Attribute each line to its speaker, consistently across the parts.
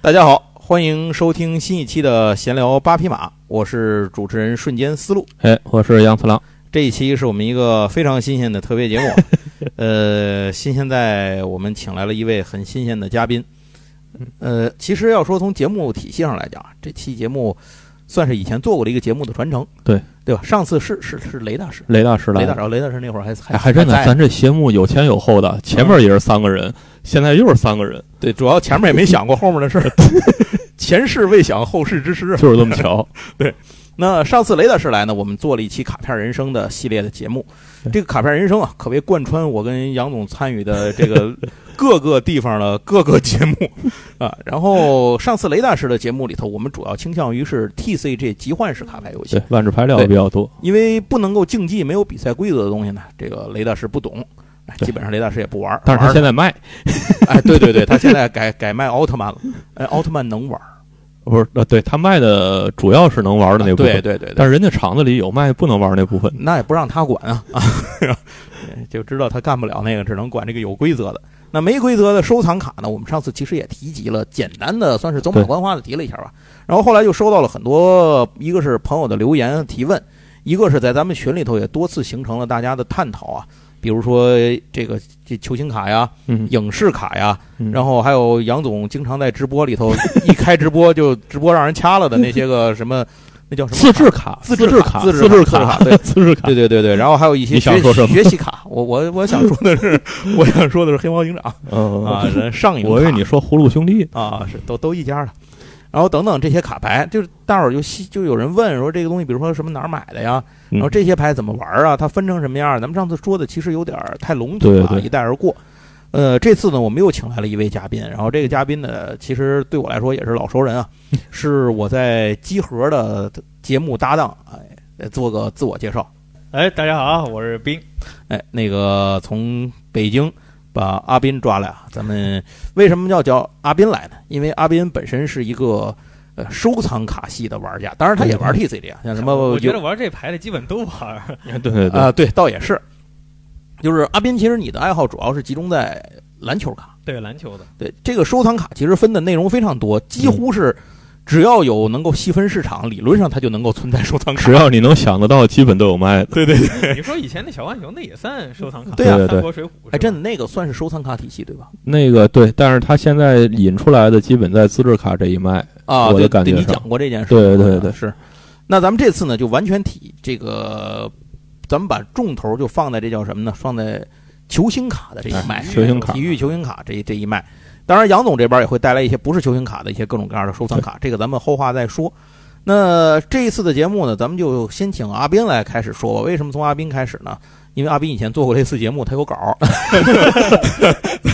Speaker 1: 大家好，欢迎收听新一期的闲聊八匹马，我是主持人瞬间思路。
Speaker 2: 哎，我是杨次郎。
Speaker 1: 这一期是我们一个非常新鲜的特别 节目，呃，新鲜在我们请来了一位很新鲜的嘉宾。
Speaker 2: 嗯
Speaker 1: 呃，其实要说从节目体系上来讲，啊这期节目算是以前做过的一个节目的传承，
Speaker 2: 对
Speaker 1: 对吧？上次是是是雷大师，
Speaker 2: 雷大师来
Speaker 1: 雷大
Speaker 2: 了，
Speaker 1: 师，哦雷大师那会儿还还
Speaker 2: 哎，还真的，
Speaker 1: 在
Speaker 2: 咱这节目有前有后的，前面也是三个人，现在又是三个人，
Speaker 1: 对，主要前面也没想过后面的 事儿，前事未想，后事之师。啊
Speaker 2: 就是这么 巧。
Speaker 1: 那上次雷大师来呢，我们做了一期卡片人生的系列的节目。
Speaker 2: 对
Speaker 1: 这个卡片人生啊，可谓贯穿我跟杨总参与的这个 各个地方的各个节目啊。然后上次雷大师的节目里头，我们主要倾向于是 TCG 集换式卡牌游戏
Speaker 2: 对，，万智牌料
Speaker 1: 对
Speaker 2: 比较多，
Speaker 1: 因为不能够竞技、没有比赛规则的东西呢，这个雷大师不懂，哎
Speaker 2: 对
Speaker 1: 基本上雷大师也不玩儿。
Speaker 2: 但是
Speaker 1: 玩
Speaker 2: 他
Speaker 1: 儿
Speaker 2: 现在卖，
Speaker 1: 哎，对对对，他现在改改卖奥特曼了。哎，奥特曼能玩儿，
Speaker 2: 不是呃，对他卖的主要是能玩的那部分，
Speaker 1: 对对对对。
Speaker 2: 但是人家厂子里有卖不能玩那部分，
Speaker 1: 那也不让他管啊啊，就知道他干不了那个，只能管这个有规则的。那没规则的收藏卡呢，我们上次其实也提及了，简单的算是走马
Speaker 2: 对
Speaker 1: 观花的提了一下吧。然后后来又收到了很多，一个是朋友的留言提问，一个是在咱们群里头也多次形成了大家的探讨啊，比如说这个这球星卡呀、
Speaker 2: 嗯，
Speaker 1: 影视卡呀，
Speaker 2: 嗯
Speaker 1: 然后还有杨总经常在直播里头一开直播就直播让人掐了的那些个什么，那叫什么
Speaker 2: 自制卡、
Speaker 1: 自
Speaker 2: 自
Speaker 1: 制
Speaker 2: 制
Speaker 1: 卡
Speaker 2: 自
Speaker 1: 自制
Speaker 2: 制
Speaker 1: 卡
Speaker 2: 卡、
Speaker 1: 自制
Speaker 2: 自制卡
Speaker 1: 对，
Speaker 2: 嗯
Speaker 1: 对对对，然后还有一些
Speaker 2: 你想
Speaker 1: 学
Speaker 2: 说什么
Speaker 1: 学习卡，我我我想说的 是，我想说的是黑猫警长啊
Speaker 2: 嗯，，
Speaker 1: 人上瘾卡，
Speaker 2: 我以为你说葫芦兄弟，
Speaker 1: 啊，是都都一家的，然后等等这些卡牌，就是大伙儿就细就有人问说这个东西，比如说什么哪儿买的呀，
Speaker 2: 嗯
Speaker 1: 然后这些牌怎么玩啊，它分成什么样儿？咱们上次说的其实有点儿太笼统了，
Speaker 2: 对对
Speaker 1: 一带而过。呃，这次呢，我们又请来了一位嘉宾，然后这个嘉宾呢，其实对我来说也是老熟人 啊，是我在集合的节目搭档，哎，来做个自我介绍。
Speaker 3: 哎，大家好，我是冰。
Speaker 1: 哎，那个从北京把阿斌抓来啊，咱们为什么要叫阿斌来呢？因为阿斌本身是一个呃收藏卡系的玩家，当然他也玩 TCG 啊，像什么
Speaker 3: 我觉
Speaker 1: 有
Speaker 3: 得玩这牌的基本都玩。
Speaker 2: 嗯对对
Speaker 1: 啊、
Speaker 2: 对，
Speaker 1: 对，倒也是，就是阿斌，其实你的爱好主要是集中在篮球卡。
Speaker 3: 对 篮球的，
Speaker 1: 对，这个收藏卡其实分的内容非常多，几乎是只要有能够细分市场，理论上它就能够存在收藏卡。
Speaker 2: 只要你能想得到，基本都有卖的。
Speaker 1: 对对对，
Speaker 3: 你说以前那小浣熊那也算收藏卡，
Speaker 1: 对啊
Speaker 2: 对对
Speaker 3: 三国水浒。是吧
Speaker 1: 哎，真的那个算是收藏卡体系对吧？
Speaker 2: 那个对，但是他现在引出来的基本在自制卡这一卖，
Speaker 1: 啊，
Speaker 2: 我的
Speaker 1: 对
Speaker 2: 感
Speaker 1: 对
Speaker 2: 觉
Speaker 1: 你
Speaker 2: 上
Speaker 1: 讲过这件事，啊
Speaker 2: 对对对对
Speaker 1: 是。那咱们这次呢，就完全体这个，咱们把重头就放在这叫什么呢？放在球星卡的这一
Speaker 2: 哎
Speaker 1: 脉，
Speaker 2: 球星卡
Speaker 1: 体育球星卡这一这一脉。当然，杨总这边也会带来一些不是球星卡的一些各种各样的收藏卡，这个咱们后话再说。那这一次的节目呢，咱们就先请阿斌来开始说吧。为什么从阿斌开始呢？因为阿斌以前做过类似节目，他有稿 儿，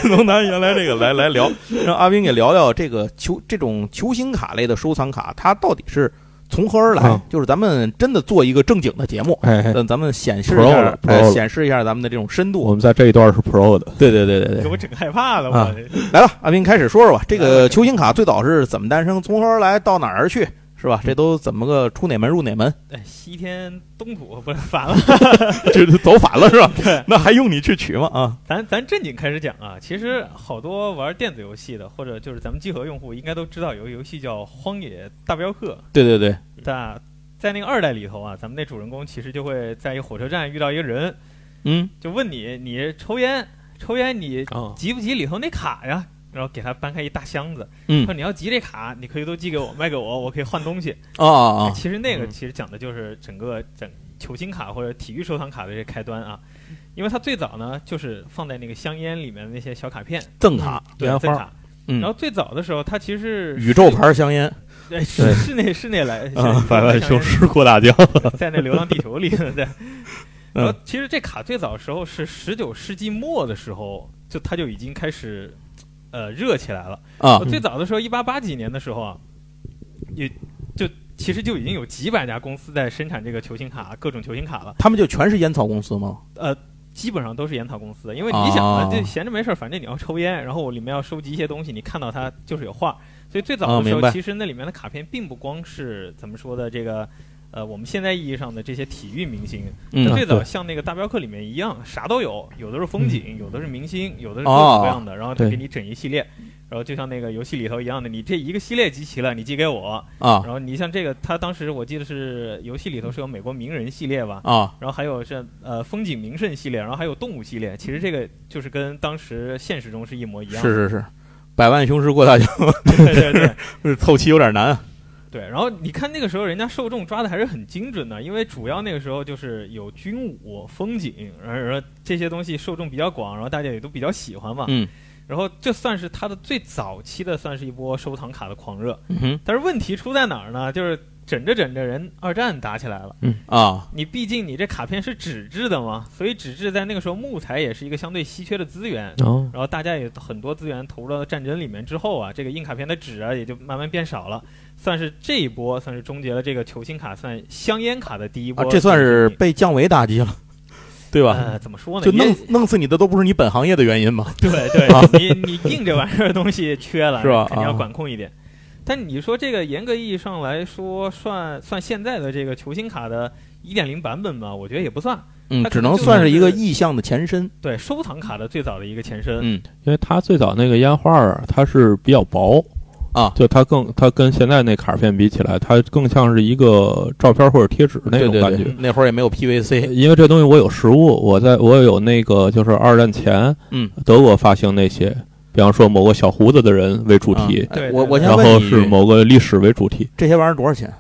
Speaker 1: 从咱原来这个来来聊，让阿斌给聊聊这个球这种球星卡类的收藏卡，它到底是从何而来？
Speaker 2: 啊
Speaker 1: 就是咱们真的做一个正经的节目，
Speaker 2: 哎，哎
Speaker 1: 咱咱们显示
Speaker 2: Pro
Speaker 1: 一下
Speaker 2: 了，，Pro
Speaker 1: 哎，
Speaker 2: 了
Speaker 1: 显示一下咱们的这种深
Speaker 2: 我
Speaker 1: 度。
Speaker 2: 们在这一段是 Pro 的，
Speaker 1: 对对对对
Speaker 3: 给
Speaker 1: 对，
Speaker 3: 我整害怕了，
Speaker 1: 啊
Speaker 3: 我
Speaker 1: 来了，阿斌开始说说吧，这
Speaker 3: 来
Speaker 1: 个
Speaker 3: 吧
Speaker 1: 球星卡最早是怎么诞生，从何而来，到哪儿而去，是吧？这都怎么个出哪门入哪门？
Speaker 3: 哎西天东土 不是反了。
Speaker 1: 这都走反了 是吧？
Speaker 3: 对，
Speaker 1: 那还用你去取吗？啊，
Speaker 3: 咱咱正经开始讲啊，其实好多玩电子游戏的，或者就是咱们集合用户应该都知道，有个游戏叫《荒野大镖客》。
Speaker 1: 对对对，
Speaker 3: 在在那个二代里头啊，咱们那主人公其实就会在一个火车站遇到一个人，
Speaker 1: 嗯，
Speaker 3: 就问你你抽烟抽烟你
Speaker 2: 啊，
Speaker 3: 集不集里头那卡呀？然后给他搬开一大箱子，
Speaker 1: 嗯
Speaker 3: 说你要集这卡，你可以都寄给我，卖给我，我可以换东西。
Speaker 1: 啊啊啊，
Speaker 3: 其实那个
Speaker 2: 嗯
Speaker 3: 其实讲的就是整个整球星卡或者体育收藏卡的这开端啊，
Speaker 1: 嗯
Speaker 3: 因为它最早呢就是放在那个香烟里面的那些小卡片，
Speaker 1: 赠卡
Speaker 3: 对
Speaker 1: 原
Speaker 3: 赠
Speaker 1: 花，
Speaker 3: 卡。
Speaker 1: 嗯
Speaker 3: 然后最早的时候，它其实是
Speaker 1: 宇宙，牌啊香烟，
Speaker 3: 对，室室内室内来
Speaker 2: 百万雄
Speaker 3: 师
Speaker 2: 师过大江，
Speaker 3: 在那《流浪地球》里的， 对。然
Speaker 1: 嗯
Speaker 3: 后其实这卡最早的时候是十九世纪末的时候，就它就已经开始呃热起来了。
Speaker 1: 啊
Speaker 3: 我，最早的时候，一八八几年的时候啊，也就其实就已经有几百家公司在生产这个球星卡，各种球星卡了。
Speaker 1: 他们就全是烟草公司吗？
Speaker 3: 呃，基本上都是烟草公司，因为你想
Speaker 1: 哦
Speaker 3: 啊，就闲着没事儿，反正你要抽烟，然后我里面要收集一些东西，你看到它就是有画。所以最早
Speaker 1: 哦
Speaker 3: 的时
Speaker 1: 明
Speaker 3: 候，
Speaker 1: 白
Speaker 3: 其实那里面的卡片并不光是怎么说的这个。呃，我们现在意义上的这些体育明星，
Speaker 1: 嗯
Speaker 3: 它最早
Speaker 2: 对
Speaker 3: 像那个大镖客里面一样，啥都有，有的是风景，有的是明星，有的是各
Speaker 1: 哦
Speaker 3: 种各样的，然后它
Speaker 2: 对
Speaker 3: 给你整一系列，然然后就像那个游戏里头一样的，你这一个系列集齐了，你寄给我。
Speaker 1: 啊
Speaker 3: 然后你像这个，他当时我记得是游戏里头是有美国名人系列吧，
Speaker 1: 啊
Speaker 3: 然后还有这呃风景名胜系列，然后还有动物系列。其实这个就是跟当时现实中是一模一样的。
Speaker 1: 是是是，百万雄师过大江，
Speaker 3: 对对 对
Speaker 1: 凑齐有点难啊。
Speaker 3: 对。然后你看那个时候人家受众抓的还是很精准的，因为主要那个时候就是有军武、风景，然后然后这些东西受众比较广，然后大家也都比较喜欢嘛。
Speaker 1: 嗯
Speaker 3: 然后这算是他的最早期的，算是一波收藏卡的狂热。
Speaker 1: 嗯哼
Speaker 3: 但是问题出在哪儿呢？就是整着整着人二战打起来了。
Speaker 1: 啊
Speaker 3: 你毕竟你这卡片是纸质的嘛，所以纸质在那个时候木材也是一个相对稀缺的资源。
Speaker 2: 哦，
Speaker 3: 然后大家也很多资源投入到战争里面之后啊，这个硬卡片的纸啊也就慢慢变少了，算是这一波算是终结了这个球星卡算香烟卡的第一波
Speaker 1: 啊
Speaker 3: 产，品。
Speaker 1: 这算是被降维打击了，对吧？
Speaker 3: 呃怎么说呢？
Speaker 1: 就
Speaker 3: 也
Speaker 1: 弄弄死你的都不是你本行业的原因嘛。
Speaker 3: 对对，你你硬这玩意儿的东西缺 了，
Speaker 1: 是吧
Speaker 3: 肯定要
Speaker 1: 啊
Speaker 3: 管控一点。但你说这个严格意义上来说，算算现在的这个球星卡的1.0版本吗？我觉得也不算。
Speaker 1: 嗯
Speaker 3: 它，可
Speaker 1: 只
Speaker 3: 能
Speaker 1: 能
Speaker 3: 就
Speaker 1: 算
Speaker 3: 是
Speaker 1: 是一个意向的前身。
Speaker 3: 对，收藏卡的最早的一个前身。
Speaker 1: 嗯
Speaker 2: 因为它最早那个烟花儿，它是比较薄
Speaker 1: 啊
Speaker 2: 就它更它跟现在那卡片比起来，它更像是一个照片或者贴纸那
Speaker 1: 对
Speaker 2: 种
Speaker 1: 对
Speaker 2: 感觉。
Speaker 1: 对，那会儿也没有 PVC。
Speaker 2: 因为这东西我有实物，我在我有那个就是二战前，
Speaker 1: 嗯，
Speaker 2: 德国发行那些，比方说某个小胡子的人为主题，
Speaker 1: 啊
Speaker 3: 对
Speaker 1: 我
Speaker 3: 对
Speaker 1: 我
Speaker 3: 对
Speaker 1: 先
Speaker 2: 然后
Speaker 1: 问
Speaker 2: 是
Speaker 1: 你，
Speaker 2: 某个历史为主题，
Speaker 1: 这些玩意儿多少钱？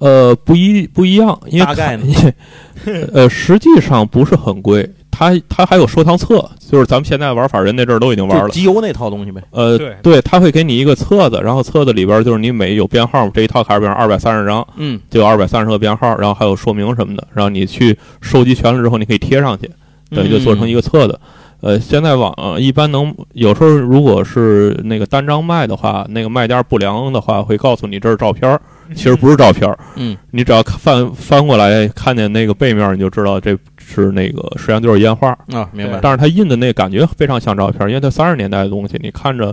Speaker 2: 呃，不一不一样，因为
Speaker 1: 大概呢
Speaker 2: 它呃，实际上不是很贵，它它还有收藏册，就是咱们现在玩法人那阵儿都已经玩
Speaker 1: 就
Speaker 2: 了，
Speaker 1: 集邮那套东西呗。
Speaker 2: 呃，
Speaker 3: 对
Speaker 2: 对，它会给你一个册子，然后册子里边就是你每有编号，这一套卡比方二百三十张，
Speaker 1: 嗯
Speaker 2: 就有二百三十个编号，然后还有说明什么的，然后你去收集全了之后，你可以贴上去，等于就做成一
Speaker 1: 个
Speaker 2: 个册子。呃，现在网、呃一般能有时候如果是那个单张卖的话，那个卖家不良的话会告诉你这是照片儿，其实不是照片儿，
Speaker 1: 嗯
Speaker 2: 你只要看翻翻过来看见那个背面，你就知道这是那个实际上就是烟花。
Speaker 1: 啊，明白。
Speaker 2: 但是它印的那感觉非常像照片，因为它三十年代的东西，你看着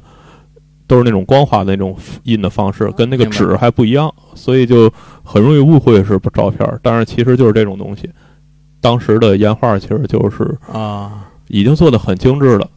Speaker 2: 都是那种光滑的那种印的方式，跟那个
Speaker 1: 明白
Speaker 2: 纸还不一样，所以就很容易误会是照片，但是其实就是这种东西。当时的烟花其实就是
Speaker 1: 啊，
Speaker 2: 已经做的很精致了，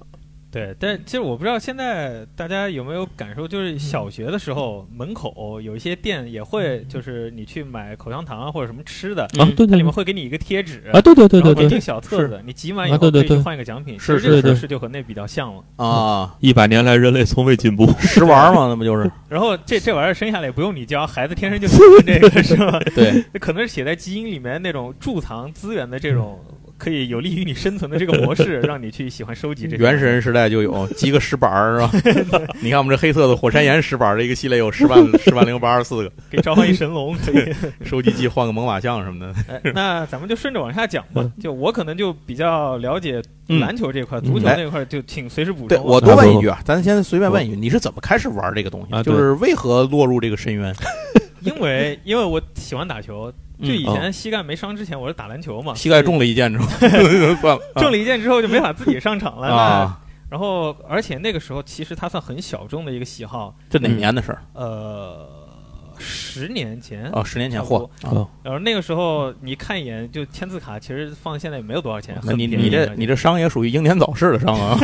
Speaker 3: 对，但其实我不知道现在大家有没有感受，
Speaker 2: 嗯
Speaker 3: 就是小学的时候门口有一些店也会，就是你去买口香糖啊或者什么吃的，
Speaker 2: 啊，
Speaker 1: 嗯
Speaker 2: 对
Speaker 3: 它
Speaker 2: 对
Speaker 3: 里面会给你一个贴纸，
Speaker 2: 啊，对对对对
Speaker 3: 然后给你一
Speaker 2: 对
Speaker 3: 个，小册子，你集满以
Speaker 2: 啊
Speaker 3: 后可
Speaker 2: 对
Speaker 3: 以
Speaker 2: 对
Speaker 3: 去
Speaker 2: 对
Speaker 3: 换一个奖品。
Speaker 1: 是
Speaker 3: 其实这个
Speaker 2: 是是
Speaker 3: 格式就和那比较像了。
Speaker 1: 啊，
Speaker 2: 一百年来人类从未进步，
Speaker 1: 食玩嘛，那不就是？
Speaker 3: 然后这这玩意儿生下来也不用你教，孩子天生就喜 欢这个，是吧？
Speaker 1: 对，
Speaker 3: 这可能是写在基因里面那种贮藏资源的这种
Speaker 2: 嗯
Speaker 3: 可以有利于你生存的这个 模式，让你去喜欢收集这些。
Speaker 1: 原始人时代就有集个石板儿是吧？你看我们这黑色的火山岩石板儿的一个系列有十万十万零八十四个，
Speaker 3: 给召唤一 神龙，可以。
Speaker 1: 收集器换个猛犸象什么的。
Speaker 3: 哎，那咱们就顺着往下讲吧。就我可能就比较了解
Speaker 1: 嗯
Speaker 3: 篮球这块，足球
Speaker 1: 来
Speaker 3: 那块就请随时补充啊。
Speaker 1: 对我多问一句啊，咱先随便问一句，你是怎么开始玩这个东西？
Speaker 2: 啊
Speaker 1: 就
Speaker 2: 对
Speaker 1: 是为何落入这个深渊？
Speaker 3: 因为因为我喜欢打球，就以
Speaker 1: 哦
Speaker 2: 嗯
Speaker 3: 前膝盖没伤之前我是打篮球嘛，
Speaker 1: 膝盖中了一箭 之后，算了
Speaker 3: 啊中了一箭之后就没法自己上场了。嗯那
Speaker 1: 啊，
Speaker 3: 然后而且那个时候其实它算很小众的一个喜好，
Speaker 1: 这哪年的事儿？
Speaker 3: 呃，十年前
Speaker 1: 哦，十年前
Speaker 3: 差
Speaker 1: 嚯
Speaker 3: 不多，
Speaker 1: 啊
Speaker 3: 然后那个时候你看一眼就签字卡，其实放现在也没有多少钱。
Speaker 1: 啊那
Speaker 3: 很
Speaker 1: 你
Speaker 3: 便宜
Speaker 1: 你这你这伤也属于英年早逝的伤 啊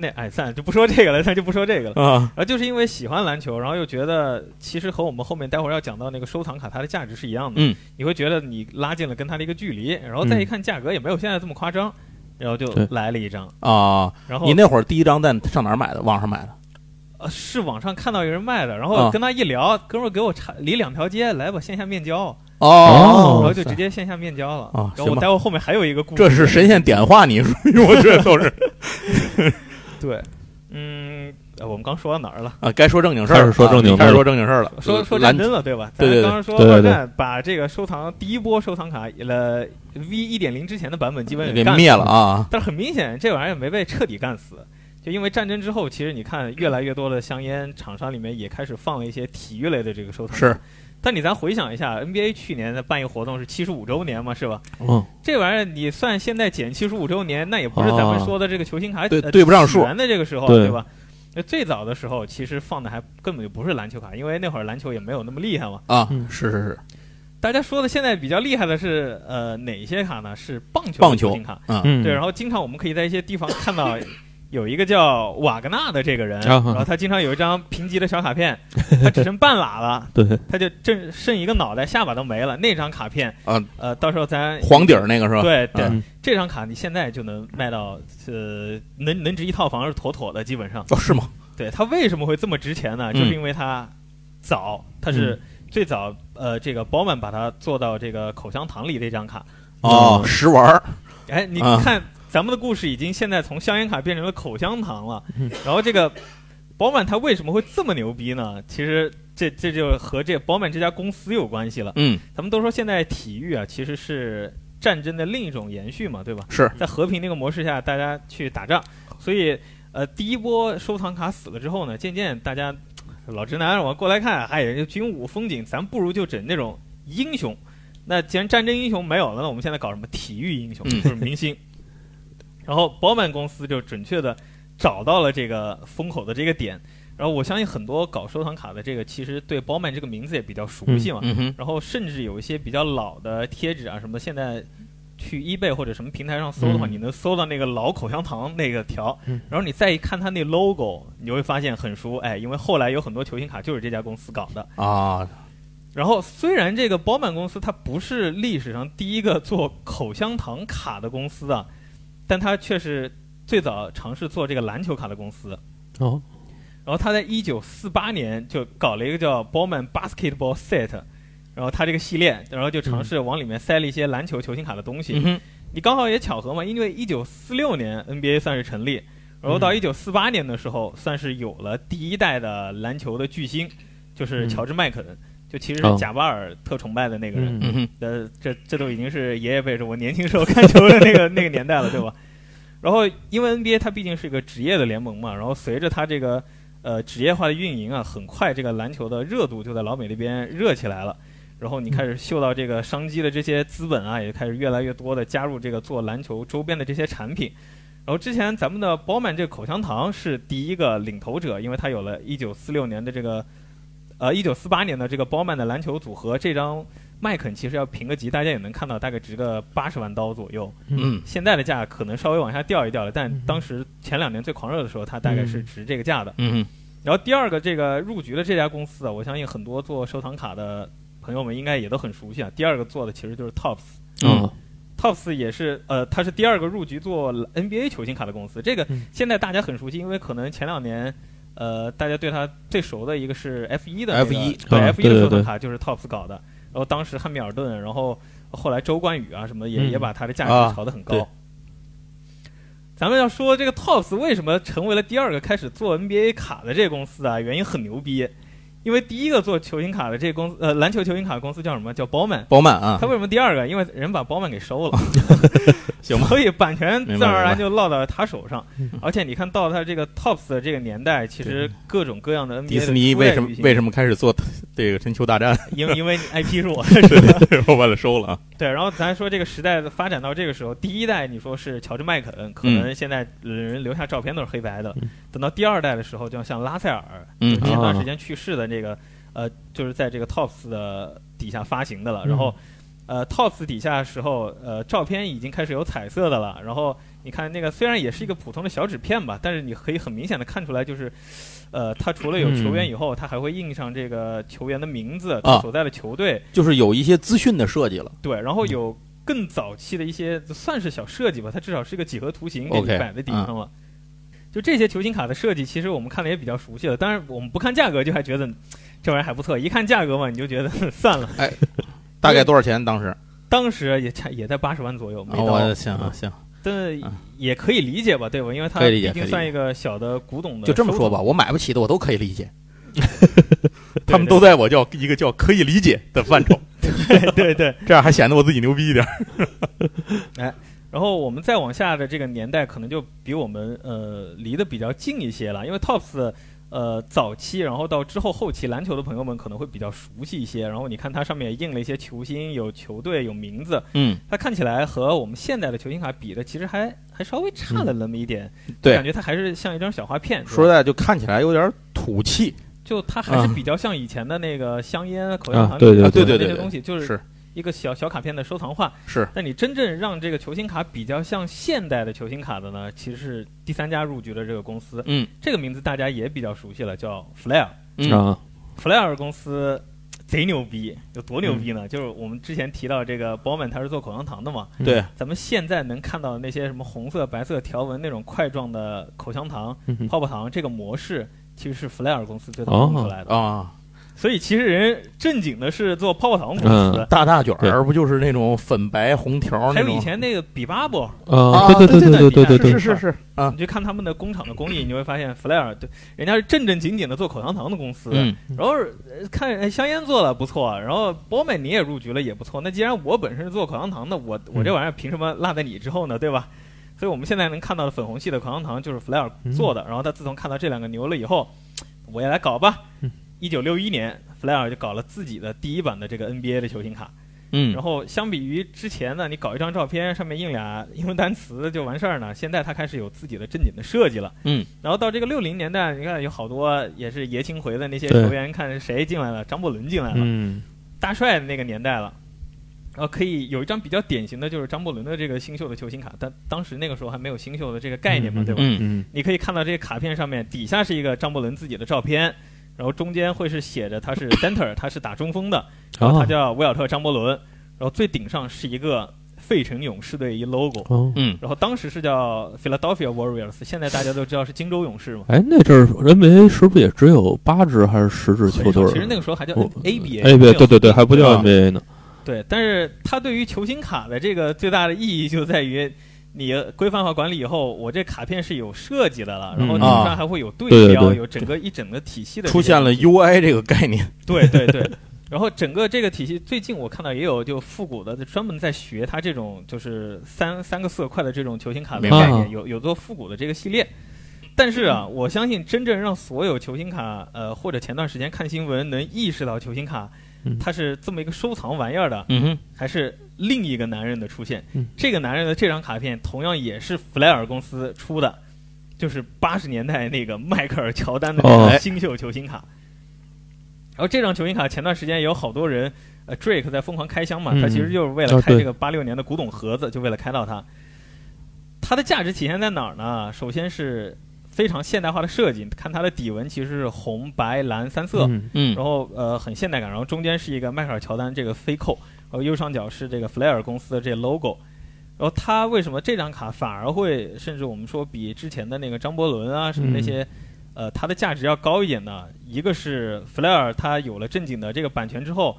Speaker 3: 那哎算了，就不说这个了，咱就不说这个了。
Speaker 1: 啊！
Speaker 3: 然后就是因为喜欢篮球，然后又觉得其实和我们后面待会儿要讲到那个收藏卡它的价值是一样的。
Speaker 1: 嗯，
Speaker 3: 你会觉得你拉近了跟它的一个距离，然后再一看价格也没有现在这么夸张，然后就
Speaker 2: 对
Speaker 3: 来了一张。
Speaker 1: 啊，
Speaker 3: 然后
Speaker 1: 你那会儿第一张在上哪儿买的？网上买的
Speaker 3: 呃是网上看到有人卖的，然
Speaker 1: 啊
Speaker 3: 后跟他一聊，哥们儿给我差离两条街，来吧，线下面交，然
Speaker 2: 哦
Speaker 3: 后就直接线下面交了。
Speaker 1: 啊
Speaker 3: 然
Speaker 1: 行
Speaker 3: 后
Speaker 1: 吧
Speaker 3: 我待会儿后面还有一个故事，
Speaker 1: 这是神仙点化你，属于我觉得都是
Speaker 3: 对，嗯，呃我们刚说到哪儿了？
Speaker 1: 啊，该说正经事儿了，
Speaker 2: 开始说正经事
Speaker 1: 啊
Speaker 2: 儿了
Speaker 1: 开始说正经事儿了，
Speaker 3: 说说
Speaker 1: 篮
Speaker 3: 战争了，对吧？
Speaker 1: 对对对
Speaker 3: 咱刚刚说
Speaker 2: 对对
Speaker 3: 二
Speaker 2: 对
Speaker 3: 战把这个收藏第一波收藏卡呃 V 一点零之前的版本基本
Speaker 1: 给
Speaker 3: 干死
Speaker 1: 灭了啊！
Speaker 3: 但是很明显，这玩意儿也没被彻底干死。就因为战争之后，其实你看，越来越多的香烟厂商里面也开始放了一些体育类的这个收藏。
Speaker 1: 是。
Speaker 3: 但你咱回想一下，NBA 去年的办一个活动是七十五周年嘛，是吧？
Speaker 2: 嗯，
Speaker 3: 这玩意儿你算现在减七十五周年，那也不是
Speaker 2: 哦
Speaker 3: 咱们说的这个球星卡、
Speaker 1: 啊对
Speaker 3: 呃
Speaker 1: 对不上数
Speaker 3: 起源的这个时候，
Speaker 2: 对
Speaker 3: 对吧？那最早的时候，其实放的还根本就不是篮球卡，因为那会儿篮球也没有那么厉害嘛。
Speaker 1: 啊，
Speaker 2: 嗯
Speaker 1: 是是是，
Speaker 3: 大家说的现在比较厉害的是，呃，哪些卡呢？是棒球的
Speaker 1: 棒球
Speaker 3: 球星卡。
Speaker 1: 嗯
Speaker 2: 嗯
Speaker 3: 对，然后经常我们可以在一些地方看到有一个叫瓦格纳的这个人，
Speaker 2: 啊
Speaker 3: 然后他经常有一张评级的小卡片，他只剩半拉了，
Speaker 2: 对，
Speaker 3: 他就剩剩一个脑袋，下巴都没了。那张卡片
Speaker 1: 啊，
Speaker 3: 呃，到时候咱
Speaker 1: 黄底儿那个是吧？
Speaker 3: 对对、
Speaker 2: 嗯
Speaker 3: 这张卡你现在就能卖到，呃，能能值一套房是妥妥的，基本上。
Speaker 1: 哦，是
Speaker 2: 嗯
Speaker 1: 吗？
Speaker 3: 对它为什么会这么值钱呢？
Speaker 1: 嗯
Speaker 3: 就是因为它早，它是最早呃，这个宝满把它做到这个口香糖里的一张卡。
Speaker 1: 哦，
Speaker 2: 嗯
Speaker 1: 食玩儿，
Speaker 3: 哎，你
Speaker 1: 啊
Speaker 3: 看、咱们的故事已经现在从香烟卡变成了口香糖了，
Speaker 2: 嗯
Speaker 3: 然后这个宝满它为什么会这么牛逼呢？其实这这就和这宝满这家公司有关系了。
Speaker 1: 嗯，
Speaker 3: 咱们都说现在体育啊，其实是战争的另一种延续嘛，对吧？
Speaker 1: 是
Speaker 3: 在和平那个模式下，大家去打仗，
Speaker 1: 哦
Speaker 3: 所以呃，第一波收藏卡死了之后呢，渐渐大家呃老直男我过来看，哎，人家军武风景，咱不如就整那种英雄。那既然战争英雄没有了，那我们现在搞什么体育英雄，
Speaker 1: 嗯
Speaker 3: 就是明星。然后宝满公司就准确的找到了这个风口的这个点。然后我相信很多搞收藏卡的这个，其实对宝满这个名字也比较熟悉嘛。
Speaker 1: 嗯哼，
Speaker 3: 然后甚至有一些比较老的贴纸啊什么，现在去 eBay 或者什么平台上搜的话，
Speaker 2: 嗯
Speaker 3: 你能搜到那个老口香糖那个条，
Speaker 2: 嗯
Speaker 3: 然后你再一看它那 logo，你就会发现很熟，哎，因为后来有很多球星卡就是这家公司搞的。
Speaker 1: 啊，
Speaker 3: 然后虽然这个宝满公司它不是历史上第一个做口香糖卡的公司啊，但它却是最早尝试做这个篮球卡的公司。
Speaker 2: 哦，
Speaker 3: 然后他在一九四八年就搞了一个叫 Bowman Basketball Set，然后他这个系列，然后就尝试往里面塞了一些篮球球星卡的东西。
Speaker 1: 嗯哼，
Speaker 3: 你刚好也巧合嘛，因为一九四六年 NBA 算是成立，然后到一九四八年的时候，算是有了第一代的篮球的巨星，就是
Speaker 2: 嗯
Speaker 3: 乔治麦肯，就其实
Speaker 2: 哦
Speaker 3: 是贾巴尔特崇拜的那个人。
Speaker 1: 嗯哼，
Speaker 3: 呃，这这都已经是爷爷辈，是我年轻时候看球的那个那个年代了，对吧？然后，因为 NBA 它毕竟是一个职业的联盟嘛，然后随着它这个呃职业化的运营啊，很快这个篮球的热度就在老美那边热起来了。然后你开始嗅到这个商机的这些资本啊，也开始越来越多的加入这个做篮球周边的这些产品。然后之前咱们的宝满这个口香糖是第一个领头者，因为它有了1946年的这个，呃，1948年的这个宝满的篮球组合这张麦肯其实要评个级，大家也能看到，大概值个八十万刀左右。
Speaker 1: 嗯
Speaker 3: 现在的价可能稍微往下掉一掉了，但
Speaker 2: 嗯
Speaker 3: 当时前两年最狂热的时候，它大概是值这个价的。
Speaker 1: 嗯
Speaker 3: 然后第二个，这个入局的这家公司啊，我相信很多做收藏卡的朋友们应该也都很熟悉啊。第二个做的其实就是 Tops。
Speaker 1: 嗯
Speaker 2: 嗯
Speaker 3: Tops 也是，呃，它是第二个入局做 NBA 球星卡的公司。这个
Speaker 2: 嗯
Speaker 3: 现在大家很熟悉，因为可能前两年，呃，大家对它最熟的一个是 F 一的那个
Speaker 1: F1
Speaker 3: 对
Speaker 2: 啊
Speaker 3: F 一
Speaker 2: 对
Speaker 3: 的
Speaker 2: 对
Speaker 3: 收藏
Speaker 2: 对
Speaker 3: 卡就是 Tops 搞的。然后当时汉密尔顿，然后后来周冠宇啊什么的也、
Speaker 2: 嗯
Speaker 3: 也把它的价格
Speaker 1: 啊
Speaker 3: 炒得很
Speaker 1: 对
Speaker 3: 高。咱们要说这个 Tops 为什么成为了第二个开始做 NBA 卡的这个公司啊？原因很牛逼，因为第一个做球星卡的这个公司，呃，篮球球星卡的公司叫什么？叫 Bowman。
Speaker 1: 包曼啊
Speaker 3: 他，为什么第二个？因为人把包曼给收了，
Speaker 1: 行吧
Speaker 3: 所以版权自
Speaker 1: 明白
Speaker 3: 然而
Speaker 1: 明白
Speaker 3: 然就落到他手上
Speaker 2: 嗯。
Speaker 3: 而且你看到他这个 Tops 的这个年代，其实各种各样的 NBA
Speaker 1: 迪士尼为什么为
Speaker 3: 什
Speaker 1: 什么开始
Speaker 3: 嗯
Speaker 1: 做 这个《真球大战》
Speaker 3: 么？因为因为你 IP 是我
Speaker 1: 对，我把它收了啊。
Speaker 3: 对。然后咱说这个时代的发展到这个时候，第一代你说是乔治麦肯，可
Speaker 1: 嗯
Speaker 3: 能现在人留下照片都是黑白的
Speaker 2: 嗯。
Speaker 3: 等到第二代的时候，就像拉塞尔，
Speaker 1: 嗯
Speaker 3: 前段
Speaker 2: 啊
Speaker 3: 时间去世的这个，呃，就是在这个 Tops 的底下发行的
Speaker 1: 嗯
Speaker 3: 了。然后，呃，Tops 底下的时候，呃，照片已经开始有彩色的了。然后你看那个，虽然也是一个普通的小纸片吧，但是你可以很明显的看出来，就是，呃，它除了有球员以后，它还会印上这个球员的名字，
Speaker 1: 嗯
Speaker 3: 他
Speaker 1: 啊
Speaker 3: 所在的球队，
Speaker 1: 就是有一些资讯的设计了。
Speaker 3: 对，然后
Speaker 1: 嗯
Speaker 3: 有更早期的一些算是小设计吧，它至少是一个几何图形给你
Speaker 1: OK，嗯
Speaker 3: 摆在底上了。就这些球星卡的设计，其实我们看的也比较熟悉了。当然，我们不看价格就还觉得嗯这玩意儿还不错，一看价格嘛，你就觉得嗯 算了。
Speaker 1: 大概多少钱？当时
Speaker 3: 当时也差也在八十万左右，没
Speaker 1: 啊
Speaker 3: 到，
Speaker 1: 嗯
Speaker 3: 嗯
Speaker 1: 我的行啊行，
Speaker 3: 但
Speaker 1: 啊
Speaker 3: 也可以理解吧，对吧？因为它
Speaker 1: 可以理解
Speaker 3: 毕竟
Speaker 1: 可以理解
Speaker 3: 算一个小的古董的，
Speaker 1: 嗯就这么 说吧，，我买不起的我都可以理解。 他们都在我叫一个叫可以理解的范 畴，
Speaker 3: 对对对。
Speaker 1: 这样还显得我自己牛逼一点。
Speaker 3: 然后我们再往下的这个年代，可能就比我们呃离得比较近一些了，因为 Tops 呃早期，然后到之后后期，篮球的朋友们可能会比较熟悉一些。然后你看它上面也印了一些球星，有球队，有名字，
Speaker 1: 嗯，
Speaker 3: 它看起来和我们现在的球星卡比的，其实还还稍微差了那么一点，感
Speaker 1: 对，
Speaker 3: 觉它还是像一张小画片。
Speaker 1: 说
Speaker 3: 对
Speaker 1: 实
Speaker 3: 吧
Speaker 1: 在就看起来有点土气。
Speaker 3: 就它还是比较像以前的那个香烟、口香
Speaker 2: 啊
Speaker 3: 糖、
Speaker 2: 对对
Speaker 1: 对对
Speaker 3: 这
Speaker 1: 对
Speaker 3: 些
Speaker 1: 对
Speaker 3: 东西，就是
Speaker 1: 是
Speaker 3: 一个小小卡片的收藏化。
Speaker 1: 是
Speaker 3: 但你真正让这个球星卡比较像现代的球星卡的呢，其实是第三家入局的这个公司，
Speaker 1: 嗯
Speaker 3: 这个名字大家也比较熟悉了，叫 Flair。
Speaker 1: 嗯
Speaker 2: 啊，
Speaker 3: Flair 公司贼牛逼，有多牛逼呢？就是我们之前提到这个 Bowman，他是做口香糖的嘛，
Speaker 1: 对，
Speaker 3: 咱们现在能看到的那些什么红色、白色条纹那种块状的口香糖、
Speaker 2: 嗯哼
Speaker 3: 泡泡糖，这个模式其实是弗莱尔公司最早弄出来的。
Speaker 1: 啊，
Speaker 3: 所以其实人正经的是做泡泡糖公司，
Speaker 1: 大大卷
Speaker 2: 对
Speaker 1: 儿不就是那种粉白红条那
Speaker 3: 还有以
Speaker 1: 种？
Speaker 3: 前那个比巴卜，
Speaker 2: 啊，
Speaker 1: 啊
Speaker 2: 对
Speaker 1: 对
Speaker 2: 对
Speaker 3: 对
Speaker 2: 对对
Speaker 3: 对
Speaker 2: 对
Speaker 1: 是是是啊，
Speaker 3: 你去看他们的工厂的工艺，你就会发现弗莱尔对人家是正正经经的做口香糖的公司。
Speaker 1: 嗯
Speaker 3: 然后呃看哎香烟做了不错，然后博美你也入局了也不错。那既然我本身是做口香糖的，我我这玩意儿凭什么落在你之后呢？对吧？所以我们现在能看到的粉红系的口香糖就是 Flair 做的。然后他自从看到这两个牛了以后，我也来搞吧
Speaker 2: 嗯。
Speaker 3: 一九六一年，Flair 就搞了自己的第一版的这个 NBA 的球星卡。然
Speaker 1: 嗯，
Speaker 3: 后相比于之前呢，你搞一张照片，上面印俩 英文单词就完事儿呢。现在它开始有自己的正经的设计了。
Speaker 1: 嗯。
Speaker 3: 然后到这个六零年代，你看有好多也是爷青回的那些
Speaker 2: 对
Speaker 3: 球员，看谁进来了，张伯伦进来了，
Speaker 2: 嗯
Speaker 3: 大帅的那个年代了。然后可以有一张比较典型的就是张伯伦的这个新秀的球星卡，但当时那个时候还没有新秀的这个概念嘛，对吧？
Speaker 1: 嗯
Speaker 2: 嗯
Speaker 3: 你可以看到这个卡片上面底下是一个张伯伦自己的照片，然后中间会是写着他是 center，他是打中锋的，然后他
Speaker 2: 啊
Speaker 3: 叫威尔特张伯伦，然后最顶上是一个费城勇士队一 logo，
Speaker 2: 哦，
Speaker 1: 嗯，
Speaker 3: 然后当时是叫 Philadelphia Warriors，现在大家都知道是金州勇士嘛。
Speaker 2: 哎，那阵儿 NBA 是不是也只有八支还是十支球队儿？
Speaker 3: 其实那个时候还叫
Speaker 2: 我
Speaker 3: ABA，
Speaker 2: 哎，
Speaker 3: 没
Speaker 2: 别
Speaker 3: 有啊
Speaker 2: 对对对，还不叫 NBA 呢。
Speaker 3: 对，但是它对于球星卡的这个最大的意义就在于， 你规范化管理以后，我这卡片是有设计的了，然后
Speaker 2: 嗯
Speaker 3: 顶上
Speaker 1: 啊
Speaker 3: 还会有对
Speaker 2: 对对
Speaker 3: 标，
Speaker 2: 对
Speaker 3: 有整个一整个体系的这
Speaker 1: 出
Speaker 3: 些
Speaker 1: 现了
Speaker 3: 东西
Speaker 1: UI 这个概念，
Speaker 3: 对对对。 然后整个这个体系，最近我看到也有就复古的，专门在学它这种就是三三个色块的这种球星卡的
Speaker 1: 明白
Speaker 3: 概念，有有做复古的这个系列。但是啊，我相信真正让所有球星卡，呃，或者前段时间看新闻能意识到球星卡
Speaker 2: 嗯，
Speaker 3: 它是这么一个收藏玩意儿的，
Speaker 1: 嗯哼，
Speaker 3: 还是另一个男人的出现。
Speaker 2: 嗯
Speaker 3: 这个男人的这张卡片同样也是弗莱尔公司出的，就是八十年代那个迈克尔乔丹的那
Speaker 2: 哦
Speaker 3: 张新秀球星卡。然后这张球星卡前段时间也有好多人，呃，Drake 在疯狂开箱嘛，
Speaker 2: 嗯
Speaker 3: 他其实就是为了
Speaker 2: 啊
Speaker 3: 开
Speaker 2: 对
Speaker 3: 这个八六年的古董盒子，就为了开到它。它的价值体现在哪儿呢？首先是非常现代化的设计，看它的底纹其实是红白蓝三色，
Speaker 2: 嗯
Speaker 1: 嗯
Speaker 3: 然后呃很现代感，然后中间是一个迈克尔乔丹这个飞扣，然后右上角是这个 Flair 公司的这 logo。然后它为什么这张卡反而会，甚至我们说比之前的那个张伯伦啊什么那些，
Speaker 2: 嗯
Speaker 3: 呃，它的价值要高一点呢？一个是 Flair 它有了正经的这个版权之后，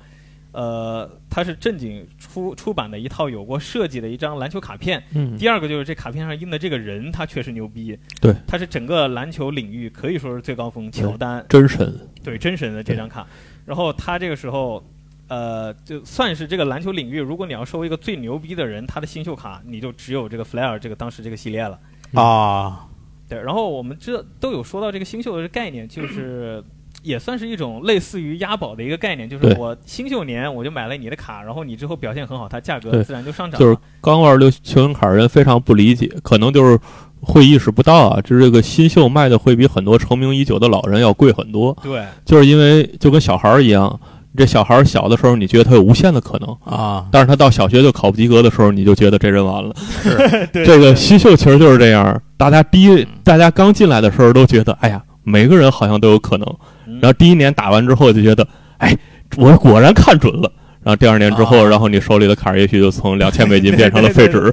Speaker 3: 呃，它是正经出出版的一套有过设计的一张篮球卡片，
Speaker 2: 嗯，
Speaker 3: 第二个就是这卡片上印的这个人，他确实牛逼，
Speaker 2: 对，
Speaker 3: 他是整个篮球领域可以说是最高峰，乔丹，
Speaker 2: 真神。
Speaker 3: 对，真神的这张卡。然后他这个时候，呃，就算是这个篮球领域，如果你要收一个最牛逼的人，他的新秀卡，你就只有这个 Flair 这个当时这个系列了。
Speaker 1: 啊，
Speaker 3: 对，然后我们这都有说到这个新秀的这概念，就是。也算是一种类似于押宝的一个概念，就是
Speaker 2: 对
Speaker 3: 我新秀年我就买了你的卡，然后你之后表现很好，它价格
Speaker 2: 对
Speaker 3: 自然就上涨了。
Speaker 2: 就是刚玩六球星卡人非常不理解，可能就是会意识不到啊，就是这个新秀卖的会比很多成名已久的老人要贵很多，
Speaker 3: 对，
Speaker 2: 就是因为就跟小孩儿一样，这小孩儿小的时候你觉得他有无限的可能。
Speaker 1: 啊，
Speaker 2: 但是他到小学就考不及格的时候，你就觉得这人完了。
Speaker 3: 对
Speaker 2: 这个新秀其实就是这样，大家第一，大家刚进来的时候都觉得，哎呀，每个人好像都有可能。
Speaker 3: 嗯
Speaker 2: 然后第一年打完之后就觉得，哎，我果然看准了。然后第二年之后，
Speaker 1: 啊
Speaker 2: 然后你手里的卡也许就从两千美金变成了废纸。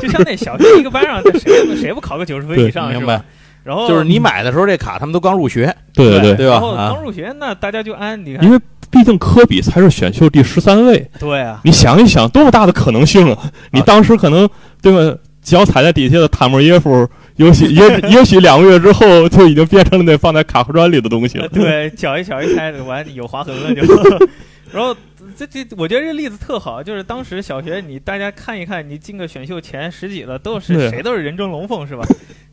Speaker 3: 就像那小学一个班上，这谁谁不考个九十分以上是
Speaker 1: 明
Speaker 3: 吧
Speaker 1: 白？，
Speaker 3: 然后
Speaker 1: 就是你买的时候这卡他们都刚入学，
Speaker 2: 对对
Speaker 1: 对吧
Speaker 3: 然后
Speaker 1: 啊
Speaker 3: 刚入学那大家就按你
Speaker 2: 因
Speaker 3: 看，
Speaker 2: 为毕竟科比才是选秀第十三位，
Speaker 3: 对啊，
Speaker 2: 你想一想，多么大的可能性啊！你当时可能对吧，脚踩在底下的塔莫耶 夫，也许也也许两个月之后就已经变成了那放在卡砖里的东西了
Speaker 3: 呃。 对，搅一搅一开，完有划痕了就。然后这这，我觉得这例子特好，就是当时小学你大家看一看，你进个选秀前十几的都是
Speaker 1: 啊
Speaker 2: 对
Speaker 3: 谁都是人中龙凤是吧？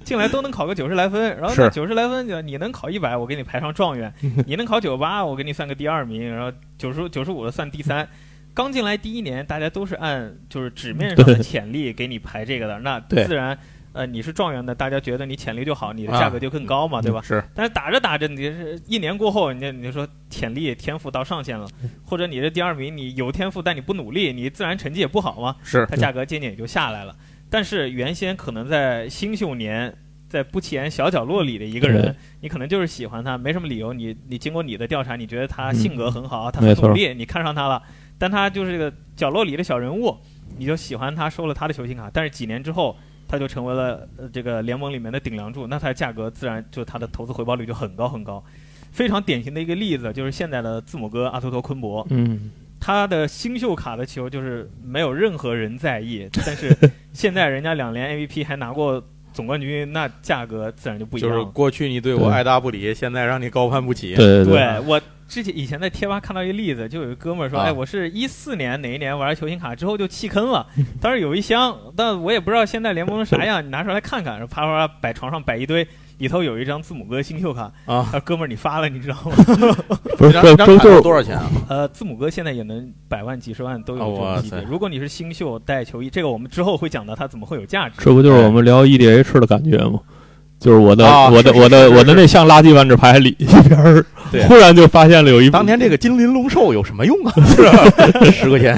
Speaker 3: 进来都能考个九十来分，然后
Speaker 1: 是
Speaker 3: 九十来分就你能考一百，我给你排上 状元；你能考九八，我给你算个第二名，然后九十九十五的算第三。刚进来第一年，大家都是按就是纸面上的
Speaker 2: 对
Speaker 3: 潜力给你排这个的，那
Speaker 1: 对
Speaker 3: 自然呃，你是状元呢，大家觉得你潜力就好，你的
Speaker 1: 啊
Speaker 3: 价格就更高嘛，对吧？
Speaker 1: 是
Speaker 3: 但是打着打着，你是一年过后，你就你就说潜力天赋到上限了，或者你这第二名，你有天赋但你不努力，你自然成绩也不好嘛，
Speaker 1: 是
Speaker 3: 它价格渐渐也就下来了。但是原先可能在新秀年，在不起眼小角落里的一个人
Speaker 2: 对，
Speaker 3: 你可能就是喜欢他，没什么理由。你你经过你的调查，你觉得他
Speaker 2: 嗯
Speaker 3: 性格很好，他
Speaker 2: 没
Speaker 3: 很
Speaker 2: 错
Speaker 3: 努力，你看上他了，但他就是这个角落里的小人物，你就喜欢他，收了他的球星卡。但是几年之后，他就成为了、呃、这个联盟里面的顶梁柱，那他的价格自然就他的投资回报率就很高很高。非常典型的一个例子就是现在的字母哥阿托托昆博，
Speaker 2: 嗯，
Speaker 3: 他的新秀卡的球就是没有任何人在意，但是现在人家两连 MVP 还拿过总冠军，那价格自然就不一样
Speaker 1: 就是
Speaker 3: 了。
Speaker 1: 过去你对我
Speaker 2: 对
Speaker 1: 爱答不理，现在让你高攀不起。
Speaker 2: 对
Speaker 3: 对
Speaker 2: 对，
Speaker 3: 我之前以前在贴吧看到一个例子，就有一哥们儿说，
Speaker 1: 啊
Speaker 3: 哎，我是一四年哪一年玩球星卡之后就弃坑了，当时有一箱，但我也不知道现在联盟是啥样，你拿出来看看，然后啪啪啪摆床上摆一堆，里头有一张字母哥新秀卡
Speaker 1: 啊，
Speaker 3: 他说哥们儿你发了你知道吗？
Speaker 2: 不是
Speaker 1: 这
Speaker 2: 这
Speaker 1: 张
Speaker 2: 这
Speaker 1: 卡
Speaker 2: 就是
Speaker 1: 多少钱啊？
Speaker 3: 呃，字母哥现在也能百万、几十万都有这
Speaker 1: 哦哇
Speaker 3: 种级别。
Speaker 1: 塞
Speaker 3: 如果你是新秀带球衣，这个我们之后会讲到它怎么会有价值。
Speaker 2: 这不就是我们聊 EDH 的感觉吗？就是我的、
Speaker 1: 哎啊
Speaker 2: 我的
Speaker 1: 是是
Speaker 2: 我的
Speaker 1: 是是
Speaker 2: 我的那像垃圾万智牌里一边儿
Speaker 1: 对，
Speaker 2: 忽然就发现了有一
Speaker 1: 当年这个金鳞龙兽有什么用 啊？是吧十块钱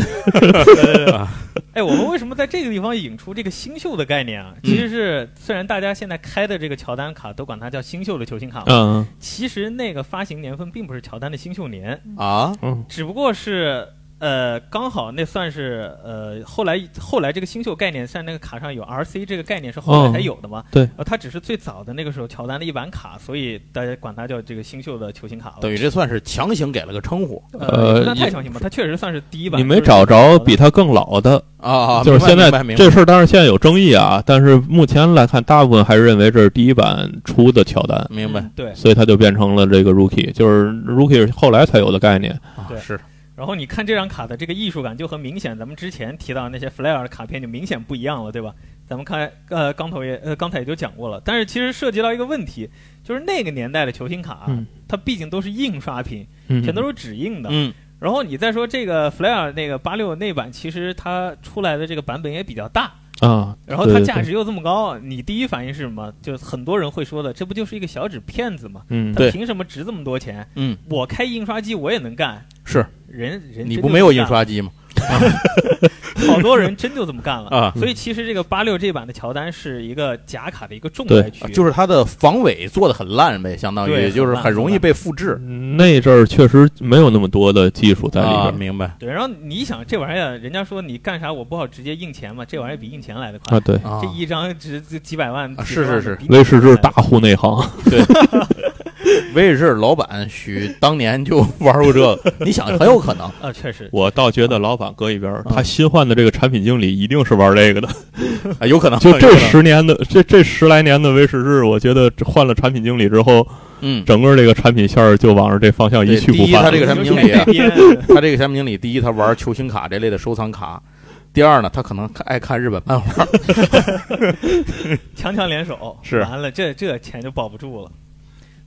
Speaker 3: 哎，我们为什么在这个地方引出这个新秀的概念啊？
Speaker 2: 嗯
Speaker 3: 其实是虽然大家现在开的这个乔丹卡都管它叫新秀的球星卡嘛，
Speaker 2: 嗯
Speaker 3: 其实那个发行年份并不是乔丹的新秀年，
Speaker 1: 啊？
Speaker 2: 嗯
Speaker 3: 只不过是。呃，刚好那算是呃，后来后来这个新秀概念，像那个卡上有 RC 这个概念是后来才有的嘛？
Speaker 2: 嗯对
Speaker 3: 呃，它只是最早的那个时候乔丹的一版卡，所以大家管它叫这个新秀的球星卡了。
Speaker 1: 等于这算是强行给了个称呼
Speaker 2: 呃
Speaker 3: 呃，那太
Speaker 2: 也
Speaker 3: 强行吧，他确实算是第一版。
Speaker 2: 你没
Speaker 3: 就是嗯
Speaker 2: 找着
Speaker 3: 好的
Speaker 2: 比他更老的，
Speaker 1: 啊！
Speaker 2: 就是现在
Speaker 1: 明白明白
Speaker 2: 这事儿，当然现在有争议啊，但是目前来看，大部分还是认为这是第一版出的乔丹，
Speaker 1: 明白
Speaker 3: 嗯对。
Speaker 2: 所以它就变成了这个 rookie，就是 rookie 是后来才有的概念。
Speaker 1: 啊
Speaker 3: 对
Speaker 1: 是
Speaker 3: 然后你看这张卡的这个艺术感就很明显，咱们之前提到的那些 Flair 的卡片就明显不一样了，对吧？咱们看呃，刚头也呃刚才也就讲过了，但是其实涉及到一个问题，就是那个年代的球星卡，啊
Speaker 2: 嗯
Speaker 3: 它毕竟都是印刷品，
Speaker 2: 嗯，
Speaker 3: 全都是纸印的。
Speaker 1: 嗯
Speaker 3: 然后你再说这个 Flair 那个八六那版，其实它出来的这个版本也比较大，
Speaker 2: 啊，
Speaker 3: 然后它
Speaker 2: 对
Speaker 3: 价，值又这么高，你第一反应是什么？就是很多人会说的，这不就是一个小纸片子吗？
Speaker 2: 对嗯，
Speaker 3: 他凭什么值这么多钱？
Speaker 1: 嗯，
Speaker 3: 我开印刷机我也能干。
Speaker 1: 是
Speaker 3: 人人
Speaker 1: 你
Speaker 3: 真
Speaker 1: 不
Speaker 3: 就
Speaker 1: 没有
Speaker 3: 这
Speaker 1: 印
Speaker 3: 么
Speaker 1: 刷机吗？
Speaker 3: 干了，好多人真就这么干了。
Speaker 1: 啊，
Speaker 3: 所以其实这个八六这版的乔丹是一个假卡的一个重
Speaker 2: 对
Speaker 3: 灾区，
Speaker 1: 就是它的防伪做的很烂呗，相当于
Speaker 3: 对
Speaker 1: 就是
Speaker 3: 很烂
Speaker 1: 很容易被复制
Speaker 2: 那阵儿确实没有那么多的技术在里边
Speaker 1: 啊，
Speaker 2: 儿。
Speaker 1: 明白
Speaker 3: 对。然后你想这玩意儿，人家说你干啥我不好直接印钱嘛，这玩意儿比印钱来的快。
Speaker 2: 啊，对，
Speaker 1: 啊
Speaker 3: 这一张值这几百万，
Speaker 1: 啊
Speaker 3: 几十万
Speaker 1: 是是
Speaker 3: 的
Speaker 1: 是
Speaker 3: 比
Speaker 2: 威士忌
Speaker 3: 来的
Speaker 2: 大户内行，
Speaker 1: 威尔士老板许当年就玩过这个，你想很有可能
Speaker 3: 啊，确实
Speaker 2: 我倒觉得老板搁一边儿，
Speaker 1: 啊
Speaker 2: 他新换的这个产品经理一定是玩这 个的。
Speaker 1: 啊，有可能
Speaker 2: 就
Speaker 1: 有
Speaker 2: 这
Speaker 1: 可能
Speaker 2: 十年的这这十来年的威士忌，我觉得这换了产品经理之后，
Speaker 1: 嗯，
Speaker 2: 整个这个产品线儿就往着这方向一
Speaker 1: 对
Speaker 2: 去
Speaker 1: 第
Speaker 2: 不
Speaker 1: 一
Speaker 2: 返
Speaker 1: 他
Speaker 2: 了。
Speaker 1: 这个产品经理啊
Speaker 3: 有钱人
Speaker 1: 他这个产品经理，第一他玩球星卡这类的收藏卡，第二呢，他可能看爱看日本漫画，
Speaker 3: 强强联手，
Speaker 1: 是
Speaker 3: 完了，这这钱就保不住了。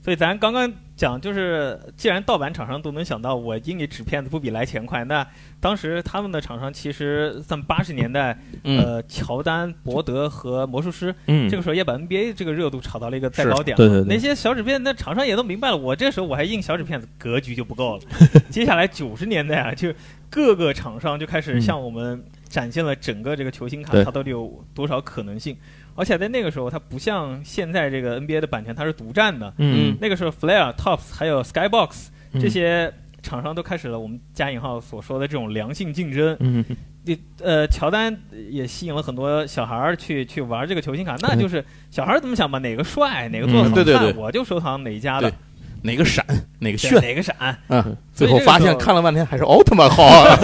Speaker 3: 所以咱刚刚讲，就是既然盗版厂商都能想到我印你纸片子不比来钱快，那当时他们的厂商其实算八十年代，
Speaker 1: 嗯，
Speaker 3: 呃，乔丹、伯德和魔术师，
Speaker 2: 嗯，
Speaker 3: 这个时候也把 NBA 这个热度炒到了一个再
Speaker 1: 是
Speaker 3: 高点
Speaker 2: 对对对
Speaker 3: 那些小纸片，那厂商也都明白了，我这时候我还印小纸片子，格局就不 够了。接下来九十年代啊，就各个厂商就开始
Speaker 2: 嗯
Speaker 3: 向我们展现了整个这个球星卡
Speaker 2: 对
Speaker 3: 它到底有多少可能性。而且在那个时候，它不像现在这个 NBA 的版权，它是独占的。
Speaker 2: 嗯
Speaker 3: 那个时候，Flair、Tops 还有 Skybox
Speaker 2: 嗯
Speaker 3: 这些厂商都开始了我们加引号所说的这种良性竞争。
Speaker 2: 嗯
Speaker 3: 你呃，乔丹也吸引了很多小孩儿去去玩这个球星卡，那
Speaker 2: 对
Speaker 3: 就是小孩儿怎么想吧，哪个帅，哪个做的
Speaker 2: 嗯
Speaker 3: 好
Speaker 1: 嗯对
Speaker 3: 看，
Speaker 1: 对对
Speaker 3: 我就收藏哪一家的
Speaker 1: 对，哪个闪哪个
Speaker 3: 对
Speaker 1: 炫，
Speaker 3: 哪个闪。
Speaker 1: 嗯，
Speaker 3: 所
Speaker 1: 最
Speaker 3: 以
Speaker 1: 后
Speaker 3: 这个
Speaker 1: 发
Speaker 3: 时
Speaker 1: 现
Speaker 3: 候
Speaker 1: 看了半天还是奥特曼好啊，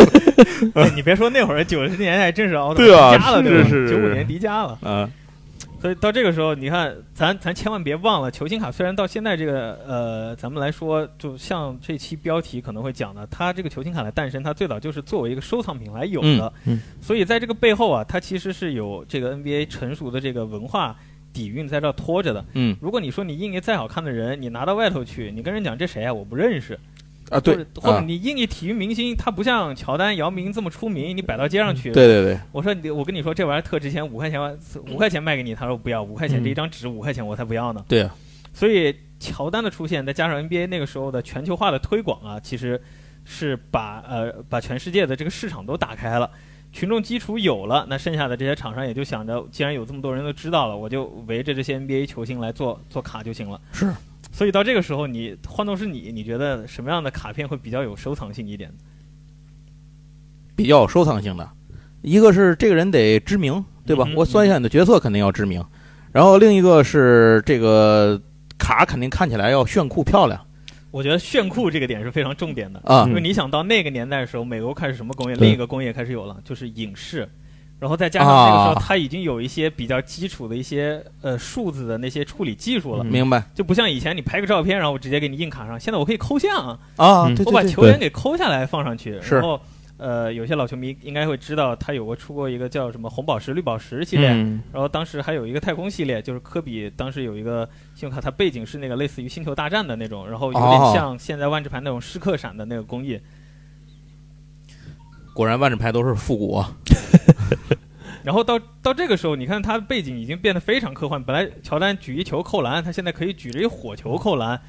Speaker 3: 哎你别说那会儿九十年代真是熬到迪
Speaker 1: 对啊
Speaker 3: 迦了，
Speaker 1: 是
Speaker 3: 对吧？
Speaker 1: 是是
Speaker 3: 九五年迪迦了，
Speaker 1: 嗯
Speaker 3: 所以到这个时候，你看，咱咱千万别忘了，球星卡虽然到现在这个呃，咱们来说，就像这期标题可能会讲的，它这个球星卡的诞生，它最早就是作为一个收藏品来有的，
Speaker 2: 嗯嗯
Speaker 3: 所以在这个背后啊，它其实是有这个 NBA 成熟的这个文化底蕴在这儿拖着的。
Speaker 1: 嗯，
Speaker 3: 如果你说你印一再好看的人，你拿到外头去，你跟人讲这谁啊，我不认识，
Speaker 1: 啊，对
Speaker 3: 或者或者
Speaker 1: 啊
Speaker 3: 你印一体育明星，他不像乔丹、姚明这么出名，你摆到街上去，
Speaker 1: 对对对，
Speaker 3: 我说你，我跟你说这玩意儿特值钱，五块钱万五块钱卖给你，他说不要，五块钱
Speaker 2: 嗯
Speaker 3: 这一张纸五块钱我才不要呢。
Speaker 1: 对啊
Speaker 3: 所以乔丹的出现，再加上 NBA 那个时候的全球化的推广啊，其实是把呃把全世界的这个市场都打开了。群众基础有了，那剩下的这些厂商也就想着，既然有这么多人都知道了，我就围着这些 NBA 球星来做做卡就行了。
Speaker 1: 是，
Speaker 3: 所以到这个时候你，换做是你，你觉得什么样的卡片会比较有收藏性一点？
Speaker 1: 比较有收藏性的。一个是这个人得知名，对吧
Speaker 3: 嗯？哼
Speaker 1: 我算一下你的角色肯定要知名，然后另一个是这个卡肯定看起来要炫酷漂亮
Speaker 3: 我觉得炫酷这个点是非常重点的。
Speaker 1: 啊
Speaker 3: 因为你想到那个年代的时候，美国开始什么工业，
Speaker 2: 对
Speaker 3: 另一个工业开始有了，就是影视。然后再加上那个时候，
Speaker 1: 啊
Speaker 3: 它已经有一些比较基础的一些呃数字的那些处理技术了，
Speaker 2: 嗯
Speaker 1: 明白
Speaker 3: 就不像以前你拍个照片，然后我直接给你硬卡上。现在我可以抠像啊，
Speaker 1: 啊？
Speaker 2: 嗯
Speaker 1: 对
Speaker 3: 我把
Speaker 1: 对对，
Speaker 3: 球员给抠下来放上去，
Speaker 1: 是
Speaker 3: 然后呃有些老球迷应该会知道，他有过出过一个叫什么红宝石、绿宝石系列，
Speaker 2: 嗯
Speaker 3: 然后当时还有一个太空系列，就是科比当时有一个信用卡，它背景是那个类似于星球大战的那种，然后有
Speaker 1: 哦
Speaker 3: 点像现在万智牌那种试刻闪的那个工艺。
Speaker 1: 果然万智牌都是复古啊。
Speaker 3: 然后到到这个时候，你看他的背景已经变得非常科幻。本来乔丹举一球扣篮，他现在可以举着一火球扣 篮。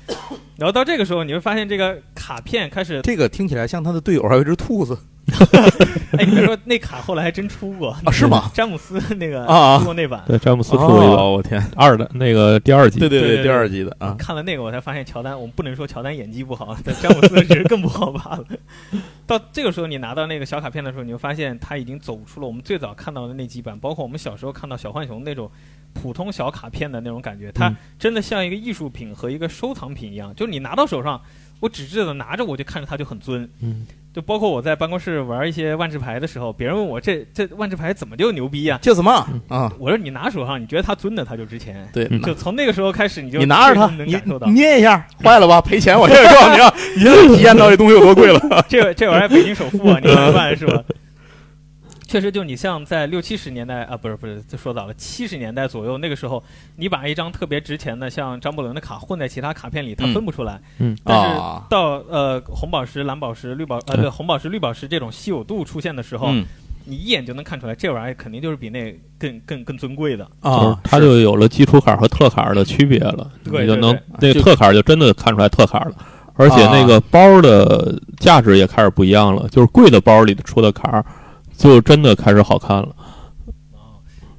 Speaker 3: 然后到这个时候，你会发现这个卡片 开始，
Speaker 1: 这个听起来像他的队友还有一只兔子
Speaker 3: 哎，你别说那卡后来还真出过，
Speaker 1: 啊？是吗？
Speaker 3: 詹姆斯那个
Speaker 1: 啊啊
Speaker 3: 出过那版。
Speaker 2: 对，詹姆斯出过一个
Speaker 1: 哦，我天！
Speaker 2: 二的那个第二集，
Speaker 1: 对对
Speaker 3: 对对嗯
Speaker 1: 第二集的
Speaker 3: 我
Speaker 1: 啊，
Speaker 3: 看了那个，我才发现乔丹，我们不能说乔丹演技不好，但詹姆斯只是更不好罢了。到这个时候，你拿到那个小卡片的时候，你会发现他已经走出了我们最早看到的那几版，包括我们小时候看到小浣熊那种普通小卡片的那种感觉，它
Speaker 2: 嗯
Speaker 3: 真的像一个艺术品和一个收藏品一样，就是你拿到手上，我纸质的拿着我就看着它就很尊。
Speaker 2: 嗯，
Speaker 3: 就包括我在办公室玩一些万智牌的时候，别人问我这这万智牌怎么就牛逼呀、
Speaker 1: 就怎么
Speaker 3: 嗯
Speaker 1: 啊？
Speaker 3: 我说你拿手上，你觉得它尊的，它就值钱。
Speaker 1: 对，
Speaker 2: 嗯
Speaker 1: 那
Speaker 3: 就从那个时候开始，你就
Speaker 1: 你拿着它，
Speaker 3: 能
Speaker 1: 你
Speaker 3: 感受到
Speaker 1: 你捏一下，坏了吧？赔钱！我现在告诉你 啊，你现在体验到这东西有多贵了。
Speaker 3: 这这玩意儿北京首富 啊，你怎么办是吧？确实，就你像在六七十年代啊，不是不是，这说早了，七十年代左右那个时候，你把一张特别值钱的像张伯伦的卡混在其他卡片里，它
Speaker 1: 嗯
Speaker 3: 分不出来。
Speaker 2: 嗯
Speaker 3: 但是
Speaker 1: 啊
Speaker 3: 到呃红宝石、蓝宝石、绿宝呃
Speaker 2: 对
Speaker 3: 对红宝石、绿宝石这种稀有度出现的时候，
Speaker 1: 嗯
Speaker 3: 你一眼就能看出来，这玩意儿肯定就是比那更更更尊贵的。
Speaker 2: 嗯就是
Speaker 1: 啊，
Speaker 2: 它就有了基础卡和特卡的区别了，
Speaker 3: 对
Speaker 2: 你就
Speaker 3: 对
Speaker 2: 能
Speaker 3: 对
Speaker 2: 那
Speaker 1: 就
Speaker 2: 特卡就真的看出来特卡了，而且那个包的价值也开始不一样了，就是贵的包里出的卡就真的开始好看了，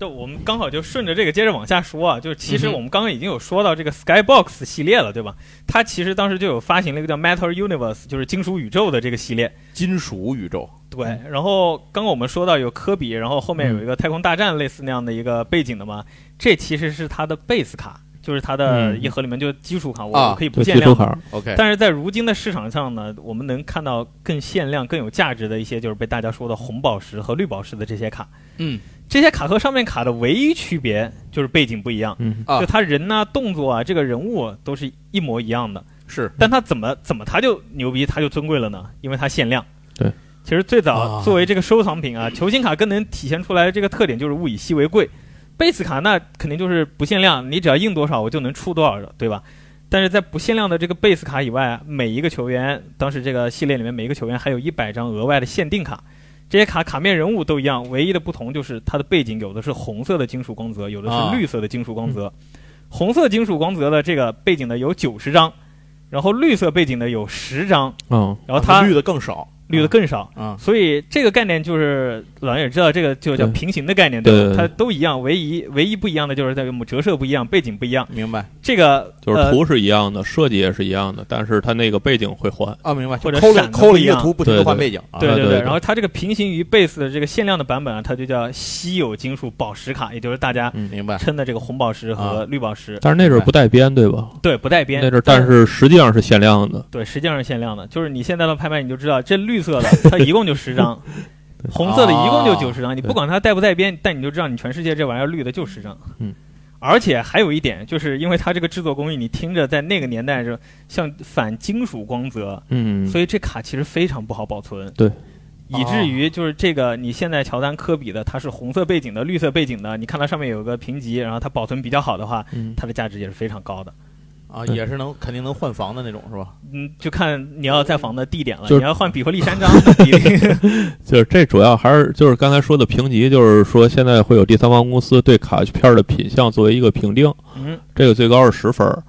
Speaker 3: 就我们刚好就顺着这个接着往下说啊，就是其实
Speaker 1: 嗯哼
Speaker 3: 我们刚刚已经有说到这个 Skybox 系列了，对吧？它其实当时就有发行了一个叫 Metal Universe，就是金属宇宙的这个系列。
Speaker 1: 金属宇宙
Speaker 3: 对，
Speaker 2: 嗯
Speaker 3: 然后刚刚我们说到有科比，然后后面有一个太空大战类似那样的一个背景的嘛，这其实是它的 base 卡，就是它的
Speaker 2: 嗯
Speaker 3: 一盒里面就是基础卡，我
Speaker 1: 啊
Speaker 3: 我可以
Speaker 2: 就
Speaker 3: 不
Speaker 2: 基
Speaker 3: 限
Speaker 2: 础
Speaker 3: 量的。
Speaker 2: 卡，
Speaker 1: ，OK，
Speaker 3: 但是在如今的市场上呢，我们能看到更限量、更有价值的一些，就是被大家说的红宝石和绿宝石的这些卡。
Speaker 1: 嗯
Speaker 3: 这些卡和上面卡的唯一区别就是背景不一样，
Speaker 2: 嗯，
Speaker 1: 啊
Speaker 3: 就他人呐、动作啊、这个人物都是一模一样的，
Speaker 1: 是
Speaker 3: 但他怎么怎么他就牛逼，他就尊贵了呢？因为他限量。
Speaker 2: 对，
Speaker 3: 其实最
Speaker 1: 啊
Speaker 3: 早作为这个收藏品啊，球星卡更能体现出来这个特点，就是物以稀为贵。贝斯卡那肯定就是不限量，你只要印多少我就能出多少个，对吧？但是在不限量的这个贝斯卡以外，每一个球员当时这个系列里面每一个球员还有一百张额外的限定卡，这些卡卡面人物都一样，唯一的不同就是它的背景有的是红色的金属光泽，有的
Speaker 1: 啊
Speaker 3: 是绿色的金属光泽。红色金属光泽的这个背景的有九十张，然后绿色背景的有十张，
Speaker 2: 嗯，
Speaker 3: 然后它
Speaker 1: 啊绿的更少
Speaker 3: 绿的更少。
Speaker 1: 啊，
Speaker 3: 所以这个概念就是老人也知道，这个就叫
Speaker 2: 对
Speaker 3: 平行的概念，对吧？
Speaker 2: 对对对
Speaker 3: 它都一样，唯一唯一不一样的就是在于我们折射不一样，背景不一样。
Speaker 1: 明白
Speaker 3: 这个
Speaker 2: 就是
Speaker 3: 呃
Speaker 2: 图是一样的，设计也是一样的，但是它那个背景会换，
Speaker 1: 啊，明白，
Speaker 3: 或者
Speaker 1: 抠
Speaker 3: 闪
Speaker 1: 了
Speaker 3: 的
Speaker 1: 抠了一
Speaker 3: 不一
Speaker 1: 个
Speaker 3: 样
Speaker 1: 图，不停的
Speaker 2: 对
Speaker 1: 换
Speaker 2: 对
Speaker 1: 背景啊，
Speaker 3: 对
Speaker 2: 对
Speaker 3: 对
Speaker 2: 对
Speaker 3: 然后它这个平行于 base 的这个限量的版本啊，它就叫稀有金属宝石卡，也就是大家
Speaker 1: 明白
Speaker 3: 称的这个红宝石和绿宝石。
Speaker 2: 但是那阵儿不带边对吧？
Speaker 3: 对，不带边。
Speaker 2: 嗯那阵儿但是实际上是限量的，
Speaker 3: 对，实际上是限量的，就是你现在的拍卖你就知道，这绿色的它一共就十张，红色的一共就九十张，你
Speaker 2: 啊对
Speaker 3: 不管它带不带边，但你就知道你全世界这玩意儿绿的就十张。
Speaker 2: 嗯，
Speaker 3: 而且还有一点，就是因为它这个制作工艺，你听着在那个年代是像反金属光泽，
Speaker 2: 嗯，
Speaker 3: 所以这卡其实非常不好保存。
Speaker 2: 对。
Speaker 3: 以至于就是这个，你现在乔丹、科比的，它是红色背景的、绿色背景的，你看它上面有个评级，然后它保存比较好的话，
Speaker 2: 嗯
Speaker 3: 它的价值也是非常高的。
Speaker 1: 啊，
Speaker 2: 对
Speaker 1: 也是能肯定能换房的那种是吧？
Speaker 3: 嗯，就看你要在房的地点了。
Speaker 2: 就是
Speaker 3: 你要换比弗利山庄的比例，
Speaker 2: 就是这主要还是就是刚才说的评级，就是说现在会有第三方公司对卡片的品相作为一个评定，
Speaker 3: 嗯，
Speaker 2: 这个最高是十分儿，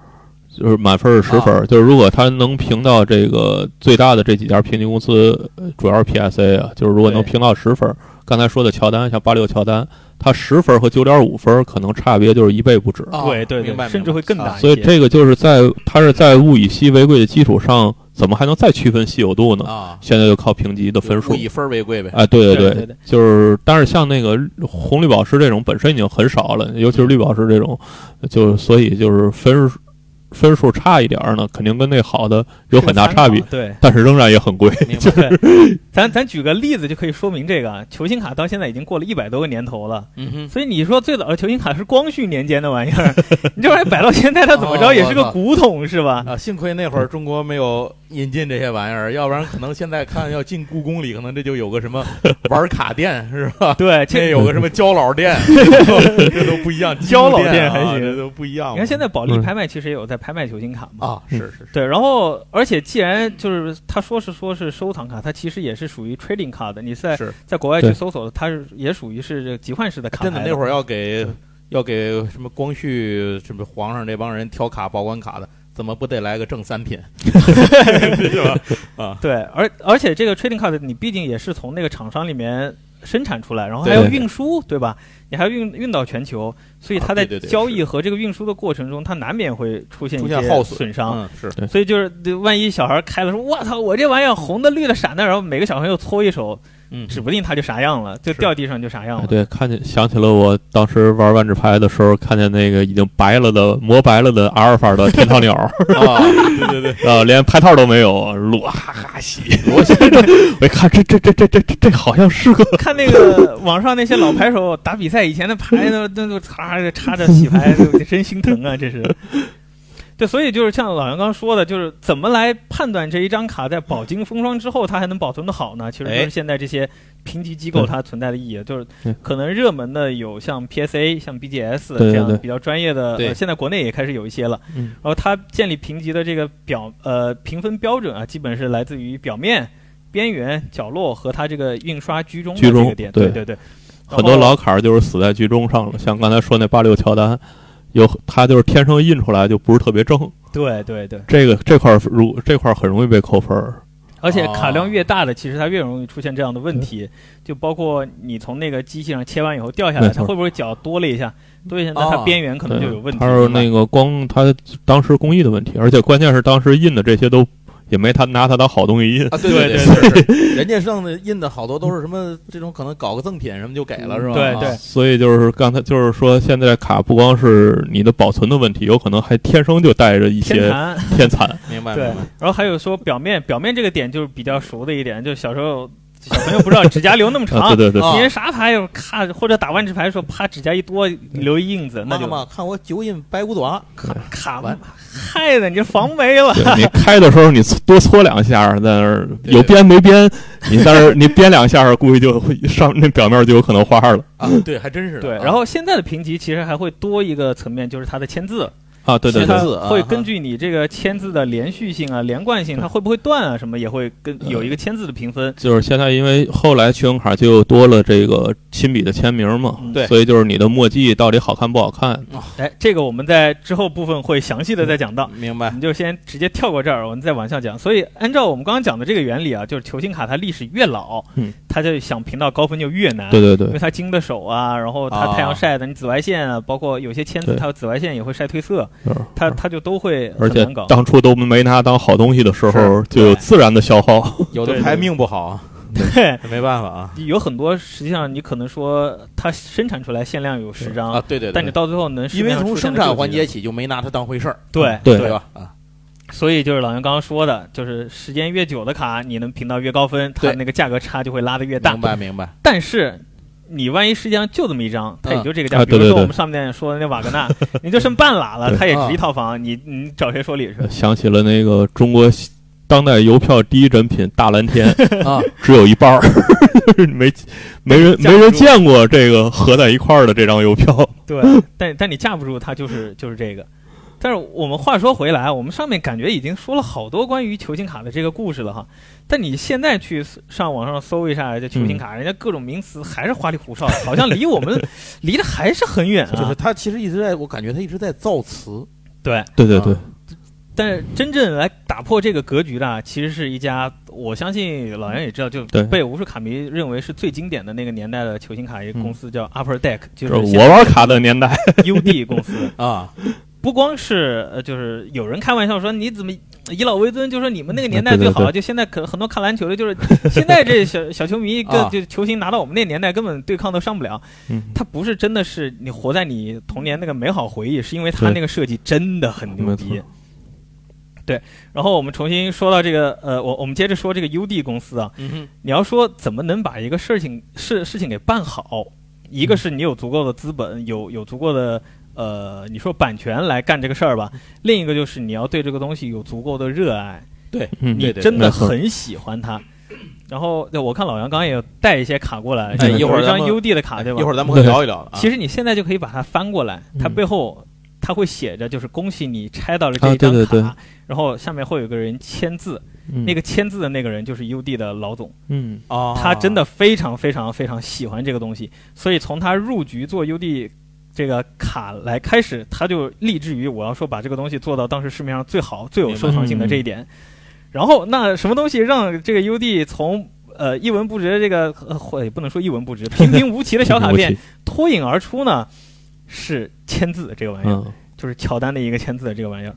Speaker 2: 就是满分是十分
Speaker 1: 哦
Speaker 2: 儿。就是如果它能评到这个最大的这几家评级公司，呃主要是 PSA 啊，就是如果能
Speaker 3: 对
Speaker 2: 评到十分儿，刚才说的乔丹，像八六乔丹，它十分儿和九点五分儿可能差别就是一倍不止。
Speaker 1: 啊
Speaker 3: 对对
Speaker 1: 明白，
Speaker 3: 对，甚至
Speaker 1: 明白
Speaker 3: 会更大
Speaker 1: 啊
Speaker 3: 一些。
Speaker 2: 所以这个就是在它是在物以稀为贵的基础上，怎么还能再区分稀有度呢？
Speaker 1: 啊，
Speaker 2: 现在就靠评级的分数
Speaker 1: 物。以分为贵 呗。
Speaker 3: 啊
Speaker 2: 哎，对
Speaker 3: 对对
Speaker 2: 对
Speaker 3: 对，
Speaker 2: 就是，但是像那个红绿宝石这种本身已经很少了，尤其是绿宝石这种，就所以就是分数分数差一点儿呢，肯定跟那好的有很大差别
Speaker 3: 是，个参 考对。
Speaker 2: 但是仍然也很贵。
Speaker 1: 明白，
Speaker 3: 咱咱举个例子就可以说明这个啊，球星卡到现在已经过了一百多个年头了，
Speaker 1: 嗯哼，
Speaker 3: 所以你说最早的呃球星卡是光绪年间的玩意 儿，你这玩意儿摆到现在，它怎么着
Speaker 1: 哦
Speaker 3: 也是
Speaker 1: 我
Speaker 3: 个
Speaker 1: 操
Speaker 3: 古董是吧？
Speaker 1: 啊，幸亏那会儿中国没有引进这些玩意儿，要不然可能现在看要进故宫里，可能这就有个什 么玩卡店是吧？
Speaker 3: 对，
Speaker 1: 这
Speaker 3: 这
Speaker 1: 有个什么 胶老店，这都不一样。
Speaker 3: 胶老
Speaker 1: 店
Speaker 3: 店
Speaker 1: 啊
Speaker 3: 还行
Speaker 1: 这都不一样。
Speaker 3: 你看现在嗯保利
Speaker 2: 嗯
Speaker 3: 拍卖其实也有在拍卖球星卡嘛，
Speaker 1: 啊，是是是，
Speaker 3: 对，然后而且既然就是他说是说是收藏卡，它其实也是属于 trading 卡的，你在
Speaker 1: 是啊
Speaker 3: 在国外去
Speaker 2: 对
Speaker 3: 搜索，它是也属于是这个集换式的嗯卡牌
Speaker 1: 真
Speaker 3: 的。
Speaker 1: 的那会
Speaker 3: 儿
Speaker 1: 儿要给要给什么光绪什么皇上这帮人挑卡保管卡的，怎么不得来个正三 品？ 是吧？
Speaker 3: 对，而而且这个 trading 卡的你毕竟也是从那个厂商里面生产出来，然后还
Speaker 2: 对
Speaker 3: 要运输，对吧？你还要运运到全球，所以
Speaker 1: 啊
Speaker 3: 它在
Speaker 1: 对对对
Speaker 3: 交易和这个运输的过程中，它难免会出现
Speaker 1: 出
Speaker 3: 一
Speaker 1: 现
Speaker 3: 些
Speaker 1: 耗损
Speaker 3: 损伤。
Speaker 1: 嗯，是
Speaker 3: 所以就是，万一小孩开了说“我操，我这玩意儿红的、绿的、闪的”，然后每个小朋友搓一手，
Speaker 1: 嗯，
Speaker 3: 指不定他就啥样了，就是掉地上就啥样
Speaker 2: 哎
Speaker 3: 了。
Speaker 2: 对，看见想起了我当时玩万智牌的时候，看见那个已经白了的磨白了的阿尔法的天堂鸟，
Speaker 1: 啊，对对对，
Speaker 2: 呃，连牌套都没有，啊裸 哈哈洗。我现在我一看，这这这这这这这好像是个
Speaker 3: 看那个 网上那些老牌手打比赛，以前的牌都都都插着插着洗牌，就真心疼啊！ 这是。对，所以就是像老杨刚说的，就是怎么来判断这一张卡在饱经风霜之后，它还能保存的好呢？其实就是
Speaker 1: 哎
Speaker 3: 现在这些评级机构它存在的意义，就是
Speaker 2: 对
Speaker 3: 可能热门的有像 PSA、像 BGS
Speaker 2: 对
Speaker 3: 这样
Speaker 2: 对
Speaker 3: 比较专业的，
Speaker 1: 对
Speaker 3: 呃现在国内也开始有一些了。
Speaker 2: 嗯
Speaker 3: 然后它建立评级的这个表呃评分标准啊，基本是来自于表面、边缘、角落和它这个印刷居中的
Speaker 2: 居
Speaker 3: 这
Speaker 2: 中
Speaker 3: 个点。
Speaker 2: 对
Speaker 3: 对对，
Speaker 2: 很多
Speaker 3: 然后
Speaker 2: 老坎儿就是死在剧中上了，像刚才说那八六乔丹，有他就是天生印出来就不是特别正，
Speaker 3: 对对对，
Speaker 2: 这个这块儿如这块儿很容易被扣分儿。
Speaker 3: 而
Speaker 1: 啊
Speaker 3: 且卡量越大的，其实它越容易出现这样的问题，就包括你从那个机器上切完以后掉下来，
Speaker 2: 没错
Speaker 3: 它会不会角多了一下，多一下，那它
Speaker 1: 哦
Speaker 3: 边缘可能就有问题。
Speaker 2: 他是
Speaker 3: 对
Speaker 2: 那
Speaker 3: 吧
Speaker 2: 个光他当时工艺的问题，而且关键是当时印的这些都也没他拿他当好东西印。
Speaker 1: 啊，对对
Speaker 3: 对
Speaker 1: 是是，人家剩的印的好多都是什么这种可能搞个赠品什么就给了是吧？
Speaker 3: 嗯
Speaker 1: 啊
Speaker 3: 对对
Speaker 2: 所以就是刚才就是说，现在卡不光是你的保存的问题，有可能还天生就带着一
Speaker 3: 天
Speaker 2: 些
Speaker 3: 坛。
Speaker 2: 天蚕。
Speaker 1: 啊明白
Speaker 3: 对
Speaker 1: 明白。，
Speaker 3: 然后还有说表面，表面这个点就是比较熟的一点，就小时候小朋友不知道指甲留那么 长
Speaker 2: 啊，，对对对，
Speaker 1: 啊
Speaker 3: 别人啥牌有咔，或者打万智牌的时候，啪指甲一多留一印子，那
Speaker 1: 嗯妈
Speaker 3: 就
Speaker 1: 妈，看我九印白骨 爪，
Speaker 3: 卡
Speaker 1: 完
Speaker 3: 害的你这防没 了。
Speaker 2: 对你开的时候你搓多搓两下，在那儿
Speaker 1: 对
Speaker 2: 有编没编，你在那儿你编两下，估计就会上那表面就有可能花了
Speaker 1: 啊，对，还真是的。
Speaker 3: 对，
Speaker 1: 啊
Speaker 3: 然后现在的评级其实还会多一个层面，就是它的签字，
Speaker 2: 啊！对对
Speaker 1: 签
Speaker 2: 对
Speaker 1: 字
Speaker 3: 它
Speaker 1: 啊
Speaker 3: 会根据你这个签字的连续性啊、连贯性，它会不会断啊什么，也会跟有一个签字的评分。
Speaker 2: 就是现在因为后来信用卡就又多了这个亲笔的签名嘛，
Speaker 3: 嗯
Speaker 1: 对
Speaker 2: 所以就是你的墨迹到底好看不好看，
Speaker 3: 哎，这个我们在之后部分会详细的再讲到。
Speaker 1: 明
Speaker 3: 我
Speaker 1: 白
Speaker 3: 们就先直接跳过这儿，我们再往下讲。所以，按照我们刚刚讲的这个原理啊，就是球星卡它历史越老，
Speaker 2: 嗯
Speaker 3: 它就想评到高分就越难。
Speaker 2: 对对
Speaker 3: 因为
Speaker 2: 对，
Speaker 3: 它经的手啊，然后它
Speaker 1: 啊
Speaker 3: 太阳晒的，你紫外线啊，包括有些签字
Speaker 2: 对
Speaker 3: 它有紫外线也会晒褪色，
Speaker 2: 就是
Speaker 3: 它它就都会
Speaker 2: 而
Speaker 3: 很
Speaker 2: 且
Speaker 3: 难搞。
Speaker 2: 当初都没拿当好东西的时候，就有自然的消耗。
Speaker 1: 有的
Speaker 3: 对
Speaker 1: 牌
Speaker 3: 对
Speaker 1: 命不好，啊
Speaker 3: 对，
Speaker 1: 没办法 啊
Speaker 3: 有很多实际上你可能说它生产出来限量有十张，
Speaker 1: 啊，对对对，
Speaker 3: 嗯但你到最后能
Speaker 1: 因为从生产环节
Speaker 3: 起，
Speaker 1: 起就没拿它当回事儿，
Speaker 3: 对
Speaker 2: 对
Speaker 1: 对吧？啊，
Speaker 3: 所以就是老杨刚刚说的，就是时间越久的卡，你能评到越高分，它
Speaker 1: 对
Speaker 3: 那个价格差就会拉得越大
Speaker 1: 明。白明 白，
Speaker 3: 但是你万一实际上就这么一张，它也就这个价。
Speaker 2: 啊
Speaker 3: 比如
Speaker 2: 对对
Speaker 3: 说
Speaker 2: 对
Speaker 3: 我们上面说的那瓦格 纳，你就剩半拉了，
Speaker 2: 对
Speaker 3: 它也
Speaker 1: 啊
Speaker 3: 值一套房，你你找谁说理去？
Speaker 2: 想起了那个中国当代邮票第一珍品大蓝天，
Speaker 3: 嗯
Speaker 1: 啊，
Speaker 2: 只有一半儿， 就是没没人
Speaker 3: 架
Speaker 2: 没
Speaker 3: 不住
Speaker 2: 人见过这个合在一块儿的这张邮票。
Speaker 3: 对，但但你架不住它就是就是这个。但是我们话说回来，我们上面感觉已经说了好多关于球星卡的这个故事了哈。但你现在去上网上搜一下这球
Speaker 2: 嗯
Speaker 3: 星卡，人家各种名词还是花里胡哨的，好像离 我们离得还是很远
Speaker 1: 就是
Speaker 3: 啊。
Speaker 1: 他其实一直在，我感觉他一直在造 词。
Speaker 3: 对，
Speaker 2: 对对对
Speaker 1: 啊，
Speaker 3: 但是真正来打破这个格局的，啊其实是一家我相信老杨也知道，就
Speaker 2: 对
Speaker 3: 被无数卡迷认为是最经典的那个年代的球星卡一个公司，叫 Upper Deck，
Speaker 2: 嗯就
Speaker 3: 就
Speaker 2: 是是
Speaker 3: 现
Speaker 2: 我
Speaker 3: 在
Speaker 2: 玩卡的年代，
Speaker 3: UD 公司。
Speaker 1: 啊，
Speaker 3: 不光是呃，就是有人开玩笑说你怎么以老为尊，就说你们那个年代最好，
Speaker 2: 对对
Speaker 3: 就现在可很多看篮球的，就是 现在这小小球迷跟
Speaker 1: 啊
Speaker 3: 就球星拿到我们那年代根本对抗都上不了。
Speaker 2: 嗯，
Speaker 3: 他不是真的是你活在你童年那个美好回忆，是因为他
Speaker 2: 对
Speaker 3: 那个设计真的很牛
Speaker 2: 没错。
Speaker 3: 逼对，然后我们重新说到这个，呃，我我们接着说这个 UD 公司啊，
Speaker 1: 嗯
Speaker 3: 你要说怎么能把一个事情事事情给办好，
Speaker 1: 嗯
Speaker 3: 一个是你有足够的资本，有有足够的呃，你说版权来干这个事儿
Speaker 1: 嗯
Speaker 3: 吧；另一个就是你要对这个东西有足够的热爱，
Speaker 2: 嗯
Speaker 3: 你
Speaker 1: 对对
Speaker 3: 真的
Speaker 2: 没错
Speaker 3: 很喜欢它。然后对我看老杨刚刚也有带一些卡过来，
Speaker 2: 哎
Speaker 3: 有
Speaker 2: 一
Speaker 1: 嗯会儿
Speaker 3: 一张
Speaker 1: 咱们
Speaker 3: UD 的啊卡对吧？
Speaker 1: 哎一会儿咱们会聊一聊的啊。
Speaker 3: 其实你现在就可以把它翻过来，它
Speaker 2: 嗯
Speaker 3: 背后它会写着就是恭喜你拆到了这
Speaker 2: 啊
Speaker 3: 一张卡，
Speaker 2: 对对对
Speaker 3: 然后下面会有个人签字，
Speaker 1: 嗯
Speaker 3: 那个签字的那个人就是 UD 的老总。
Speaker 2: 嗯
Speaker 1: 啊，
Speaker 3: 他真的非常非常非常喜欢这个东西，所以从他入局做 UD 这个卡来开始，他就立志于我要说把这个东西做到当时市面上最好、最有收藏性的这一点。然后，那什么东西让这个 UD 从呃一文不值的这个呃或也不能说一文 不值，平平无奇的小卡片，脱颖而出呢？是签字这个玩意儿。
Speaker 2: 嗯
Speaker 3: 就是乔丹的一个签字的这个玩意儿。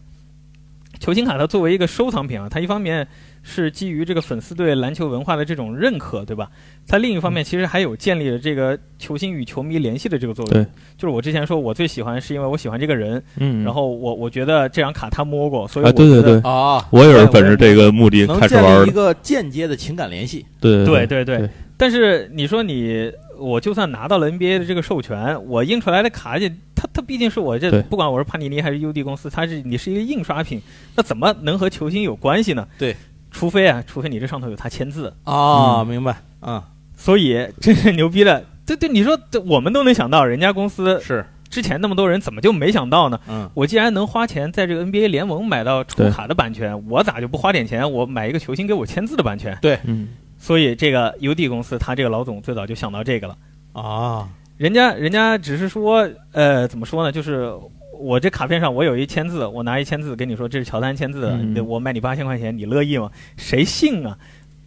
Speaker 3: 球星卡它作为一个收藏品啊，它一方面是基于这个粉丝对篮球文化的这种认可，对吧？它另一
Speaker 2: 嗯
Speaker 3: 方面其实还有建立了这个球星与球迷联系的这个作用。
Speaker 2: 对，
Speaker 3: 就是我之前说我最喜欢是因为我喜欢这个人，
Speaker 2: 嗯，
Speaker 3: 然后我我觉得这张卡他摸过，所以
Speaker 2: 啊，
Speaker 3: 我
Speaker 2: 对对
Speaker 3: 觉得
Speaker 2: 对，
Speaker 1: 啊，
Speaker 2: 我也是本着这个目的
Speaker 1: 能
Speaker 2: 开始
Speaker 1: 建
Speaker 2: 玩
Speaker 1: 立一
Speaker 2: 的，
Speaker 1: 个间接的情感联系。
Speaker 2: 对
Speaker 3: 对
Speaker 2: 对
Speaker 3: 对对
Speaker 2: 对
Speaker 3: 但是你说你，我就算拿到了 NBA 的这个授权，我印出来的卡也，它它毕竟是我这
Speaker 2: 对
Speaker 3: 不管我是帕尼尼还是 UD 公司，它是你是一个印刷品，那怎么能和球星有关系呢？
Speaker 1: 对，
Speaker 3: 除非啊，除非你这上头有他签字。
Speaker 1: 啊，明白
Speaker 3: 嗯
Speaker 1: 啊，
Speaker 3: 所以这是牛逼的，对对，你说这我们都能想到，人家公司
Speaker 1: 是，
Speaker 3: 之前那么多人怎么就没想到呢？
Speaker 1: 嗯，
Speaker 3: 我既然能花钱在这个 NBA 联盟买到出
Speaker 2: 对
Speaker 3: 卡的版权，我咋就不花点钱，我买一个球星给我签字的版权？
Speaker 2: 嗯，
Speaker 3: 所以这个 UD 公司，他这个老总最早就想到这个了。
Speaker 1: 啊，
Speaker 3: 人家人家只是说，呃，怎么说呢？就是我这卡片上我有一签字，我拿一签字跟你说这是乔丹签字的，
Speaker 2: 嗯
Speaker 3: 你我卖你八千块钱，你乐意吗？谁信啊？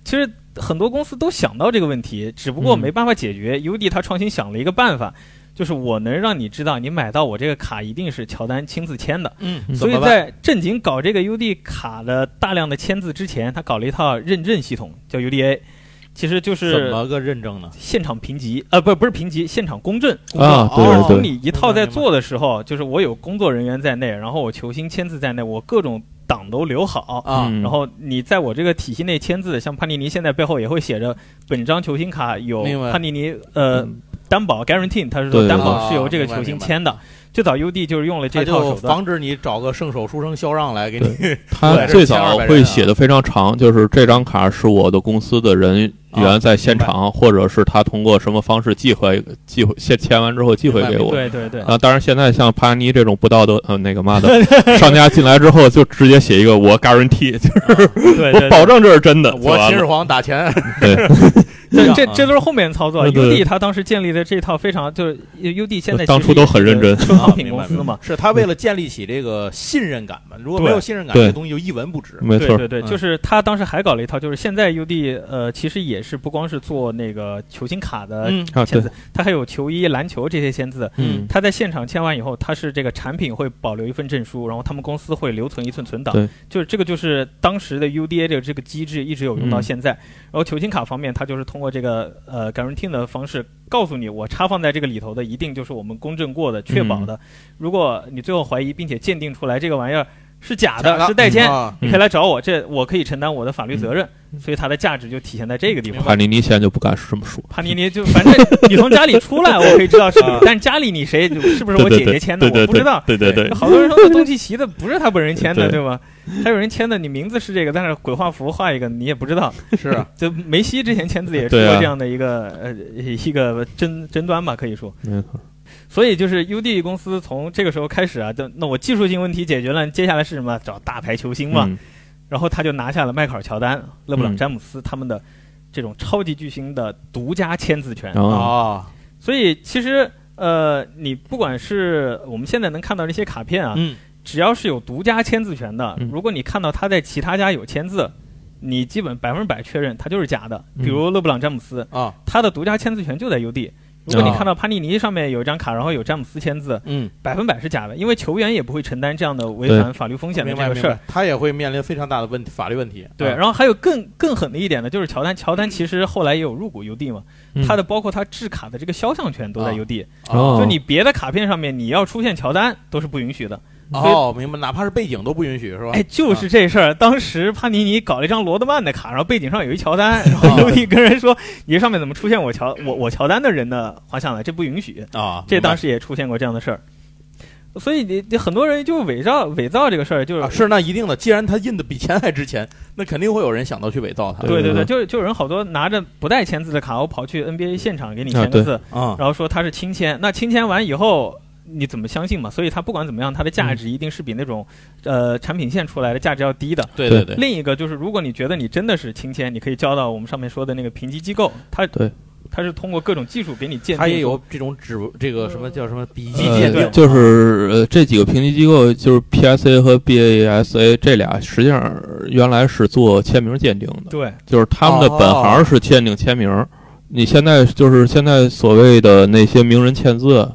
Speaker 3: 其实很多公司都想到这个问题，只不过
Speaker 2: 嗯
Speaker 3: 没办法解决。UD 他创新想了一个办法，就是我能让你知道，你买到我这个卡一定是乔丹亲自签的。
Speaker 1: 嗯，
Speaker 3: 所
Speaker 1: 怎
Speaker 3: 以
Speaker 1: 么办？
Speaker 3: 在正经搞这个 UD 卡的大量的签字之前，他搞了一套认证系统，叫 UDA，其实就是
Speaker 1: 怎么个认证呢？
Speaker 3: 现场评级，呃，不，不是评级，现场公证。
Speaker 2: 啊对
Speaker 1: 哦
Speaker 2: 对
Speaker 3: 从你一套在做的时候，就是我有工作人员在内，然后我球星签字在内，我各种档都留好。
Speaker 1: 啊，
Speaker 2: 嗯
Speaker 3: 然后你在我这个体系内签字，像帕尼尼现在背后也会写着本张球星卡有
Speaker 1: 明白
Speaker 3: 帕尼尼呃
Speaker 2: 嗯
Speaker 3: 担保 guarantee，他是
Speaker 2: 对
Speaker 3: 说
Speaker 2: 对
Speaker 3: 担
Speaker 2: 对
Speaker 3: 保是由
Speaker 1: 啊
Speaker 3: 这个
Speaker 1: 明白
Speaker 3: 球星
Speaker 1: 明白
Speaker 3: 签的。最早 UD 就是用了这
Speaker 1: 他
Speaker 3: 套
Speaker 1: 就
Speaker 3: 手段，
Speaker 1: 防止你找个圣手书生肖让来给你
Speaker 2: 他
Speaker 1: 对
Speaker 2: 最早会写的非常长，就是这张卡是我的公司的人员在现场，或者是他通过什么方式寄回寄回签签完之后寄回给我。
Speaker 3: 对对对
Speaker 2: 啊，当然现在像帕尼这种不道德呃那个嘛 的商家进来之后，就直接写一个我 guarantee，就是
Speaker 3: 对
Speaker 2: 我
Speaker 3: 对，
Speaker 2: 保证这是真的。就
Speaker 1: 我
Speaker 2: 完
Speaker 1: 秦始
Speaker 2: 了
Speaker 1: 皇打 钱，
Speaker 3: 这这
Speaker 1: 啊
Speaker 3: 这都是后面操作。
Speaker 2: 对对
Speaker 3: UD 他当时建立的这套非常就是 UD 现在
Speaker 2: 当初都很认真
Speaker 3: 收藏品公司嘛，
Speaker 1: 是他为了建立起这个信任感嘛？如果没有信任感，
Speaker 2: 对
Speaker 1: 这东西就一文不值。
Speaker 2: 没
Speaker 3: 对
Speaker 2: 错，
Speaker 3: 对对，
Speaker 1: 嗯
Speaker 3: 就是他当时还搞了一套，就是现在 UD 呃，其实也是不光是做那个球星卡的
Speaker 1: 嗯
Speaker 2: 啊
Speaker 3: 签
Speaker 2: 对
Speaker 3: 字，，他还有球衣、篮球这些签字。
Speaker 2: 嗯
Speaker 3: 他在现场签完以后，他是这个产品会保留一份证书，然后他们公司会留存一份存档
Speaker 2: 对，
Speaker 3: 就是这个就是当时的 UDA 的这个机制一直有用到
Speaker 2: 嗯
Speaker 3: 现在。然后球星卡方面，它就是通过这个呃 guarantee 的方式告诉你，我插放在这个里头的一定就是我们公证过的、确保的。如果你最后怀疑并且鉴定出来这个玩意儿是假的，
Speaker 1: 假的
Speaker 3: 是代签，
Speaker 1: 啊
Speaker 3: 你可以来找我，这我可以承担我的法律责任，所以它的价值就体现在这个地方。
Speaker 2: 帕尼尼现在就不敢 这么说。
Speaker 3: 帕尼尼就反正你从家里出来，我可以知道是 你
Speaker 1: 啊，
Speaker 3: 但家里你谁是不是
Speaker 2: 对
Speaker 3: 我
Speaker 2: 对
Speaker 3: 姐
Speaker 2: 对
Speaker 3: 姐签的，
Speaker 2: 对对
Speaker 3: 我不知道。
Speaker 2: 对对对，
Speaker 3: 好多人说这东西骑的不是他本人签的，
Speaker 2: 对
Speaker 3: 对吗？还有人签的，你名字是这个，但是鬼画符画一个，你也不知道。
Speaker 1: 是 啊
Speaker 3: 就梅西之前签字也出
Speaker 2: 对
Speaker 3: 过
Speaker 2: 啊
Speaker 3: 这样的一个、呃一个争争端吧，可以说。
Speaker 2: 没错，
Speaker 3: 所以就是 UD 公司从这个时候开始啊，就那我技术性问题解决了，接下来是什么？找大牌球星嘛。
Speaker 2: 嗯
Speaker 3: 然后他就拿下了迈克尔乔丹、勒布朗
Speaker 2: 嗯
Speaker 3: 詹姆斯他们的这种超级巨星的独家签字权。
Speaker 2: 啊，
Speaker 1: 啊，
Speaker 3: 所以其实呃，你不管是我们现在能看到这些卡片啊，
Speaker 1: 嗯，
Speaker 3: 只要是有独家签字权的，
Speaker 2: 嗯
Speaker 3: 如果你看到他在其他家有签字，你基本百分之百确认他就是假的。
Speaker 2: 嗯
Speaker 3: 比如勒布朗詹姆斯，
Speaker 1: 啊，
Speaker 3: 他的独家签字权就在 UD。如果你
Speaker 2: 啊
Speaker 3: 看到帕尼尼上面有一张卡，然后有詹姆斯签字，
Speaker 1: 嗯，
Speaker 3: 百分百是假的，因为球员也不会承担这样的违
Speaker 2: 对
Speaker 3: 反法律风险的
Speaker 1: 明
Speaker 3: 这
Speaker 1: 白
Speaker 3: 个
Speaker 1: 明
Speaker 3: 事
Speaker 2: 嗯
Speaker 3: 儿
Speaker 1: 白。，他也会面临非常大的问题，法律问题。
Speaker 3: 对，
Speaker 1: 啊
Speaker 3: 然后还有更更狠的一点呢，就是乔丹，乔丹其实后来也有入股 UD 嘛，
Speaker 2: 嗯
Speaker 3: 他的包括他制卡的这个肖像权都在
Speaker 1: 啊
Speaker 3: UD，、
Speaker 2: 哦
Speaker 3: 就你别的卡片上面你要出现乔丹都是不允许的。
Speaker 1: 哦，明白，哪怕是背景都不允许，是吧？
Speaker 3: 哎，就是这事儿，当时帕尼尼搞了一张罗德曼的卡，然后背景上有一乔丹，然后 UD 跟人说，你这上面怎么出现我乔我我乔丹的人的画像了？这不允许。
Speaker 1: 啊，
Speaker 3: 这当
Speaker 1: 时
Speaker 3: 时也出现过这样的事儿，所以你你很多人就伪造伪造这个事儿，就是、
Speaker 1: 啊是那一定的，既然他印的比钱还值钱，那肯定会有人想到去伪造他。
Speaker 3: 对
Speaker 2: 对对
Speaker 3: 对，就是就有人好多拿着不带签字的卡，我跑去 NBA 现场给你签个字，
Speaker 1: 啊，
Speaker 3: 然后说他是亲签，那亲签完以后。你怎么相信嘛？所以它不管怎么样，它的价
Speaker 2: 嗯
Speaker 3: 值一定是比那种，呃，产品线出来的价值要低的。
Speaker 1: 对
Speaker 2: 对
Speaker 1: 对，
Speaker 3: 另一个就是，如果你觉得你真的是亲签，你可以交到我们上面说的那个评级机构，它
Speaker 2: 对，
Speaker 3: 它是通过各种技术给你鉴定。
Speaker 1: 他也有这种指这个什么叫什么笔迹鉴
Speaker 2: 呃，
Speaker 1: 定，
Speaker 2: 就是呃这几个评级机构，就是 PSA 和 BASA 这俩，实际上原来是做签名鉴定的，
Speaker 3: 对
Speaker 2: 就是他们的本行
Speaker 1: 哦
Speaker 2: 是鉴定签名。你现在就是现在所谓的那些名人签字，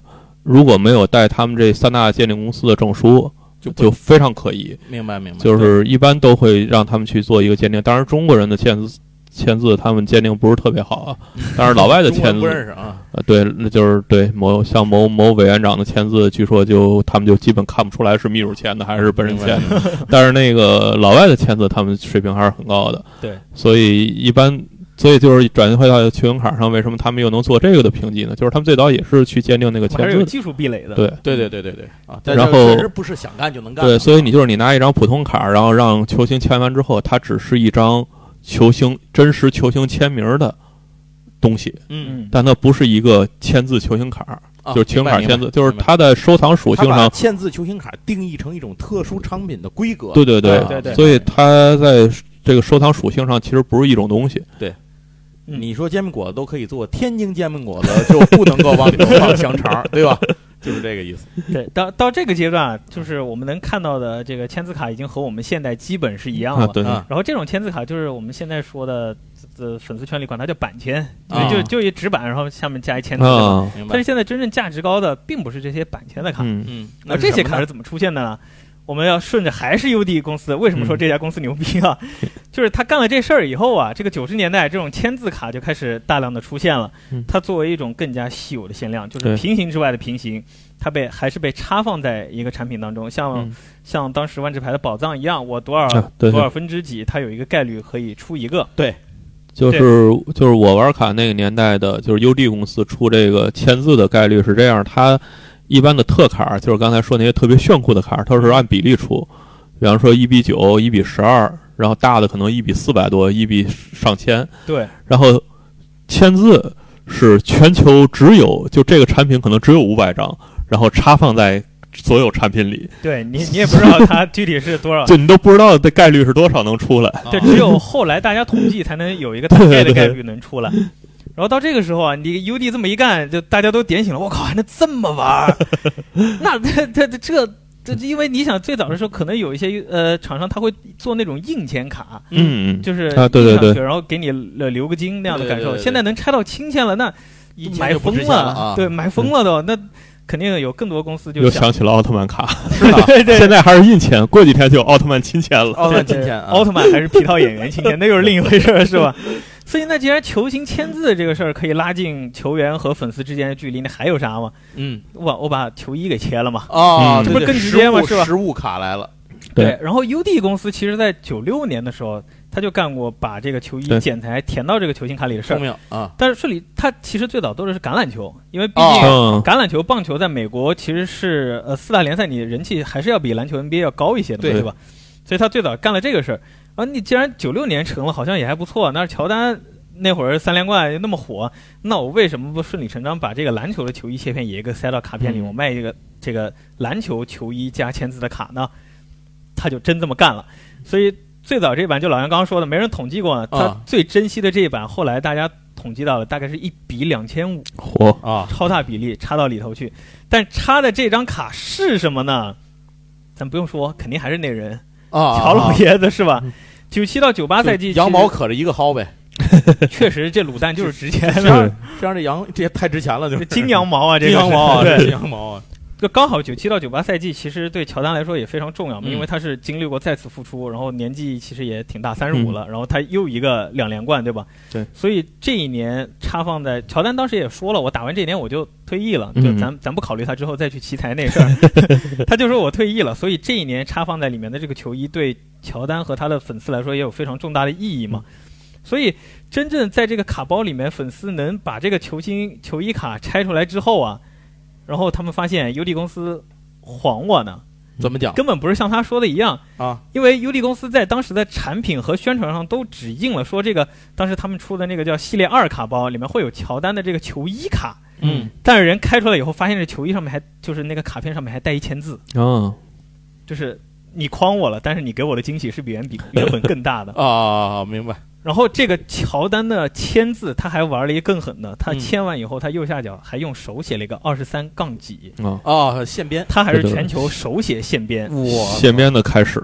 Speaker 2: 如果没有带他们这三大鉴定公司的证书，
Speaker 1: 就不嗯
Speaker 2: 就非常可疑。
Speaker 1: 明白明白，
Speaker 2: 就是一般都会让他们去做一个鉴定。当然，中国人的签字签字，他们鉴定不是特别好啊。但是老外的
Speaker 1: 嗯中国
Speaker 2: 签
Speaker 1: 人不认
Speaker 2: 字，
Speaker 1: 识啊，
Speaker 2: 呃，对，那就是对某像某某委员长的签字，据说就他们就基本看不出来是秘书签的还是本人
Speaker 1: 明白
Speaker 2: 签的。但是那个老外的签字，他们水平还是很高的。
Speaker 3: 对，
Speaker 2: 所以一般。所以就是转回到球员卡上，为什么他们又能做这个的评级呢？就是他们最早也是去鉴定那个
Speaker 3: 我们还
Speaker 2: 签
Speaker 3: 是有
Speaker 2: 字的，
Speaker 3: 技术壁垒的。
Speaker 2: 对，
Speaker 1: 对对对对对啊，但
Speaker 2: 然
Speaker 1: 是
Speaker 2: 后
Speaker 1: 确实不是想干就能干的，
Speaker 2: 对，所以你就是你拿一张普通卡，然后让球星签完之后，它只是一张球星真实球星签名的东西，
Speaker 1: 嗯，
Speaker 3: 嗯，
Speaker 2: 但它不是一个签字球星卡，
Speaker 1: 啊
Speaker 2: 就是球星卡
Speaker 1: 明白
Speaker 2: 签字，就是
Speaker 1: 明白
Speaker 2: 它的收藏属
Speaker 1: 他
Speaker 2: 性
Speaker 1: 把
Speaker 2: 上，
Speaker 1: 签字球星卡定义成一种特殊商品的规格，
Speaker 2: 对对
Speaker 1: 啊
Speaker 3: 对对
Speaker 2: 所以它在这个收藏属性上其实不是一种东西。
Speaker 3: 嗯
Speaker 1: 你说煎饼果子都可以做，天津煎饼果子就不能够 往里头放香肠，对吧？就是这个意思。
Speaker 3: 对，到到这个阶段，啊，就是我们能看到的这个签字卡已经和我们现代基本是一样
Speaker 2: 啊，
Speaker 3: 了。
Speaker 2: 对，
Speaker 1: 啊
Speaker 3: 然后这种签字卡就是我们现在说的，呃，粉丝圈里管它叫板签，
Speaker 1: 啊
Speaker 3: 就就一纸板，然后下面加一
Speaker 1: 嗯
Speaker 3: 签字。
Speaker 2: 啊，
Speaker 1: 明
Speaker 3: 但
Speaker 1: 白
Speaker 3: 是。现在真正价值高的，并不是这些板签的卡，
Speaker 2: 嗯，
Speaker 1: 嗯，
Speaker 3: 那这些卡是怎么出现的呢？我们要顺着还是 UD 公司，为什么说这家公司牛逼啊？就是他干了这事儿以后啊，这个九十年代这种签字卡就开始大量的出现了
Speaker 2: 嗯。
Speaker 3: 它作为一种更加稀有的限量，就是
Speaker 2: 对
Speaker 3: 平行之外的平行，它被还是被插放在一个产品当中，像、
Speaker 2: 嗯
Speaker 3: 像当时万智牌的宝藏一样，我多少、
Speaker 2: 啊对对
Speaker 3: 多少分之几，它有一个概率可以出一个。
Speaker 2: 就是就是我玩卡那个年代的，就是 UD 公司出这个签字的概率是这样，它一般的特卡就是刚才说那些特别炫酷的卡，它是按比例出，比方说一比九、一比十二，然后大的可能一比四百多、一比上千，
Speaker 3: 对
Speaker 2: 然后签字是全球只有就这个产品可能只有五百张，然后插放在所有产品里，
Speaker 3: 对， 你你也不知道它具体是 多少，
Speaker 2: 就你都不知道的概率是多少能出来。
Speaker 3: 这只有后来大家统计才能有一个大概的概率能出来。然后到这个时候啊，你 UD 这么一干，就大家都点醒了，我靠，还能这么玩儿？ 那这这这这这，因为你想最早的时候，可能有一些呃厂商他会做那种硬签卡，
Speaker 2: 嗯，
Speaker 3: 就是
Speaker 2: 啊对对
Speaker 3: 印上去
Speaker 2: 对
Speaker 3: 然后给你留留个金那样的感
Speaker 1: 对对
Speaker 3: 受。
Speaker 1: 对对
Speaker 3: 现在能拆到亲签了，那
Speaker 1: 以前
Speaker 3: 买
Speaker 1: 就不值
Speaker 3: 疯
Speaker 1: 钱了啊
Speaker 3: 对，买
Speaker 2: 嗯
Speaker 3: 疯了都，那肯定有更多公司就
Speaker 2: 又
Speaker 3: 想
Speaker 2: 想起了奥特曼卡。
Speaker 1: 是 吧？
Speaker 3: 对对
Speaker 2: 现在还是印钱，过几天就有奥特曼亲签了。
Speaker 1: 奥特曼
Speaker 3: 对
Speaker 1: 今天啊
Speaker 3: 奥，特曼还是皮套演员亲签，那又是另一回事儿，是吧？所以，那既然球星签字这个事儿可以拉近球员和粉丝之间的距离，那还有啥吗？
Speaker 1: 嗯，
Speaker 3: 我把我把球衣给切了嘛。
Speaker 1: 哦，
Speaker 2: 嗯
Speaker 1: 对
Speaker 3: 这不是
Speaker 1: 对
Speaker 3: 更直接吗
Speaker 1: 实物
Speaker 3: 是吧
Speaker 1: 实物卡来了，
Speaker 2: 对
Speaker 3: 然后 UD 公司其实在九六年的时候，他就干过把这个球衣
Speaker 2: 对
Speaker 3: 剪裁填到这个球星卡里的事
Speaker 1: 聪
Speaker 3: 儿。
Speaker 1: 明啊，
Speaker 3: 但是这里他其实最早做的是橄榄球，因为毕
Speaker 1: 哦
Speaker 3: 竟
Speaker 2: 嗯，
Speaker 3: 橄榄球、棒球在美国其实是呃四大联赛你人气还是要比篮球 NBA 要高一些的嘛，
Speaker 2: 对
Speaker 3: 对吧？所以他最早干了这个事儿。啊，你既然九六年成了，好像也还不错。那乔丹那会儿三连冠那么火，那我为什么不顺理成章把这个篮球的球衣切片也给塞到卡片里，
Speaker 2: 嗯
Speaker 3: 我卖一个这个篮球球衣加签字的卡呢？他就真这么干了。所以最早这版就老杨刚刚说的，没人统计过，他
Speaker 1: 啊
Speaker 3: 最珍惜的这一版，后来大家统计到了，大概是一比两千五，
Speaker 2: 嚯，
Speaker 1: 啊，
Speaker 3: 超大比例插到里头去。但插的这张卡是什么呢？咱不用说，肯定还是那人，
Speaker 1: 啊，
Speaker 3: 乔老
Speaker 1: 啊
Speaker 3: 爷子是吧
Speaker 2: 嗯？
Speaker 3: 九七到九八赛季，
Speaker 1: 就羊毛可着一个薅呗，
Speaker 3: 确实这卤蛋 就是值钱
Speaker 1: 这
Speaker 3: 的，
Speaker 1: 样这样这羊这也太值钱了，就是
Speaker 3: 这金羊毛啊，这
Speaker 1: 金
Speaker 3: 个
Speaker 1: 羊毛啊，
Speaker 3: 对，
Speaker 1: 这金羊毛啊，
Speaker 3: 就刚好九七到九八赛季，其实对乔丹来说也非常重要嘛，
Speaker 1: 嗯
Speaker 3: 因为他是经历过再次复出，然后年纪其实也挺大，三十五了，
Speaker 1: 嗯
Speaker 3: 然后他又一个两连冠，对吧？
Speaker 2: 对，
Speaker 3: 所以这一年插放在乔丹当时也说了，我打完这一年我就退役了，就
Speaker 2: 嗯
Speaker 3: 咱咱不考虑他之后再去奇才那事儿，他就说我退役了，所以这一年插放在里面的这个球衣对乔丹和他的粉丝来说也有非常重大的意义嘛。所以，真正在这个卡包里面，粉丝能把这个球星球衣卡拆出来之后啊，然后他们发现 UD 公司晃我呢，
Speaker 1: 怎么讲
Speaker 3: 根本不是像他说的一样，
Speaker 1: 啊？
Speaker 3: 因为 UD 公司在当时的产品和宣传上都只印了说这个当时他们出的那个叫系列二卡包，里面会有乔丹的这个球衣卡，
Speaker 1: 嗯，
Speaker 3: 但是人开出来以后，发现这球衣上面还就是那个卡片上面还带一千字，
Speaker 2: 啊，
Speaker 3: 就是你诓我了，但是你给我的惊喜是比原比原本更大的。
Speaker 1: 啊，明白
Speaker 3: 然后这个乔丹的签字，他还玩了一个更狠的，他
Speaker 1: 嗯
Speaker 3: 签完以后，他右下角还用手写了一个二十三杠几，
Speaker 2: 啊，
Speaker 1: 啊，现编
Speaker 3: 他还是
Speaker 2: 对对对
Speaker 3: 全球手写现编。
Speaker 1: 我，
Speaker 2: 现编的开始，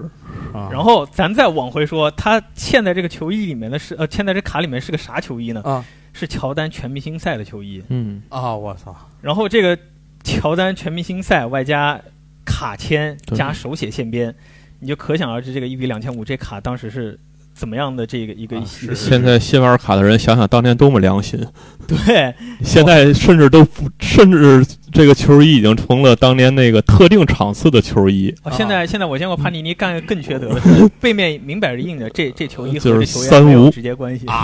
Speaker 1: 啊
Speaker 3: 然后咱再往回说，他嵌在这个球衣里面的是呃，嵌在这卡里面是个啥球衣呢？
Speaker 1: 啊
Speaker 3: 是乔丹全明星赛的球衣。
Speaker 2: 嗯，
Speaker 1: 啊，我操，
Speaker 3: 然后这个乔丹全明星赛外加卡签
Speaker 2: 对
Speaker 3: 加手写现编，你就可想而知这个一比两千五这卡当时是怎么样的这个一个
Speaker 1: 啊
Speaker 3: 一
Speaker 1: 是
Speaker 3: 个
Speaker 2: 现在新玩卡的人想想当年多么良心，
Speaker 3: 对。
Speaker 2: 现在甚至都不，甚至这个球衣已经成了当年那个特定场次的球衣，
Speaker 1: 啊
Speaker 3: 哦，现在现在我见过帕尼尼干个更缺德的事，背面明摆着印着这这球衣和
Speaker 2: 就
Speaker 3: 这
Speaker 2: 是
Speaker 3: 球员
Speaker 2: 三
Speaker 3: 没有
Speaker 2: 无
Speaker 3: 直接关系
Speaker 1: 啊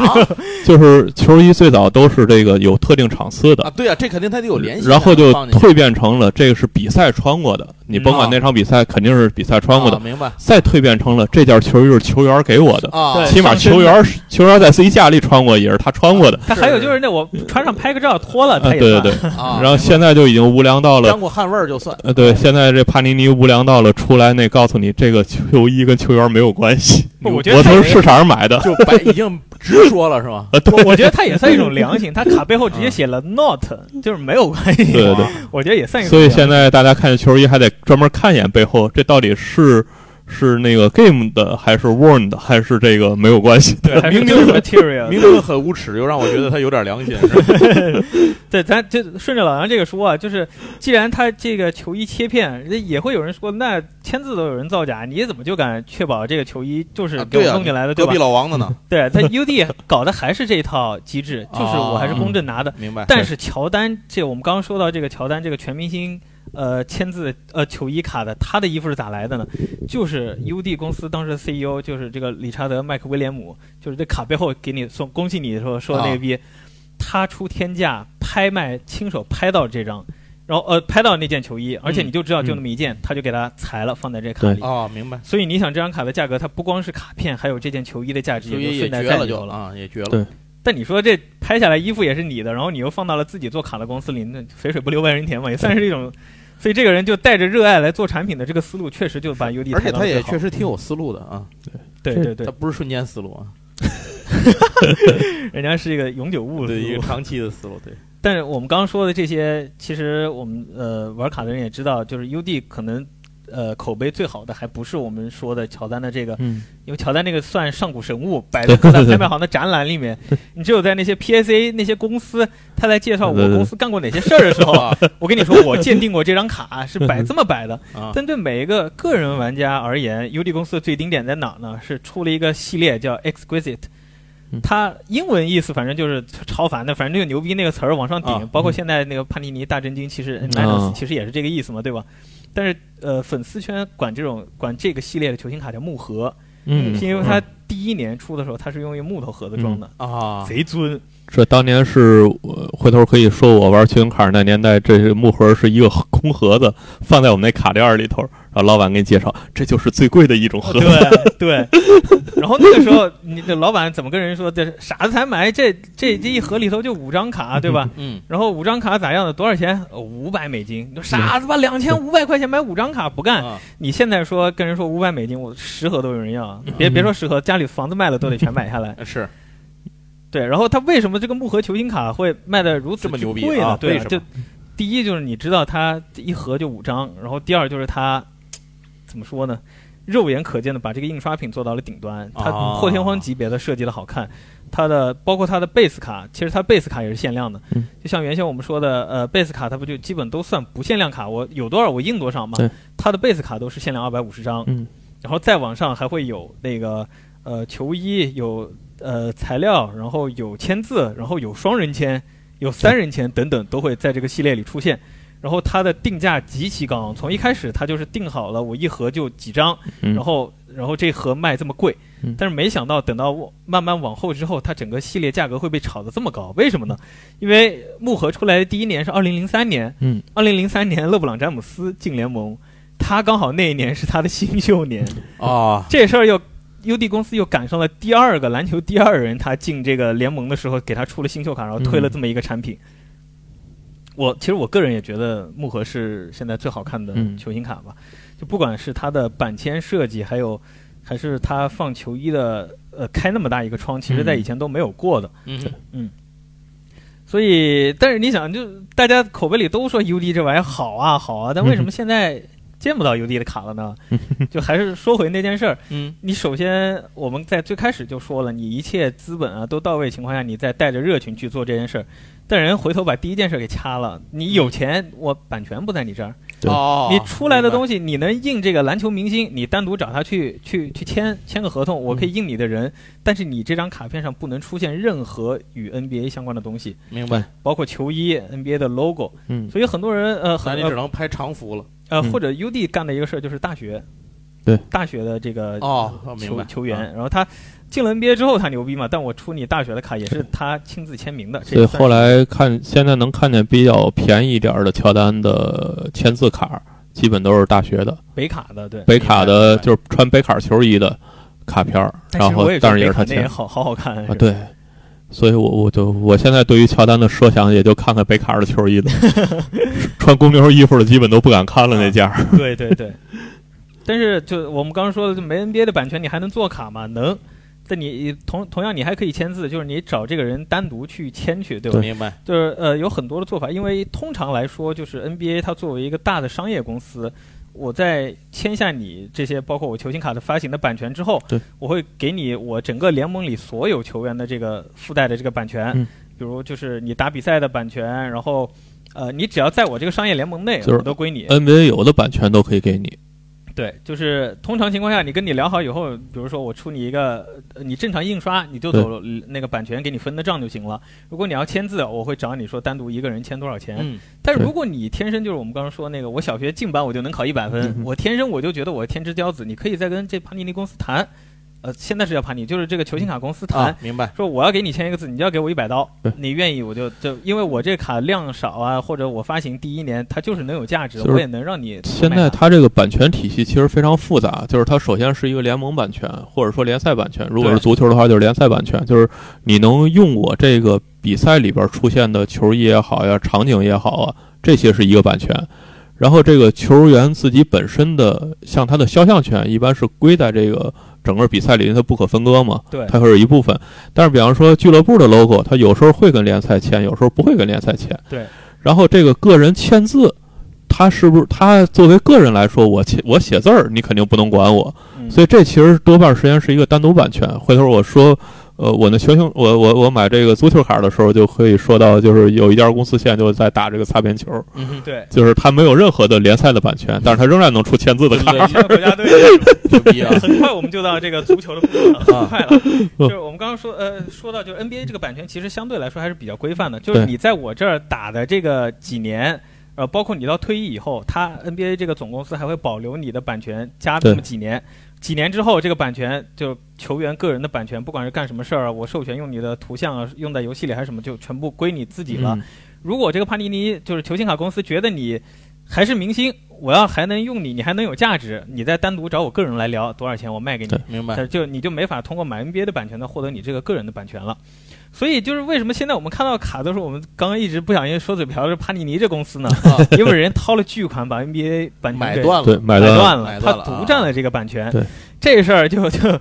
Speaker 2: 就是球衣最早都是这个有特定场次
Speaker 1: 啊，
Speaker 2: 的，
Speaker 1: 对啊，这肯定他得有联系啊，
Speaker 2: 然后就
Speaker 1: 放进去
Speaker 2: 蜕变成了这个是比赛穿过的，你甭
Speaker 1: 嗯
Speaker 2: 管那场比赛肯定是比赛穿过
Speaker 1: 啊
Speaker 2: 的，
Speaker 1: 明白
Speaker 2: 再蜕变成了这件球衣是球员给我的，
Speaker 1: 啊
Speaker 3: 对
Speaker 2: 起码球员是球员在自己家里穿过也是他穿过的，
Speaker 3: 他还有就是那我穿上拍个照脱了，
Speaker 2: 啊，
Speaker 3: 他也
Speaker 2: 对对
Speaker 3: 算。
Speaker 2: 对，
Speaker 1: 啊，
Speaker 2: 然后现在就已经无良到了
Speaker 1: 沾。过汗味儿就算
Speaker 2: 呃，对，现在这帕尼尼无良到了，出来那告诉你，这个球衣跟球员没有关系，
Speaker 3: 不我觉得
Speaker 2: 我
Speaker 3: 他也
Speaker 2: 从市场上买的。
Speaker 1: 就白已经直说了是吗？
Speaker 3: 我我觉得他也算一种良心，他卡背后
Speaker 1: 啊
Speaker 3: 直接写了 not，就是没有关系。
Speaker 2: 对对
Speaker 3: 我觉得也算一种
Speaker 2: 所以
Speaker 3: 良心。
Speaker 2: 现在大家看见球衣还得专门看一眼背后，这到底是是那个 game 的，还是 worn 的，还是这个没有关系的？
Speaker 3: 对还是
Speaker 1: 明明
Speaker 3: just material，
Speaker 1: 明明很无耻，又让我觉得他有点良心，是 吧
Speaker 3: 对，咱就顺着老杨这个说啊，就是既然他这个球衣切片，那也会有人说，那签字都有人造假，你怎么就敢确保这个球衣就是
Speaker 1: 啊
Speaker 3: 给我
Speaker 1: 对啊
Speaker 3: 弄进来的，
Speaker 1: 隔
Speaker 3: 对吧
Speaker 1: 壁？老王的呢？
Speaker 3: 对他 UD 搞的还是这一套机制，就是我还是公正拿的。
Speaker 1: 明白？
Speaker 3: 但是乔丹这我们刚刚说到这个乔丹这个全明星呃签字呃球衣卡的，他的衣服是咋来的呢？就是 UD 公司当时的 CEO 就是这个理查德麦克威廉姆，就是这卡背后给你送恭喜你说说
Speaker 1: 啊
Speaker 3: 那个逼，他出天价拍卖，亲手拍到这张。然后呃，拍到那件球衣，而且
Speaker 1: 嗯
Speaker 3: 你就知道就那么一件，他就给它裁了，放在这卡里。
Speaker 1: 啊，明白，
Speaker 3: 所以你想，这张卡的价格，它不光是卡片，还有这件球衣的价值
Speaker 1: 所
Speaker 3: 就
Speaker 1: 以也
Speaker 3: 顺带
Speaker 1: 绝
Speaker 3: 带
Speaker 1: 了
Speaker 3: 里头
Speaker 1: 就
Speaker 3: 了。
Speaker 1: 啊，也绝了
Speaker 2: 对
Speaker 3: 但你说这拍下来衣服也是你的，然后你又放到了自己做卡的公司里，那肥水不流外人田嘛，也算是 一种。所以这个人就带着热爱来做产品的这个思路，确实就把 UD
Speaker 1: 而且他也
Speaker 3: 确
Speaker 1: 确实挺有思路的啊，
Speaker 3: 对对对
Speaker 1: 他，不是瞬间思路啊，
Speaker 3: 人家是一个永久物思
Speaker 1: 对一个
Speaker 3: 路。
Speaker 1: 长期的思路，对，
Speaker 3: 但是我们刚刚说的这些，其实我们呃玩卡的人也知道，就是 UD 可能呃口碑最好的还不是我们说的乔丹的这个
Speaker 2: 嗯，
Speaker 3: 因为乔丹那个算上古神物，摆在各大拍卖行的展览里面，你只有在那些 PSA 那些公司，他在介绍我
Speaker 2: 对对对
Speaker 3: 公司干过哪些事儿的时候啊，我跟你说，我鉴定过这 张卡是摆这么摆的。
Speaker 1: 啊
Speaker 3: 但对每一个个人玩家而言，UD 公司的最顶点在哪儿呢？是出了一个系列叫 Exquisite，
Speaker 2: 嗯
Speaker 3: 它英文意思反正就是超凡的，反正这个牛逼那个词儿往上顶，
Speaker 1: 啊
Speaker 3: 包括
Speaker 2: 嗯
Speaker 3: 现在那个帕尼尼大真经，其实 n
Speaker 2: 啊
Speaker 3: i n s 其实也是这个意思嘛，对吧？但是呃，粉丝圈管这种管这个系列的球星卡叫木盒，
Speaker 2: 嗯
Speaker 3: 是因为它第一年出的时候，它是用一个木头盒子装的，
Speaker 1: 啊，
Speaker 3: 贼尊。
Speaker 2: 这当年是我回头可以说我玩球星卡那年代，这木盒是一个空盒子放在我们那卡链里头，然后老板给你介绍，这就是最贵的一 种喝。
Speaker 3: 哦对对，然后那个时候，你这老板怎么跟人说？这傻子才买这这这一盒里头就五 张卡，对吧？
Speaker 1: 嗯，
Speaker 3: 然后五张卡咋样的？多少钱？哦五、百美金。你说傻子吧，两千五百块钱买五张卡不干。
Speaker 1: 啊
Speaker 3: 你现在说跟人说五百美金，我十盒都有人 要啊，别别说十盒，家里房子卖了都得全买下来。
Speaker 1: 是
Speaker 3: 对，然后他为什么这个木盒球星卡会卖的如此
Speaker 1: 这么牛逼
Speaker 3: 之贵呢？
Speaker 1: 啊
Speaker 3: 对
Speaker 1: 为什么
Speaker 3: 就第一就是你知道它一盒就五张，然后第二就是它怎么说呢？肉眼可见的把这个印刷品做到了顶端，它
Speaker 1: 啊
Speaker 3: 破天荒级别的设计的好看。它的包括它的 base 卡，其实它 base 卡也是限量的，
Speaker 2: 嗯
Speaker 3: 就像原先我们说的，呃，base 卡它不就基本都算不限量卡，我有多少我印多少嘛
Speaker 2: 对。
Speaker 3: 它的 base 卡都是限量二百五十张，
Speaker 2: 嗯
Speaker 3: 然后再往上还会有那个呃球衣，有呃材料，然后有签字，然后有双人签，有三人签等等，都会在这个系列里出现。然后它的定价极其高昂，从一开始它就是定好了，我一盒就几张，
Speaker 2: 嗯，
Speaker 3: 然后然后这盒卖这么贵
Speaker 2: 嗯，
Speaker 3: 但是没想到等到我慢慢往后之后，它整个系列价格会被炒得这么高，为什么呢？因为木盒出来的第一年是二零零三年，
Speaker 2: 嗯，
Speaker 3: 二零零三年勒布朗詹姆斯进联盟，他刚好那一年是他的新秀年，
Speaker 1: 啊，
Speaker 3: 这事儿又 UD 公司又赶上了第二个篮球第二人，他进这个联盟的时候给他出了新秀卡，然后推了这么一个产
Speaker 2: 嗯
Speaker 3: 品。我其实我个人也觉得木盒是现在最好看的
Speaker 2: 嗯
Speaker 3: 球星卡吧，就不管是它的板签设计，还有还是它放球衣的呃开那么大一个窗，其实在
Speaker 2: 嗯
Speaker 3: 以前都没有过的。
Speaker 1: 嗯
Speaker 3: 所以，但是你想，就大家口碑里都说 UD 这玩意儿好啊好啊，但 为什么现在见不到 UD 的卡了呢？就还是说回那件事儿，
Speaker 1: 嗯
Speaker 3: 你首先，我们在最开始就说了，你一切资本啊都到位情况下，你再带着热情去做这件事儿，但人回头把第一件事给掐了。你有钱，我版权不在你这儿，
Speaker 2: 对
Speaker 1: 哦，
Speaker 3: 你出来的
Speaker 1: 西
Speaker 3: 东西，你能印这个篮球明星，你单独找他去去去签签个合同，我可以印你的人，但是你这张卡片上不能出现任何与 NBA 相关的东西，
Speaker 1: 明白，
Speaker 3: 包括球衣、NBA 的 logo。
Speaker 2: 嗯
Speaker 3: 所以很多人呃，
Speaker 1: 那
Speaker 3: 很
Speaker 1: 你只能拍长服了。
Speaker 3: 呃
Speaker 2: 嗯
Speaker 3: 或者 UD 干的一个事儿就是大学，
Speaker 2: 对
Speaker 3: 大学的这个
Speaker 1: 哦，哦明
Speaker 3: 球
Speaker 1: 白，
Speaker 3: 球
Speaker 1: 啊
Speaker 3: 员，然后他进了 NBA 之后他牛逼嘛，但我出你大学的卡也是他亲自签名的，这
Speaker 2: 所以
Speaker 3: 也算
Speaker 2: 后来看，现在能看见比较便宜一点儿的乔丹的签字卡，基本都是大学的
Speaker 3: 北卡的对。
Speaker 2: 北卡
Speaker 1: 明
Speaker 2: 的，
Speaker 1: 白
Speaker 2: 就是穿北卡球衣的卡片儿，
Speaker 3: 但
Speaker 2: 然
Speaker 3: 哎其实
Speaker 2: 后
Speaker 3: 我也觉
Speaker 2: 但
Speaker 3: 得
Speaker 2: 是也
Speaker 3: 北
Speaker 2: 是
Speaker 3: 卡
Speaker 2: 他
Speaker 3: 那
Speaker 2: 签
Speaker 3: 也
Speaker 2: 的
Speaker 3: 好好好看
Speaker 2: 啊，，对。所以我，我就我现在对于乔丹的设想，也就看看北卡的球衣 了，穿公牛衣服的基本都不敢看了那件儿。
Speaker 3: 是吧 对对对。但是就我们刚刚说的，就没 NBA 的版权，你还能做卡吗？能。但你同同样，你还可以签字，就是你找这个人单独去签去，对吧？
Speaker 1: 明白，
Speaker 3: 就是呃，有很多的做法，因为通常来说，就是 NBA 它作为一个大的商业公司，我在签下你这些包括我球星卡的发行的版权之后
Speaker 2: 对，
Speaker 3: 我会给你我整个联盟里所有球员的这个附带的这个版权，
Speaker 2: 嗯
Speaker 3: 比如就是你打比赛的版权，然后呃，你只要在我这个商业联盟内，
Speaker 2: 就是呃
Speaker 3: 我都归你。
Speaker 2: NBA 有的版权都可以给你，
Speaker 3: 对，就是通常情况下，你跟你聊好以后，比如说我出你一个，呃你正常印刷，你就走那个版权给你分的账就行了。如果你要签字，我会找你说单独一个人签多少钱。
Speaker 1: 嗯，
Speaker 3: 但是
Speaker 2: 对
Speaker 3: 如果你天生就是我们刚刚说那个，我小学进班我就能考一百分，
Speaker 2: 嗯哼
Speaker 3: 我天生我就觉得我天之骄子，你可以再跟这帕尼尼公司谈，呃，现在是叫帕尼，就是这个球星卡公司谈，
Speaker 1: 啊，明白，
Speaker 3: 说我要给你签一个字，你就要给我一百刀
Speaker 2: 对，
Speaker 3: 你愿意我就就因为我这卡量少啊，或者我发行第一年它就是能有价值，
Speaker 2: 就是
Speaker 3: 我也能让你
Speaker 2: 现
Speaker 3: 卖
Speaker 2: 在
Speaker 3: 它
Speaker 2: 它这个版权体系其实非常复杂，就是它首先是一个联盟版权，或者说联赛版权。如果是
Speaker 3: 对
Speaker 2: 足球的话，就是联赛版权，就是你能用我这个比赛里边出现的球衣也好呀、场景也好啊，这些是一个版权。然后这个球员自己本身的，像他的肖像权，一般是归在这个整个比赛里，因为它不可分割嘛，
Speaker 3: 对
Speaker 2: 它会是一部分。但是比方说俱乐部的 logo，它有时候会跟联赛签，有时候不会跟联赛签。
Speaker 3: 对。
Speaker 2: 然后这个个人签字，他是不是他作为个人来说，我写我写字儿，你肯定不能管我。
Speaker 3: 嗯
Speaker 2: 所以这其实多半时间是一个单独版权。回头我说，呃，我那球星，我我我买这个足球卡的时候，就可以说到，就是有一家公司现在就在打这个擦边球，
Speaker 1: 嗯哼，
Speaker 3: 对。
Speaker 2: 就是他没有任何的联赛的版权，但是他仍然能出签字的卡。
Speaker 1: 对，
Speaker 3: 像国家队这种！
Speaker 1: 牛逼啊
Speaker 3: 很快我们就到这个足球的部分了，
Speaker 2: 啊
Speaker 3: 很快了。就是我们刚刚说，呃，说到就是 NBA 这个版权，其实相对来说还是比较规范的。就是
Speaker 2: 对
Speaker 3: 你在我这儿打的这个几年，呃，包括你到退役以后，他 NBA 这个总公司还会保留你的版权，加这么
Speaker 2: 对
Speaker 3: 几年。几年之后，这个版权就球员个人的版权，不管是干什么事儿啊，我授权用你的图像啊，用在游戏里还是什么，就全部归你自己了。
Speaker 2: 嗯
Speaker 3: 如果这个帕尼尼就是球星卡公司觉得你还是明星，我要还能用你，你还能有价值，你再单独找我个人来聊多少钱，我卖给你
Speaker 2: 对，
Speaker 1: 明白
Speaker 3: 但是就你就没法通过买 NBA 的版权呢获得你这个个人的版权了。所以就是为什么现在我们看到卡都是我们刚刚一直不小心说嘴瓢是帕尼尼这 公司呢？因为人家掏了巨款把 NBA 版权
Speaker 1: 买
Speaker 3: 给
Speaker 1: 断
Speaker 2: 对
Speaker 1: 了，
Speaker 2: 买
Speaker 3: 买
Speaker 2: 断
Speaker 3: 断
Speaker 1: 买
Speaker 3: 了，
Speaker 1: 断
Speaker 3: 他
Speaker 1: 了
Speaker 3: 独占了这个版权。
Speaker 2: 对
Speaker 3: 这事儿就就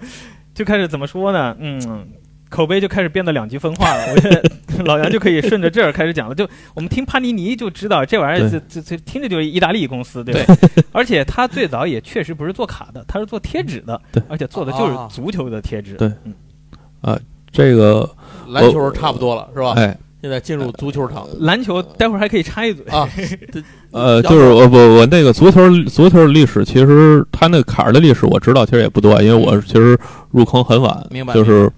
Speaker 3: 就开始怎么说呢？嗯，口碑就开始变得两极分化了。我觉 得老杨就可以顺着这儿开始讲了。就我们听帕尼尼就知道这玩意儿，这
Speaker 2: 对
Speaker 3: 这这听着就是意大利公司，对吧？ 而且他最早也确实不是做卡的，他是做贴纸的，
Speaker 2: 对
Speaker 3: 而且做的就是
Speaker 1: 啊
Speaker 3: 足球的贴纸。
Speaker 2: 对
Speaker 3: 嗯，
Speaker 2: 这个
Speaker 1: 篮球差不多了是吧？
Speaker 2: 哎
Speaker 1: 现在进入足球场
Speaker 3: 篮球待会儿还可以插一嘴。
Speaker 1: 啊，
Speaker 2: 呃，就是我我我那个足球足球历史，其实他那个坎儿的历史我知道，其实也不多，因为我其实入坑很晚，
Speaker 1: 嗯明白
Speaker 2: 就是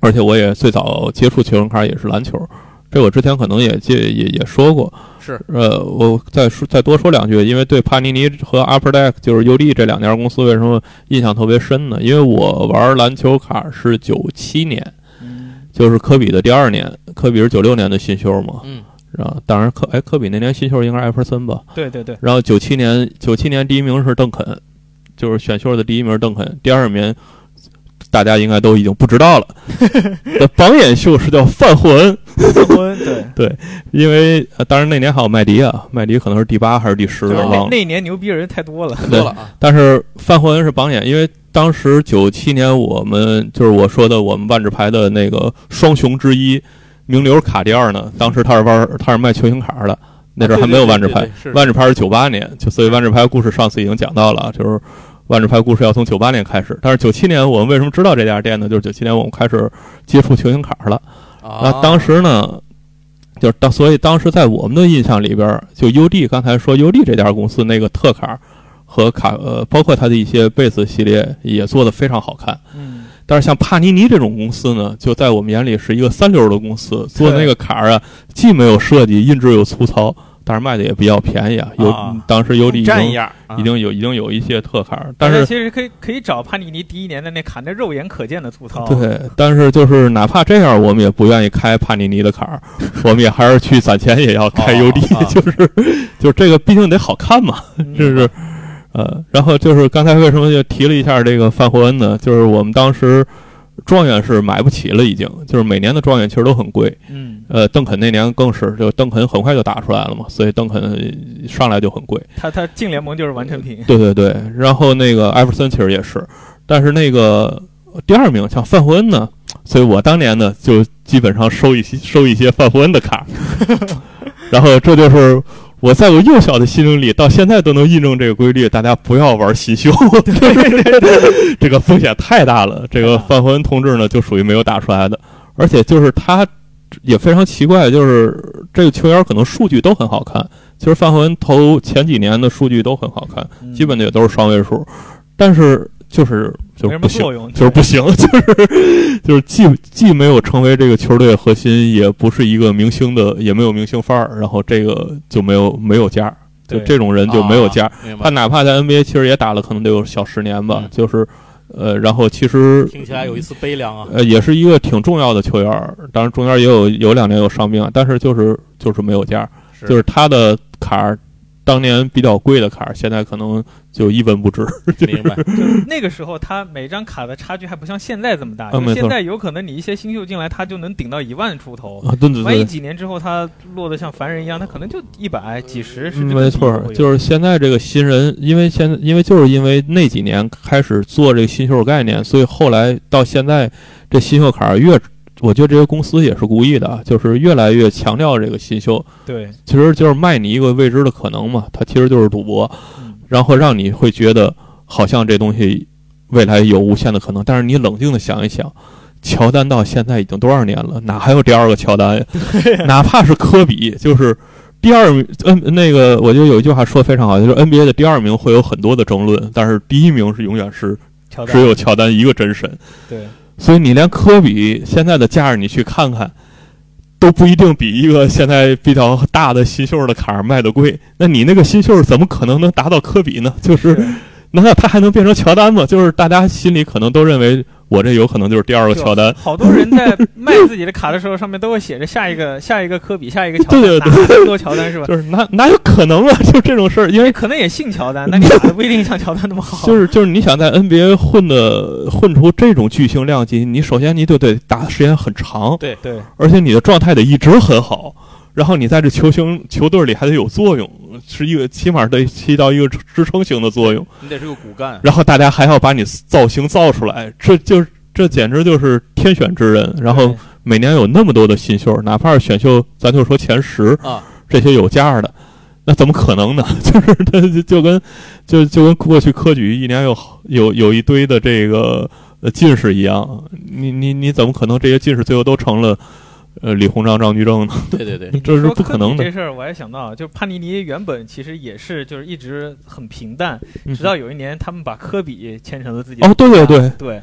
Speaker 2: 而且我也最早接触球员卡也是篮球，这我之前可能也介也也说过，
Speaker 1: 是
Speaker 2: 呃，我再说再多说两句，因为对帕尼尼和 Upper Deck 就是 UD 这两家公司为什么印象特别深呢？因为我玩篮球卡是九七年，
Speaker 3: 嗯
Speaker 2: 就是科比的第二年，科比是九六年的新秀嘛，
Speaker 1: 嗯，
Speaker 2: 然后当然科哎科比那年新秀应该是艾弗森吧。
Speaker 3: 对对对，
Speaker 2: 然后九七年，九七年第一名是邓肯，就是选秀的第一名是邓肯，第二名大家应该都已经不知道了。的榜眼秀是叫范霍恩，
Speaker 3: 结婚对。
Speaker 2: 因为、呃当然那年还有麦迪啊，麦迪可能是第八还是第十，
Speaker 3: 就是
Speaker 2: 我
Speaker 3: 那
Speaker 2: 忘了。
Speaker 3: 那一年牛逼的人太多了，
Speaker 1: 多了啊，
Speaker 2: 但是范霍恩是榜眼，因为当时九七年我们就是我说的我们万智牌的那个双雄之一名流卡第二呢，当时他是玩他是卖球星卡的，那阵儿还没有万智牌，
Speaker 1: 啊对，对对对对
Speaker 2: 万智牌是九八年，就所以万智牌故事上次已经讲到了，啊就是万智牌故事要从九八年开始。但是九七年我们为什么知道这家店呢？就是九七年我们开始接触球星卡了。
Speaker 1: 是啊，
Speaker 2: 那当时呢，就是当所以当时在我们的印象里边儿，就 UD 刚才说 UD 这家公司那个特卡和卡呃，包括它的一些贝斯系列也做得非常好看。
Speaker 3: 嗯，
Speaker 2: 但是像帕尼尼这种公司呢，就在我们眼里是一个三流的公司，做的那个卡儿啊，既没有设计，印制又粗糙，但是卖的也比较便宜啊。有、
Speaker 1: 啊
Speaker 2: 当时有理已
Speaker 1: 占一
Speaker 2: 经、
Speaker 1: 样，啊
Speaker 2: 已经有已经有一些特卡儿，但
Speaker 3: 大家
Speaker 2: 是
Speaker 3: 其实可以可以找帕尼尼第一年的那卡，那肉眼可见的吐
Speaker 1: 哦
Speaker 3: 槽。
Speaker 2: 对，但是就是哪怕这样，我们也不愿意开帕尼尼的卡儿，我们也还是去攒钱也要开
Speaker 1: 哦
Speaker 2: UD，、
Speaker 1: 啊
Speaker 2: 就是就是这个毕竟得好看嘛，
Speaker 3: 嗯，
Speaker 2: 这 是呃，然后就是刚才为什么就提了一下这个范霍恩呢？就是我们当时状元是买不起了，已经就是每年的状元其实都很贵，
Speaker 3: 嗯，
Speaker 2: 呃，邓肯那年更是，就邓肯很快就打出来了嘛，所以邓肯上来就很贵。
Speaker 3: 他他进联盟就是完成 品。
Speaker 2: 对对对，然后那个艾弗森其实也是，但是那个第二名像范霍恩呢，所以我当年呢就基本上收一些收一些范霍恩的卡，然后这就是我在我幼小的心灵里到现在都能印证这个规律，大家不要玩新秀， 就是这个风险太大了。这个范霍恩同志呢就属于没有打出来的，而且就是他。也非常奇怪，就是这个球员可能数据都很好看。其实范霍恩头前几年的数据都很好看，
Speaker 3: 嗯
Speaker 2: 基本的也都是双位数，但是就是就
Speaker 3: 没
Speaker 2: 是
Speaker 3: 什
Speaker 2: 不
Speaker 3: 么
Speaker 2: 行，
Speaker 3: 作用，
Speaker 2: 就是不行， 就是就是既既没有成为这个球队的核心，也不是一个明星的，也没有明星范儿，然后这个就没有没有价儿，就
Speaker 3: 对
Speaker 2: 这种人就没有价儿。
Speaker 1: 啊明
Speaker 2: 他
Speaker 1: 白，
Speaker 2: 哪怕在 NBA 其实也打了可能得有小十年吧，
Speaker 1: 嗯
Speaker 2: 就是呃，然后其实
Speaker 1: 听起来有一丝悲凉啊，
Speaker 2: 呃，也是一个挺重要的球员儿，当然中间也有有两年有伤病啊，但是就是就是没有价儿，
Speaker 1: 是
Speaker 2: 就是他的卡儿，当年比较贵的卡儿，现在可能就一文不值。
Speaker 1: 明白，
Speaker 3: 就是那个时候，他每张卡的差距还不像现在这么大。
Speaker 2: 啊
Speaker 3: 就
Speaker 2: 没错
Speaker 3: 现在有可能你一些新秀进来，他就能顶到一万出头。
Speaker 2: 啊，对对
Speaker 3: 万一
Speaker 2: 对，
Speaker 3: 几年之后他落得像凡人一样，他可能就一百、几十，甚
Speaker 2: 嗯
Speaker 3: 至
Speaker 2: 没错儿，就是现在这个新人，因为现在因为就是因为那几年开始做这个新秀概念，所以后来到现在这新秀卡儿越，我觉得这些公司也是故意的啊，就是越来越强调这个新秀，
Speaker 3: 对，
Speaker 2: 其实就是卖你一个未知的可能嘛，它其实就是赌博。
Speaker 3: 嗯
Speaker 2: 然后让你会觉得好像这东西未来有无限的可能。但是你冷静的想一想，乔丹到现在已经多少年了，哪还有第二个乔丹呀？哪怕是科比，就是第二名 N 那个，我觉得有一句话说得非常好，就是 NBA 的第二名会有很多的争论，但是第一名是永远是
Speaker 3: 乔丹
Speaker 2: 只有乔丹一个真神。
Speaker 3: 对，
Speaker 2: 所以你连科比现在的价值，你去看看。都不一定比一个现在比较大的新秀的坎儿卖的贵，那你那个新秀怎么可能能达到科比呢？就是
Speaker 3: 是
Speaker 2: 难道他还能变成乔丹吗？就是大家心里可能都认为我这有可能就是第二个乔丹。
Speaker 3: 好多人在卖自己的卡的时候，上面都会写着下 一个、下一个科比、下一个乔丹，
Speaker 2: 对对对
Speaker 3: 哪这么多乔丹是吧？ 哎
Speaker 2: 就是哪哪有可能啊？ 就这种事儿，因为
Speaker 3: 可能也姓乔丹，但你打 的不一定像乔丹那么好。
Speaker 2: 就是就是你想在 NBA 混的混出这种巨星量级，你首先你就得打的时间很长，
Speaker 1: 对
Speaker 3: 对，
Speaker 2: 而且你的状态得一直很好，然后你在这球星球队里还得有作用，是一个起码得起到一个支撑型的作用。
Speaker 1: 你得是个骨干。
Speaker 2: 然后大家还要把你造型造出来，这就是这简直就是天选之人。然后每年有那么多的新秀，哪怕是选秀，咱就说前十
Speaker 1: 啊，
Speaker 2: 这些有价的，那怎么可能呢？ 就是他就就跟就就跟过去科举一年有好有有一堆的这个呃进士一样，你你你怎么可能这些进士最后都成了呃李鸿章、张居 正呢？
Speaker 1: 对对对，
Speaker 2: 这是
Speaker 3: 说
Speaker 2: 不
Speaker 3: 科
Speaker 2: 可能
Speaker 3: 比这
Speaker 2: 的。
Speaker 3: 事儿我还想到，啊就是帕尼尼原本其实也是就是一直很平淡，
Speaker 2: 嗯
Speaker 3: 直到有一年他们把科比签成了自己的
Speaker 2: 哦，对对
Speaker 3: 对
Speaker 2: 对
Speaker 3: 对，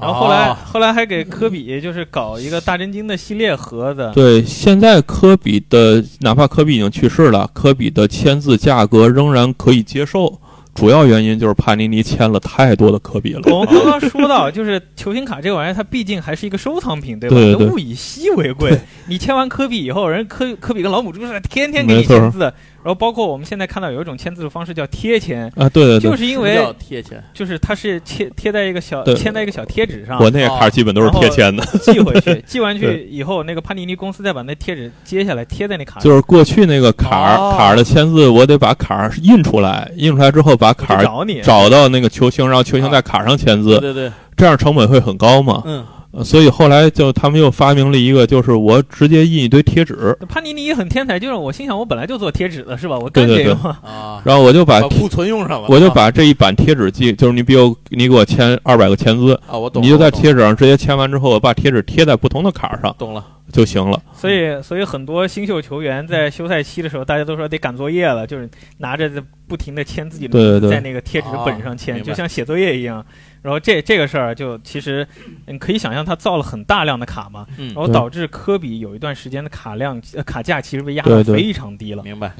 Speaker 3: 然后后来、
Speaker 1: 哦
Speaker 3: 后来还给科比就是搞一个大真经的系列盒子，
Speaker 2: 对，现在科比的哪怕科比已经去世了，科比的签字价格仍然可以接受。主要原因就是帕尼尼签了太多的科比了。
Speaker 3: 我们刚刚说到，就是球星卡这个玩意儿，它毕竟还是一个收藏品，对吧？
Speaker 2: 对对对
Speaker 3: 物以稀为贵。你签完科比以后，人科科比跟老母猪似的，天天给
Speaker 2: 没
Speaker 3: 你
Speaker 2: 错
Speaker 3: 签字。然后包括我们现在看到有一种签字的方式叫贴签，
Speaker 2: 啊，对对对
Speaker 3: 就，是因
Speaker 1: 什么
Speaker 3: 为
Speaker 1: 叫贴钱，
Speaker 3: 就是它是贴贴在一个小
Speaker 2: 对
Speaker 3: 签在一个小贴纸上
Speaker 2: 国内卡基本都是贴签的。
Speaker 3: 寄回去，寄完 去
Speaker 2: 对
Speaker 3: 以后，那个潘尼尼公司再把那贴纸揭下来贴在那卡上。
Speaker 2: 就是过去那个卡儿、
Speaker 1: 哦
Speaker 2: 卡儿的签字，我得把卡儿印出来，印出来之后把
Speaker 3: 我
Speaker 2: 卡
Speaker 3: 去
Speaker 2: 儿
Speaker 3: 找你，
Speaker 2: 找到那个球星，让球星在卡上签字，
Speaker 1: 啊对对，
Speaker 2: 这样成本会很高嘛。
Speaker 1: 嗯，
Speaker 2: 呃所以后来就他们又发明了一个，就是我直接印一堆贴纸，
Speaker 3: 那潘尼尼也很天才，就是我心想，我本来就做贴纸的是吧？我
Speaker 2: 对
Speaker 3: 干
Speaker 2: 对
Speaker 3: 这个
Speaker 2: 对
Speaker 3: 嘛。
Speaker 1: 啊，
Speaker 2: 然后我就把
Speaker 1: 把库存用上了，
Speaker 2: 我就把这一版贴纸寄，就是你比如你给我签二百个签字，
Speaker 1: 啊，我懂了，
Speaker 2: 你就在
Speaker 1: 我懂了
Speaker 2: 贴纸上直接签完之后，我把贴纸贴在不同的卡上
Speaker 1: 懂了，
Speaker 2: 就行了。
Speaker 3: 所以，所以很多新秀球员在休赛期的时候，大家都说得赶作业了，就是拿着这不停的签自己的
Speaker 2: 对
Speaker 3: 名字
Speaker 2: 对对
Speaker 3: 在那个贴纸本上
Speaker 1: 啊
Speaker 3: 签，
Speaker 1: 明白
Speaker 3: 就像写作业一样。然后这这个事儿就其实，你可以想象他造了很大量的卡嘛，
Speaker 1: 嗯
Speaker 3: 然，后
Speaker 2: 对
Speaker 3: 导致科比有一段时间的卡量、呃、卡价其实被压
Speaker 2: 对
Speaker 3: 得
Speaker 2: 对
Speaker 3: 非常低了。
Speaker 1: 明白，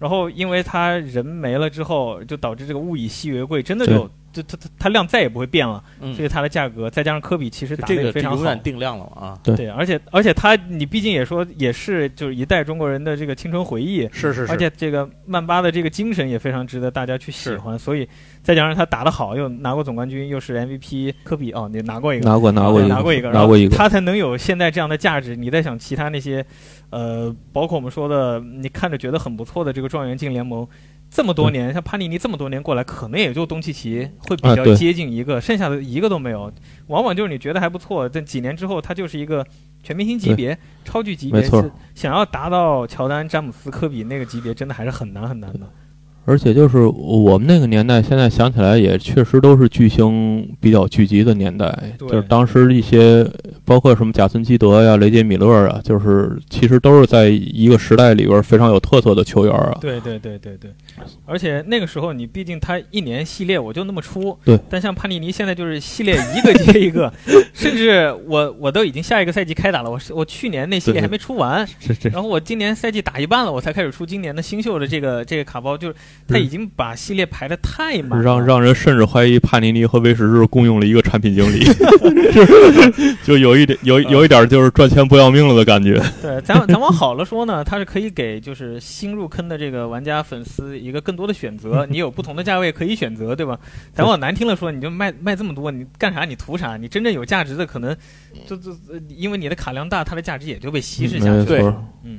Speaker 3: 然后因为他人没了之后，就导致这个物以稀为贵，真的
Speaker 2: 对
Speaker 3: 就就它它它量再也不会变了，
Speaker 1: 嗯
Speaker 3: 所，以它的价格再加上科比其实打
Speaker 1: 这
Speaker 3: 得
Speaker 1: 个
Speaker 3: 也
Speaker 1: 这
Speaker 3: 非常
Speaker 1: 永
Speaker 3: 好
Speaker 1: 远。定量了啊，
Speaker 3: 对，而且而且他，你毕竟也说也是就是一代中国人的这个青春回忆，
Speaker 1: 是是
Speaker 3: 而
Speaker 1: 是，
Speaker 3: 且这个曼巴的这个精神也非常值得大家去喜欢，所以再加上他打得好，又拿过总冠军，又是 MVP，科比哦，你拿过一个，
Speaker 2: 拿过拿过一
Speaker 3: 对
Speaker 2: 个，
Speaker 3: 拿过一个，
Speaker 2: 拿过一
Speaker 3: 然后
Speaker 2: 个，
Speaker 3: 他才能有现在这样的价值。你再想其他那些，呃，包括我们说的，你看着觉得很不错的这个状元进联盟。这么多年，像帕尼尼这么多年过来，可能也就东契奇会比
Speaker 2: 啊
Speaker 3: 较
Speaker 2: 对
Speaker 3: 接近一个，剩下的一个都没有。往往就是你觉得还不错，但几年之后，他就是一个全明星级
Speaker 2: 对
Speaker 3: 别、超巨级别，
Speaker 2: 没错
Speaker 3: 是想要达到乔丹、詹姆斯、科比那个级别，真的还是很难很难的。
Speaker 2: 而且就是我们那个年代，现在想起来也确实都是巨星比较聚集的年代，
Speaker 3: 对
Speaker 2: 就是当时一些包括什么贾森基德呀、雷杰米勒啊，就是其实都是在一个时代里边非常有特色的球员啊。
Speaker 3: 对对对对对，而且那个时候你毕竟他一年系列我就那么出，
Speaker 2: 对。
Speaker 3: 但像帕尼尼现在就是系列一个接 一个，甚至我我都已经下一个赛季开打了，我是我去年那系列还没出完，
Speaker 2: 这这
Speaker 3: 然后我今年赛季打一半了，我才开始出今年的新秀的这个这个卡包，就是他已经把系列排的太满了，
Speaker 2: 让让人甚至怀疑帕尼尼和威士忌共用了一个产品经理，是就有一点有有一点就是赚钱不要命了的感觉。
Speaker 3: 对，咱咱往好了说呢，它是可以给就是新入坑的这个玩家粉丝一个更多的 选择，你有不同的价位可以选择，对吧？咱往难听了说，你就卖卖这么多，你干啥？你图啥？你真正有价值的，可能就就呃因为你的卡量大，它的价值也就被稀释下去
Speaker 2: 没
Speaker 3: 了。
Speaker 1: 对
Speaker 2: 错，
Speaker 3: 嗯，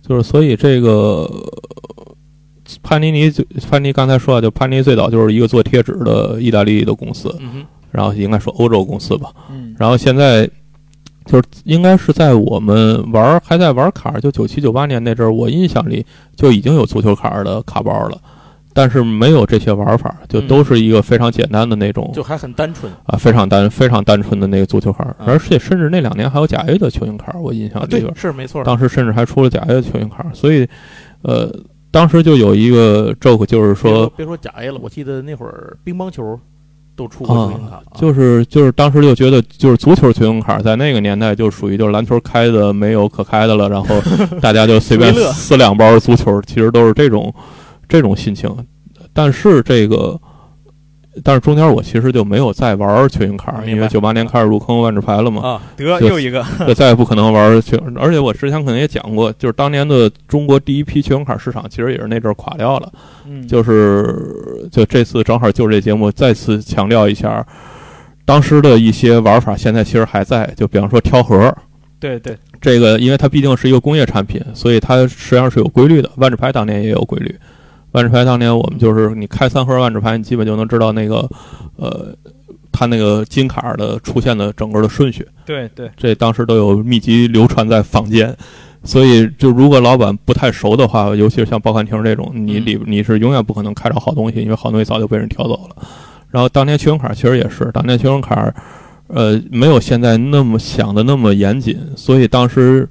Speaker 2: 就是所以这个潘尼尼就潘尼刚才说啊，就潘尼最早就是一个做贴纸的意大利的公司，
Speaker 1: 嗯哼，
Speaker 2: 然后应该说欧洲公司吧，
Speaker 3: 嗯，
Speaker 2: 然后现在。就是应该是在我们玩还在玩卡，就九七九八年那阵儿，我印象里就已经有足球卡的卡包了，但是没有这些玩法，就
Speaker 1: 嗯
Speaker 2: 都是一个非常简单的那种，
Speaker 1: 就还很单纯
Speaker 2: 啊，非常单非常单纯的那个足球卡，
Speaker 1: 嗯
Speaker 2: 而且甚至那两年还有甲 A 的球星卡，我印象
Speaker 1: 啊，
Speaker 2: 里边
Speaker 1: 对
Speaker 2: 儿，，
Speaker 1: 是没错，
Speaker 2: 当时甚至还出了甲 A 的球星卡，所以，呃，当时就有一个 joke，就是
Speaker 1: 别
Speaker 2: 说，
Speaker 1: 别说假 A 了，我记得那会儿乒乓球都出过球星卡，啊
Speaker 2: 就是就是当时就觉得，就是足球球星卡在那个年代就属于就是篮球开的没有可开的了，然后大家就随便
Speaker 3: 随乐
Speaker 2: 撕两包足球，其实都是这种这种心情，但是这个。但是中间我其实就没有再玩球星卡，
Speaker 1: 明白
Speaker 2: 因为九八年开始入坑万智牌了嘛，
Speaker 1: 啊，
Speaker 3: 得
Speaker 2: 就
Speaker 3: 又一个，
Speaker 2: 就再也不可能玩球。而且我之前可能也讲过，就是当年的中国第一批球星卡市场，其实也是那阵儿垮掉了。
Speaker 3: 嗯，
Speaker 2: 就是就这次正好就这节目再次强调一下，当时的一些玩法现在其实还在，就比方说挑盒儿。
Speaker 3: 对对，
Speaker 2: 这个，因为它毕竟是一个工业产品，所以它实际上是有规律的。万智牌当年也有规律，万智牌当年我们就是你开三盒万智牌，你基本就能知道那个，呃，它那个金卡儿的出现的整个的顺序。
Speaker 3: 对对，
Speaker 2: 这当时都有秘籍流传在坊间，所以就如果老板不太熟的话，尤其是像报刊亭这种，你
Speaker 1: 嗯
Speaker 2: 里你是永远不可能开着好东西，因为好东西早就被人挑走了。然后当年信用卡其实也是，当年信用卡，呃，没有现在那么想的那么严谨，所以当时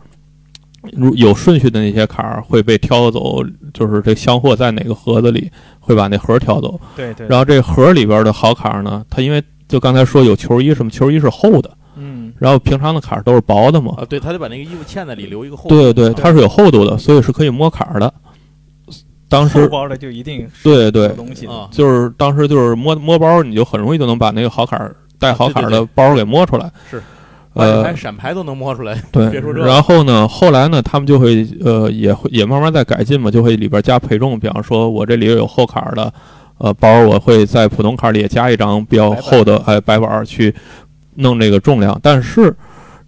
Speaker 2: 如有顺序的那些卡儿会被挑走，就是这箱货在哪个盒子里，会把那盒儿挑走。
Speaker 3: 对对，
Speaker 2: 然后这盒儿里边的好卡儿呢，它因为就刚才说有球衣什么，球衣是厚的，
Speaker 3: 嗯，
Speaker 2: 然后平常的卡儿都是薄的嘛，
Speaker 1: 啊，对，他得把那个衣服嵌在里留一个后。啊
Speaker 2: 对对，
Speaker 1: 他
Speaker 2: 它是有厚度的，所以是可以摸卡儿的。当
Speaker 3: 后
Speaker 2: 时
Speaker 3: 包的就一定是
Speaker 2: 对对
Speaker 3: 有，东西的
Speaker 1: 啊，
Speaker 2: 就是当时就是摸摸包，你就很容易就能把那个好卡儿带好卡儿
Speaker 1: 啊对对
Speaker 2: 的包给摸出来。
Speaker 1: 是，万智
Speaker 2: 呃
Speaker 1: 牌，闪牌都能摸出来，
Speaker 2: 对
Speaker 1: 别说这。
Speaker 2: 然后呢，后来呢，他们就会呃，也会也慢慢在改进嘛，就会里边加配重，比方说我这里有厚卡儿的，呃，包我会在普通卡儿里也加一张比较
Speaker 1: 白板
Speaker 2: 厚的哎白板儿去弄这个重量，但是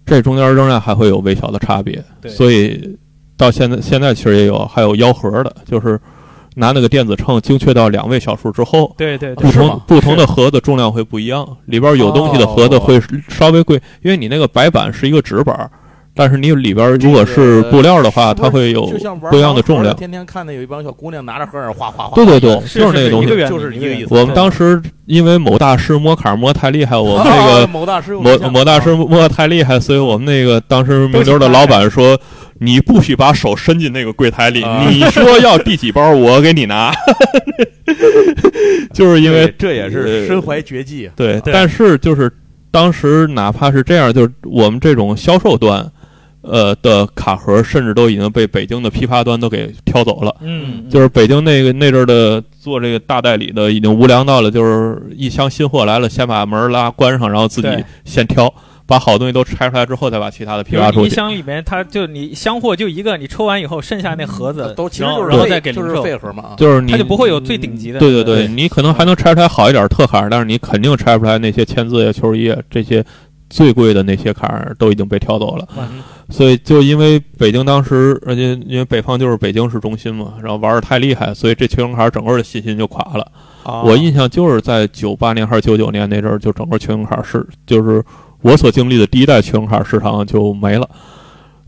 Speaker 2: 这中间仍然还会有微小的差别。
Speaker 3: 对，
Speaker 2: 所以到现在现在其实也有，还有腰盒的，就是拿那个电子秤精确到两位小数之后，
Speaker 3: 对对对
Speaker 2: 不
Speaker 1: 哦是
Speaker 2: 同
Speaker 1: 吗哦
Speaker 2: 不同的盒子重量会不一样，里边有东西的盒子会稍微贵，因为你那个白板是一个纸板，但是你里边如果是布料的话，
Speaker 1: 是不是
Speaker 2: 它会有
Speaker 1: 就像玩
Speaker 2: 不一样的
Speaker 1: 盲盒
Speaker 2: 重量。
Speaker 1: 天天看那有一帮小姑娘拿着盒儿哗哗哗。
Speaker 2: 对对对，
Speaker 1: 摇
Speaker 3: 是
Speaker 2: 就是那个东
Speaker 3: 一个
Speaker 2: 西。
Speaker 3: 原理
Speaker 1: 就是
Speaker 3: 一
Speaker 1: 一
Speaker 3: 个
Speaker 1: 个
Speaker 3: 原
Speaker 1: 意
Speaker 3: 理
Speaker 1: 思
Speaker 2: 我们当
Speaker 3: 时
Speaker 2: 时因为某大师摸卡摸太厉害，我们那
Speaker 1: 啊
Speaker 3: 哦
Speaker 2: 个
Speaker 1: 某大师有
Speaker 2: 某
Speaker 1: 印象，
Speaker 2: 某大
Speaker 3: 啊
Speaker 2: 师摸得太厉害，所以我们那个当时名流的老板说：“你不许把手伸进那个柜台里，
Speaker 1: 啊
Speaker 2: 你说要第几包，我给你拿。” 就是因为呃
Speaker 1: 这也是身怀绝技。啊
Speaker 2: 对，
Speaker 1: 对
Speaker 2: 但是就是当时哪怕是这样，就是我们这种销售端，呃的卡盒，甚至都已经被北京的批发端都给挑走了。
Speaker 3: 嗯，
Speaker 2: 就是是北京那个那阵儿的做这个大代理的已经无良到了，就是一箱新货来了，先把门儿拉关上，然后自己
Speaker 3: 对
Speaker 2: 先挑，把好东西都拆出来之后，再把其他的批
Speaker 3: 比
Speaker 2: 发
Speaker 3: 如
Speaker 2: 出
Speaker 3: 你一
Speaker 2: 去。
Speaker 3: 箱里面，它就你箱货就一个，你抽完以后剩下那盒子
Speaker 1: 都其实
Speaker 3: 呃
Speaker 1: 就是
Speaker 3: 然后然后
Speaker 1: 废
Speaker 3: 再给零
Speaker 1: 就是
Speaker 3: 售，
Speaker 1: 废盒嘛啊。
Speaker 2: 就是你
Speaker 3: 它就不会有最顶级的
Speaker 2: 对对
Speaker 3: 对
Speaker 2: 对，你可能还能拆出来好一点儿特卡儿，但是你肯定拆不出来那些签字呀、球衣啊这些最贵的那些卡儿都已经被挑走了。
Speaker 1: 嗯
Speaker 2: 所以就因为北京当时，而且因为北方就是北京市中心嘛，然后玩的太厉害，所以这球星卡儿整个的信心就垮了。
Speaker 3: 啊
Speaker 2: 我印象就是在九八年还是九九年那阵儿，就整个球星卡市，就是我所经历的第一代球星卡市场就没了。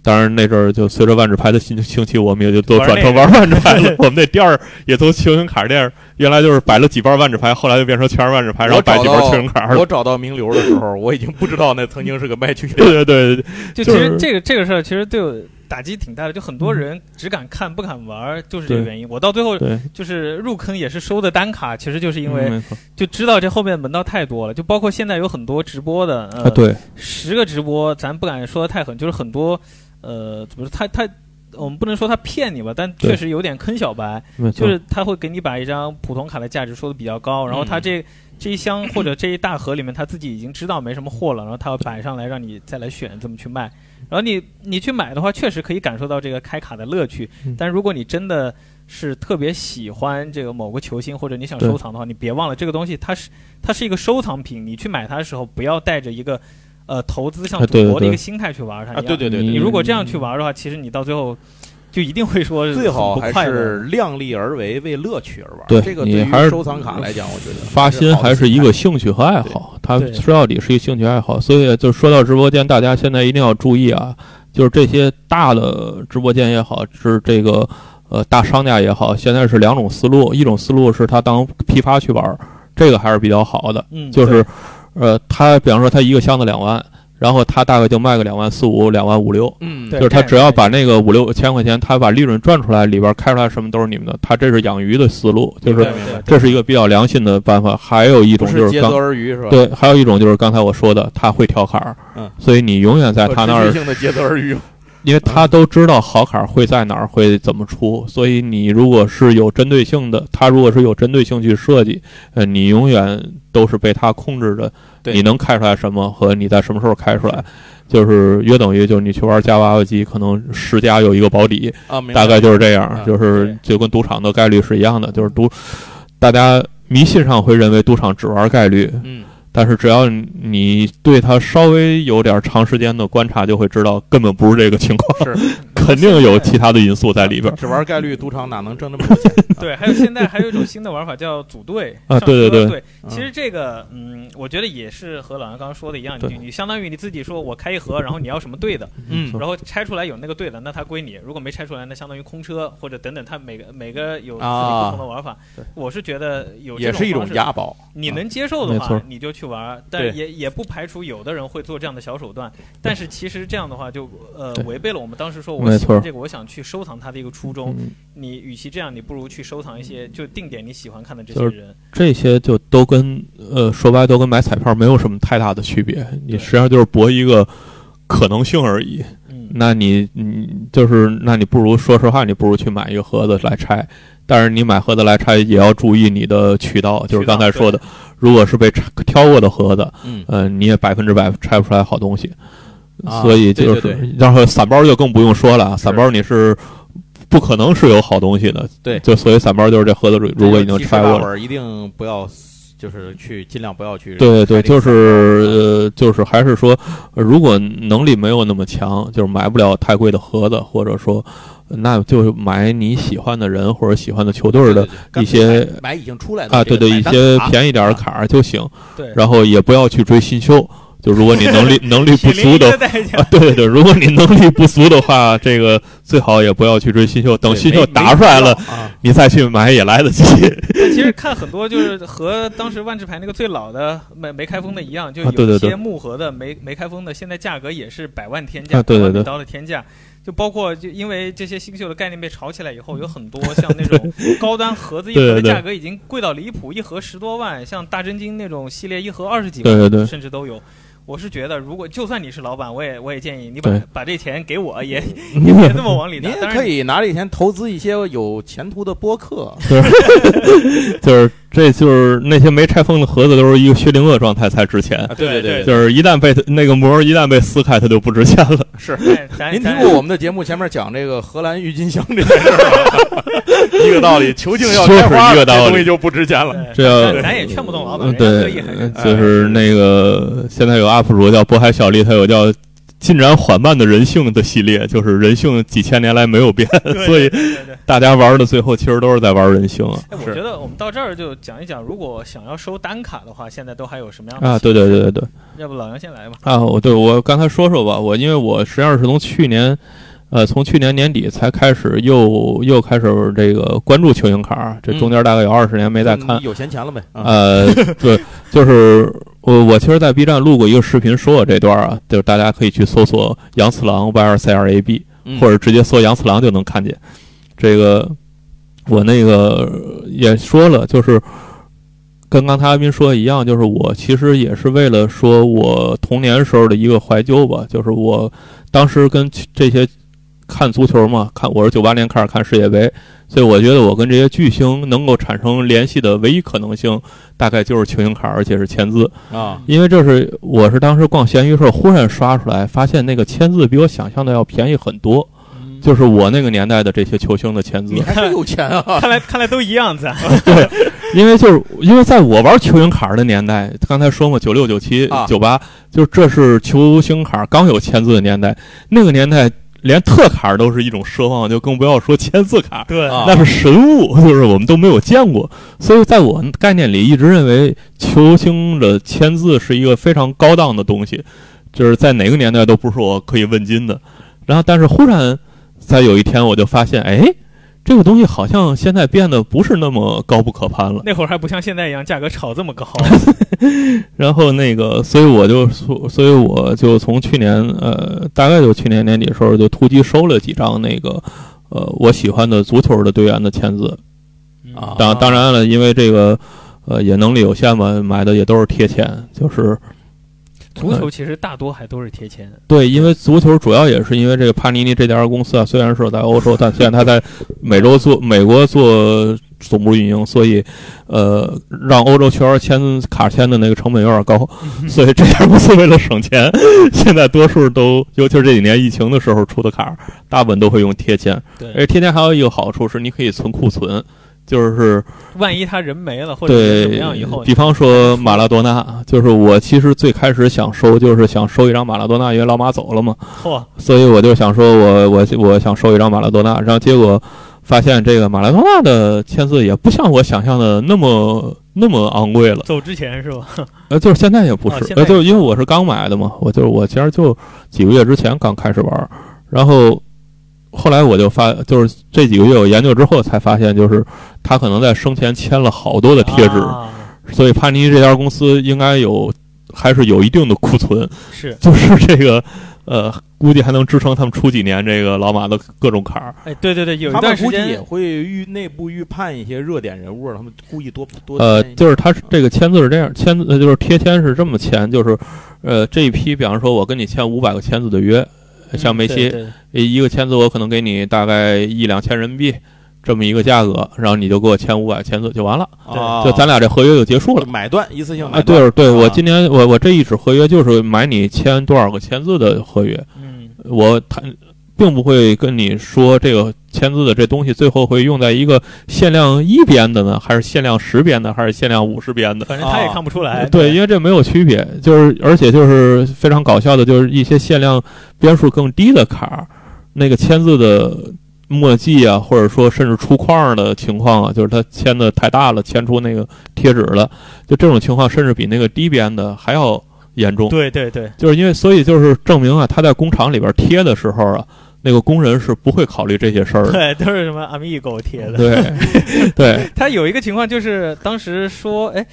Speaker 2: 当然那阵儿就随着万智牌的兴兴起，我们也就都转 成玩万智牌了。我们那店儿也从球星卡店儿，原来就是摆了几包万智牌，后来就变成全是万智
Speaker 3: 啊
Speaker 2: 牌，然后
Speaker 1: 我
Speaker 2: 摆
Speaker 1: 找
Speaker 2: 几包
Speaker 1: 到
Speaker 2: 球星卡了。
Speaker 1: 我找到名流的时候，我已经不知道那曾经是个卖球鞋的。
Speaker 2: 对对对，对
Speaker 3: 就
Speaker 2: 就
Speaker 3: 其
Speaker 2: 是嗯
Speaker 3: 实这个这个事儿其实对我打击挺大的，就很多人只敢看不敢玩儿，就是这个
Speaker 2: 对
Speaker 3: 原因。我到最后
Speaker 2: 对，
Speaker 3: 就是入坑也是收的单卡，其实就是因
Speaker 2: 嗯
Speaker 3: 为
Speaker 2: 没错
Speaker 3: 就知道这后面门道太多了，就包括现在有很多直播的，
Speaker 2: 啊
Speaker 3: 呃，
Speaker 2: 对，
Speaker 3: 十个直播咱不敢说的太狠，就是很多，呃，怎么说他他。我们不能说他骗你吧，但
Speaker 2: 对
Speaker 3: 确实有点坑小白，
Speaker 2: 没错，
Speaker 3: 就是他会给你把一张普通卡的价值说的比较高，然后
Speaker 2: 嗯
Speaker 3: 他这、这一箱或者这一大盒里面他自己已经知道没什么货了，然后他要摆上来让你再来选怎么去卖，然后你你去买的话，确实可以感受到这个开卡的乐趣
Speaker 2: 嗯，
Speaker 3: 但如果你真的是特别喜欢这个某个球星或者你想
Speaker 2: 对
Speaker 3: 收藏的话，你别忘了这个东西它是它是一个收藏品，你去买它的时候不要带着一个呃投资像
Speaker 2: 啊对
Speaker 3: 赌博的
Speaker 2: 对嗯
Speaker 3: 一个心态去玩它一样，
Speaker 1: 啊对
Speaker 2: 对
Speaker 3: 你如果这样去玩的话，其实你到最后就一定会说 是
Speaker 1: 最好
Speaker 3: 很不
Speaker 1: 还
Speaker 3: 快乐
Speaker 1: 是量力而为，为乐趣而玩。
Speaker 2: 对
Speaker 1: 这个
Speaker 2: 你
Speaker 1: 对
Speaker 2: 还
Speaker 1: 于
Speaker 2: 是
Speaker 1: 收藏卡来讲，我觉得
Speaker 2: 发心
Speaker 1: 好的
Speaker 2: 还是一个
Speaker 1: 心
Speaker 2: 兴趣和爱好，它
Speaker 3: 对
Speaker 2: 说到底是一个兴趣爱好。所以就说到直播间，大家现在一定要注意啊，就是这些大的直播间也好，是这个呃大商家也好，现在是两种思路，一种思路是他当批发去玩儿，这个还是比较好的，
Speaker 3: 嗯
Speaker 2: 就是呃他比方说他一个箱子两万，然后他大概就卖个两万四五、两万五六，
Speaker 1: 态，嗯，
Speaker 3: 对
Speaker 2: 就是他
Speaker 3: 这样
Speaker 2: 只要
Speaker 3: 也可以
Speaker 2: 把那个五六千块钱，他把利润赚出来，里边开出来什么都是你们的，他这是养鱼的思路，就
Speaker 1: 明
Speaker 2: 是
Speaker 1: 白明白
Speaker 2: 这是一个比较良心的办法。还有一
Speaker 1: 不
Speaker 2: 种
Speaker 1: 是
Speaker 2: 就
Speaker 1: 竭
Speaker 2: 是
Speaker 1: 泽
Speaker 2: 刚
Speaker 1: 而渔是吧？，
Speaker 2: 对，还有一种就是刚才我说的，他会挑坎儿，
Speaker 1: 嗯
Speaker 2: 所以你永远在他那
Speaker 1: 可持嗯
Speaker 2: 儿
Speaker 1: 续性的竭泽而渔，
Speaker 2: 因为他都知道好卡会在哪儿会怎么出，所以你如果是有针对性的，他如果是有针对性去设计，呃，你永远都是被他控制着，
Speaker 1: 对
Speaker 2: 你能开出来什么和你在什么时候开出来，就是约等于就是你去玩夹娃娃机，可能十家有一个保底，
Speaker 1: 啊，明白
Speaker 2: 大概就是这
Speaker 1: 啊
Speaker 2: 样，就是就跟赌场的概率是一样的，就是赌，大家迷信上会认为赌场只玩概率，
Speaker 1: 嗯，
Speaker 2: 但是只要你对它稍微有点长时间的观察，就会知道根本不是这个情况，
Speaker 1: 是
Speaker 2: 肯定有其他的因素在里边儿。
Speaker 1: 只玩概率赌场哪能挣那么多钱？
Speaker 3: 对，还有现在还有一种新的玩法叫组队
Speaker 2: 啊
Speaker 3: 上车
Speaker 2: 对对对
Speaker 3: 对，其实这个嗯，我觉得也是和老杨刚刚说的一样，
Speaker 2: 对
Speaker 3: 你你相当于你自己说我开一盒，然后你要什么队的，
Speaker 1: 嗯
Speaker 3: 然后拆出来有那个队的，那它归你；如果没拆出来，那相当于空车或者等等，它每个每个有自己
Speaker 1: 啊
Speaker 3: 不同的玩法
Speaker 1: 对。
Speaker 3: 我是觉得 有这
Speaker 1: 也是一
Speaker 3: 方
Speaker 1: 种
Speaker 3: 式
Speaker 1: 押宝。
Speaker 3: 你
Speaker 1: 啊
Speaker 3: 能接受的
Speaker 2: 没
Speaker 3: 话
Speaker 2: 错，
Speaker 3: 你就去玩儿，但
Speaker 1: 对
Speaker 3: 也也不排除有的人会做这样的小手段。但是其实这样的话就呃
Speaker 2: 对
Speaker 3: 违背了我们当时说
Speaker 2: 没
Speaker 3: 我喜
Speaker 2: 错
Speaker 3: 欢这个，我想去收藏它的一个初衷。
Speaker 2: 嗯，
Speaker 3: 你与其这样，你不如去收藏一些就定点你喜欢看的这
Speaker 2: 就
Speaker 3: 些
Speaker 2: 是
Speaker 3: 人。
Speaker 2: 这些就都跟呃说白了都跟买彩票没有什么太大的区别，你
Speaker 3: 对
Speaker 2: 实际上就是搏一个可能性而已。
Speaker 3: 嗯，
Speaker 2: 那你你就是，那你不如说实话，你不如去买一个盒子来拆。但是你买盒子来拆，也要注意你的渠道，就是刚才说的，如果是被拆挑过的盒子，
Speaker 1: 嗯，
Speaker 2: 呃，你也百分之百拆不出来好东西。
Speaker 1: 啊
Speaker 2: 所以就是，
Speaker 1: 对
Speaker 2: 然后散包就更不用说了啊，散包你是不可能是有好东西的。
Speaker 1: 对
Speaker 2: 就所以散包就是这盒子如如果已经拆过了。
Speaker 1: 了，一定不要，就是去尽量不要去。
Speaker 2: 对对，
Speaker 1: 开这个散包
Speaker 2: 就是
Speaker 1: 嗯
Speaker 2: 呃，就是还是说，呃如果能力没有那么强，就是买不了太贵的盒子，或者说，呃那就买你喜欢的人或者喜欢的球队
Speaker 1: 对
Speaker 2: 的
Speaker 1: 对对
Speaker 2: 一些
Speaker 1: 干脆买买已经出来的
Speaker 2: 啊，
Speaker 1: 这个
Speaker 2: 对对，
Speaker 1: 买
Speaker 2: 一
Speaker 1: 单啊
Speaker 2: 些
Speaker 1: 卡
Speaker 2: 便宜点儿的卡儿就行。
Speaker 3: 对。
Speaker 2: 然后也不要去追新秀，就如果你 能力能力不
Speaker 3: 血淋
Speaker 2: 足
Speaker 3: 淋
Speaker 2: 的
Speaker 3: 的代价
Speaker 2: 啊，对对对，如果你能力不足的话，这个最好也不要去追新秀，等
Speaker 1: 对
Speaker 2: 新秀
Speaker 1: 没
Speaker 2: 打出来了，
Speaker 1: 啊，
Speaker 2: 你再去买也来得及。
Speaker 3: 但其实看很多就是和当时万智牌那个最老的没没开封的一样，就
Speaker 2: 啊对
Speaker 3: 有
Speaker 2: 对
Speaker 3: 一
Speaker 2: 对
Speaker 3: 些木盒的没没开封的，现在价格也是百万天价，
Speaker 2: 啊对对对
Speaker 3: 百万美刀的天价。就包括就因为这些新秀的概念被炒起来以后，有很多像那种高端盒子一盒
Speaker 2: 对对
Speaker 3: 的
Speaker 2: 对
Speaker 3: 价格已经贵到离谱，一盒十多万，像大真经那种系列一盒二十 几
Speaker 2: 对对
Speaker 3: 万，
Speaker 2: 对
Speaker 3: 甚至都有。我是觉得，如果就算你是老板，我也我也建议你把
Speaker 2: 对
Speaker 3: 把这钱给 我，也也别这么往里
Speaker 1: 您
Speaker 3: 拿。当
Speaker 1: 也
Speaker 3: 然
Speaker 1: 可以拿这钱投资一些有前途的播 客。
Speaker 2: 就是这就是那些没拆封的盒子都是一个薛定谔状态才值钱，
Speaker 1: 啊
Speaker 3: 对对对
Speaker 2: 就是一旦被那个膜一旦被撕开，它就不值钱了。
Speaker 1: 是，
Speaker 3: 哎咱
Speaker 1: 您听
Speaker 3: 咱
Speaker 1: 过我们的节目前面讲这个荷兰郁金香这件事儿 吗？一个道理，球茎要
Speaker 2: 就是
Speaker 1: 开花，
Speaker 2: 一个道理
Speaker 1: 这东西就不值钱了。
Speaker 3: 对
Speaker 2: 这要
Speaker 3: 哎咱咱也劝不动老板，
Speaker 2: 嗯
Speaker 3: 人家可以
Speaker 2: 对
Speaker 3: 很，哎
Speaker 2: 就是那个现在有 UP 主叫渤海小丽，他有叫。进展缓慢的人性的系列，就是人性几千年来没有变，
Speaker 3: 对
Speaker 2: 所以
Speaker 3: 对对对
Speaker 2: 大家玩的最后其实都是在玩人性啊！
Speaker 3: 哎，我
Speaker 1: 是
Speaker 3: 觉得我们到这儿就讲一讲，如果想要收单卡的话，现在都还有什么样的
Speaker 2: 啊，
Speaker 3: 形
Speaker 2: 对
Speaker 3: 式
Speaker 2: 对对对对，
Speaker 3: 要不老杨先来吧。
Speaker 2: 啊，我对我刚才说说吧，我因为我实际上是从去年，呃，从去年年底才开始又又开始这个关注球星卡儿，这
Speaker 3: 嗯
Speaker 2: 中间大概有二十年没再看
Speaker 1: 你。嗯有闲钱了呗？啊，
Speaker 2: 呃， 对，就是我我其实，在 B 站录过一个视频，说我这段儿啊，就是大家可以去搜索杨次郎 Y R C R A B，
Speaker 1: 嗯
Speaker 2: 或者直接搜杨次郎就能看见。这个我那个也说了，就是跟刚才阿斌说的一样，就是我其实也是为了说我童年时候的一个怀旧吧，就是我当时跟这些看足球嘛，看我是九八年开始看世界杯，所以我觉得我跟这些巨星能够产生联系的唯一可能性，大概就是球星卡，而且是签字。
Speaker 1: 啊，
Speaker 2: 因为这是我是当时逛闲鱼时候忽然刷出来，发现那个签字比我想象的要便宜很多，嗯就是我那个年代的这些球星的签字
Speaker 1: 你。还是有钱啊？
Speaker 3: 看来看来都一样，啊 咱
Speaker 2: 因为就是因为在我玩球星卡的年代，刚才说嘛，九六、九七
Speaker 1: 啊、
Speaker 2: 九八，就是这是球星卡刚有签字的年代，那个年代连特卡都是一种奢望，就更不要说签字卡。
Speaker 3: 对
Speaker 1: 啊
Speaker 2: 那是神物， 就是我们都没有见过。所以在我概念里，一直认为球星的签字是一个非常高档的东西，就是在哪个年代都不是我可以问津的。然后，但是忽然在有一天，我就发现，哎，这个东西好像现在变得不是那么高不可攀了。
Speaker 3: 那会儿还不像现在一样价格炒这 么高。
Speaker 2: 然后那个，所以我就，所以我就从去年，呃，大概就去年年底的时候，就突击收了几张那个，呃，我喜欢的足球的队员的签字。
Speaker 3: 嗯
Speaker 1: 啊
Speaker 2: 当当然了，因为这个，呃，也能力有限嘛，买的也都是贴钱，就是
Speaker 3: 足球其实大多还都是贴签，
Speaker 2: 对，因为足球主要也是因为这个帕尼尼这家公司啊，虽然是在欧洲，但虽然它在美洲做美国做总部运营，所以呃，让欧洲球员签卡签的那个成本有点高，所以这家公司为了省钱，现在多数都，尤其是这几年疫情的时候出的卡，大部分都会用贴签。而且
Speaker 3: 对，
Speaker 2: 贴签还有一个好处是，你可以存库存。就是
Speaker 3: 万一他人没了或者是
Speaker 2: 对
Speaker 3: 怎么样以后，，
Speaker 2: 比方说马拉多纳，就是我其实最开始想收，就是想收一张马拉多纳，因为老马走了嘛。
Speaker 3: 嚯，
Speaker 2: 所以我就想说我，我我想收一张马拉多纳，然后结果发现这个马拉多纳的签字也不像我想象的那么那么昂贵了，
Speaker 3: 走之前是吧？
Speaker 2: 呃，就是现在也不
Speaker 3: 啊
Speaker 2: 是，
Speaker 3: 现在
Speaker 2: 呃，
Speaker 3: 也
Speaker 2: 就是因为我是刚买的嘛，我就是我其实就几个月之前刚开始玩儿，然后后来我就发，就是这几个月我研究之后才发现，就是他可能在生前签了好多的贴纸，
Speaker 3: 啊
Speaker 2: 所以帕尼这家公司应该有还是有一定的库存，
Speaker 3: 是，
Speaker 2: 就是这个，呃，估计还能支撑他们出几年这个老马的各种坎儿。
Speaker 3: 哎，对对对，有一
Speaker 1: 他
Speaker 3: 段
Speaker 1: 们
Speaker 3: 时
Speaker 1: 估计也
Speaker 3: 间
Speaker 1: 会预内部预判一些热点人物，他们故意多多
Speaker 2: 呃，
Speaker 1: 添一
Speaker 2: 就是他是这个签字是这样，签字呃就是贴签是这么签，就是，呃，这一批，比方说我跟你签五百个签字的约，像梅
Speaker 3: 嗯对
Speaker 2: 西、
Speaker 3: 对
Speaker 2: 一个签字我可能给你大概一两千人民币这么一个价格，然后你就给我签五百签字就完了，
Speaker 1: 啊
Speaker 2: 就咱俩这合约就结束了。
Speaker 1: 买断一次性
Speaker 2: 啊，
Speaker 1: 买
Speaker 2: 对
Speaker 1: 断，
Speaker 2: 了对，我
Speaker 1: 啊
Speaker 2: 今年我我这一纸合约就是买你签多少个签字的合约，
Speaker 3: 嗯，
Speaker 2: 我谈并不会跟你说这个签字的这东西最后会用在一个限量一边的呢，还是限量十边的，还是限量五十边的？
Speaker 3: 反正他也看不出来，
Speaker 2: 对，因为这没有区别，就是而且就是非常搞笑的，就是一些限量边数更低的卡儿，那个签字的墨迹啊，或者说甚至出框儿的情况啊，就是它签的太大了，签出那个贴纸了，就这种情况甚至比那个低边的还要严重。
Speaker 3: 对对对，
Speaker 2: 就是因为，所以就是证明啊，他在工厂里边贴的时候啊，那个工人是不会考虑这些事儿的。
Speaker 3: 对，都是什么 Amigo 贴的。
Speaker 2: 对， 对，
Speaker 3: 他有一个情况就是当时说，哎，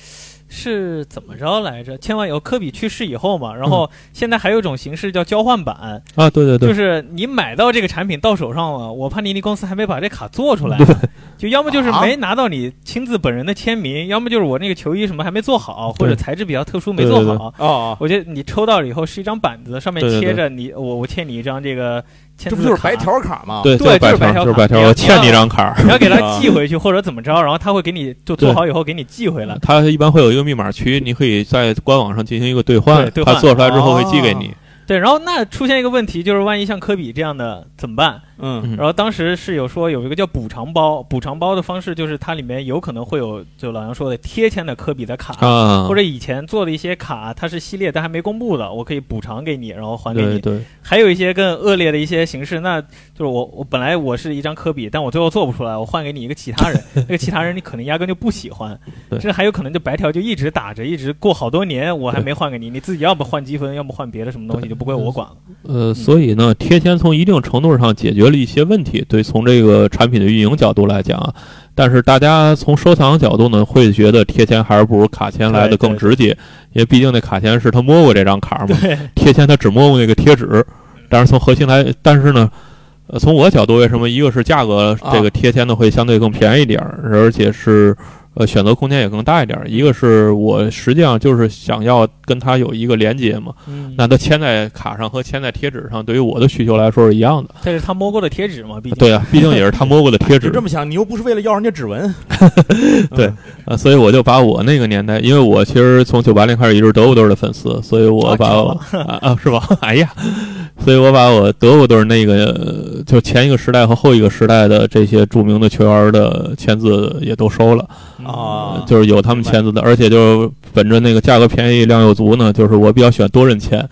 Speaker 3: 是怎么着来着？签完以后，科比去世以后嘛，然后现在还有一种形式叫交换版，
Speaker 2: 啊，对对
Speaker 3: 就
Speaker 2: 对，
Speaker 3: 是你买到这个产品到手上了，我帕尼尼公司还没把这卡做出来呢，就要么就是
Speaker 1: 啊
Speaker 3: 没拿到你亲自本人的签名，要么就是我那个球衣什么还没做好，
Speaker 2: 对
Speaker 3: 或者材质比较特殊没
Speaker 2: 对
Speaker 3: 做好。
Speaker 2: 对
Speaker 1: 哦，
Speaker 3: 我觉得你抽到了以后是一张板子，上面
Speaker 2: 对对对
Speaker 3: 贴着你，我我签你一张这个签
Speaker 1: 这
Speaker 3: 字
Speaker 1: 不就是
Speaker 3: 卡
Speaker 1: 白 条卡吗？
Speaker 2: 对，
Speaker 3: 对
Speaker 2: 就是白
Speaker 3: 就
Speaker 2: 条，就是
Speaker 3: 是白条卡
Speaker 2: 白条，
Speaker 3: 你要
Speaker 2: 我欠你一张卡儿。
Speaker 3: 你要给他寄回去或者怎么着，然后他会给你就做好以后给你寄回来。
Speaker 2: 它一般会有一个密码区，你可以在官网上进行一个兑换
Speaker 3: 对，兑换
Speaker 2: 它做出来之后会寄给你。
Speaker 3: 对，然后那出现一个问题，就是万一像科比这样的怎么办？
Speaker 1: 嗯，
Speaker 2: 嗯
Speaker 3: 然后当时是有说有一个叫补偿包，补偿包的方式就是它里面有可能会有就老杨说的贴签的科比的卡，
Speaker 2: 啊
Speaker 3: 或，者以前做的一些卡，它是系列但还没公布的，我可以补偿给你，然后还给
Speaker 2: 对
Speaker 3: 你。
Speaker 2: 对，
Speaker 3: 还有一些更恶劣的一些形式，那就是我我本来我是一张科比，但我最后做不出来，我换给你一个其 他人，那个其他人你可能压根就不喜欢，
Speaker 2: 对
Speaker 3: 这还有可能就白条就一直打着，一直过好多年我还
Speaker 2: 对
Speaker 3: 没换给你，你自己要么换积分，要么换别的什么东西，就不归我管了。
Speaker 2: 呃，所以呢，贴钱从一定程度上解决了一些问题，对，从这个产品的运营角度来讲啊，但是大家从收藏角度呢，会觉得贴钱还是不如卡钱来的更直接，因为毕竟那卡钱是他摸过这张卡嘛，
Speaker 3: 对，
Speaker 2: 贴钱他只摸过那个贴纸，但是从核心来，但是呢。呃，从我角度，为什么一个是价格，
Speaker 1: 啊
Speaker 2: 这个贴钱的会相对更便宜一点儿，而且是呃选择空间也更大一点儿；一个是我实际上就是想要跟它有一个连接嘛，
Speaker 3: 嗯，
Speaker 2: 那它签在卡上和签在贴纸上，对于我的需求来说是一样的。
Speaker 3: 这是他摸过的贴纸嘛，毕竟
Speaker 2: 对啊，毕竟也是他摸过的贴
Speaker 1: 就
Speaker 2: 纸
Speaker 1: 这，么想，你又不是为了要人家指纹，
Speaker 2: 对
Speaker 1: 嗯
Speaker 2: 呃，所以我就把我那个年代，因为我其实从九八年开始一直是德国队的粉丝，所以我
Speaker 3: 啊
Speaker 2: 把
Speaker 3: 巧
Speaker 2: 我啊啊是吧？ 哎呀，所以我把我德国队那个呃就前一个时代和后一个时代的这些著名的球员的签字也都收了，
Speaker 3: 嗯
Speaker 1: 啊
Speaker 2: 就是有他们
Speaker 1: 明白
Speaker 2: 签字的，而且就本着那个价格便宜量又足呢，就是我比较喜欢多人签。
Speaker 3: 啊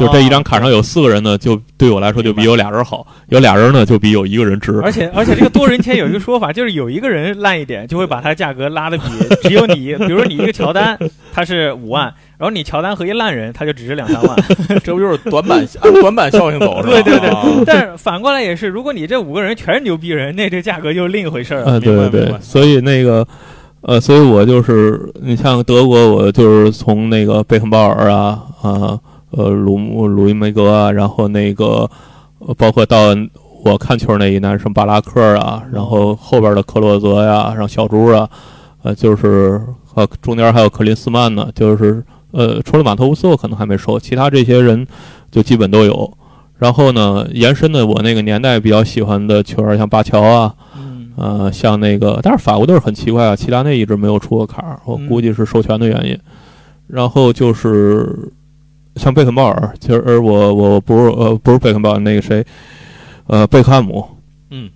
Speaker 2: 就这一
Speaker 3: 哦
Speaker 2: 张卡上有四个人呢，就对我来说就比有俩人好；有俩人呢，就比有一个人值。
Speaker 3: 而且而且这个多人签有一个说法，就是有一个人烂一点，就会把它价格拉的比只有你，比如说你一个乔丹，他是五万，然后你乔丹和一烂人，他就只是两三万。
Speaker 1: 这不就是短 板按短板效应走是吧？啊哦
Speaker 3: 对对对
Speaker 1: 对，
Speaker 3: 但是反过来也是，如果你这五个人全是牛逼人，那这价格就另一回事儿了。
Speaker 2: 啊，对对
Speaker 1: 明白明
Speaker 2: 对
Speaker 1: 白，
Speaker 2: 所以那个，呃，所以我就是，你像德国，我就是从那个贝肯鲍尔啊，啊，呃，鲁姆鲁伊梅格啊，然后那个，呃包括到我看球那一代，什么巴拉克啊，然后后边的克洛泽呀、然后小猪啊，呃，就是呃，中间还有克林斯曼呢，就是呃，除了马特乌斯我可能还没收，其他这些人就基本都有。然后呢，延伸的我那个年代比较喜欢的球员，像巴乔啊，
Speaker 3: 嗯
Speaker 2: 呃，像那个，但是法国队很奇怪啊，齐达内一直没有出过卡儿，我
Speaker 3: 嗯
Speaker 2: 估计是授权的原因。然后就是像贝肯鲍尔，其实呃我我不是呃不是贝肯鲍尔，那个谁，呃贝克汉姆，
Speaker 1: 嗯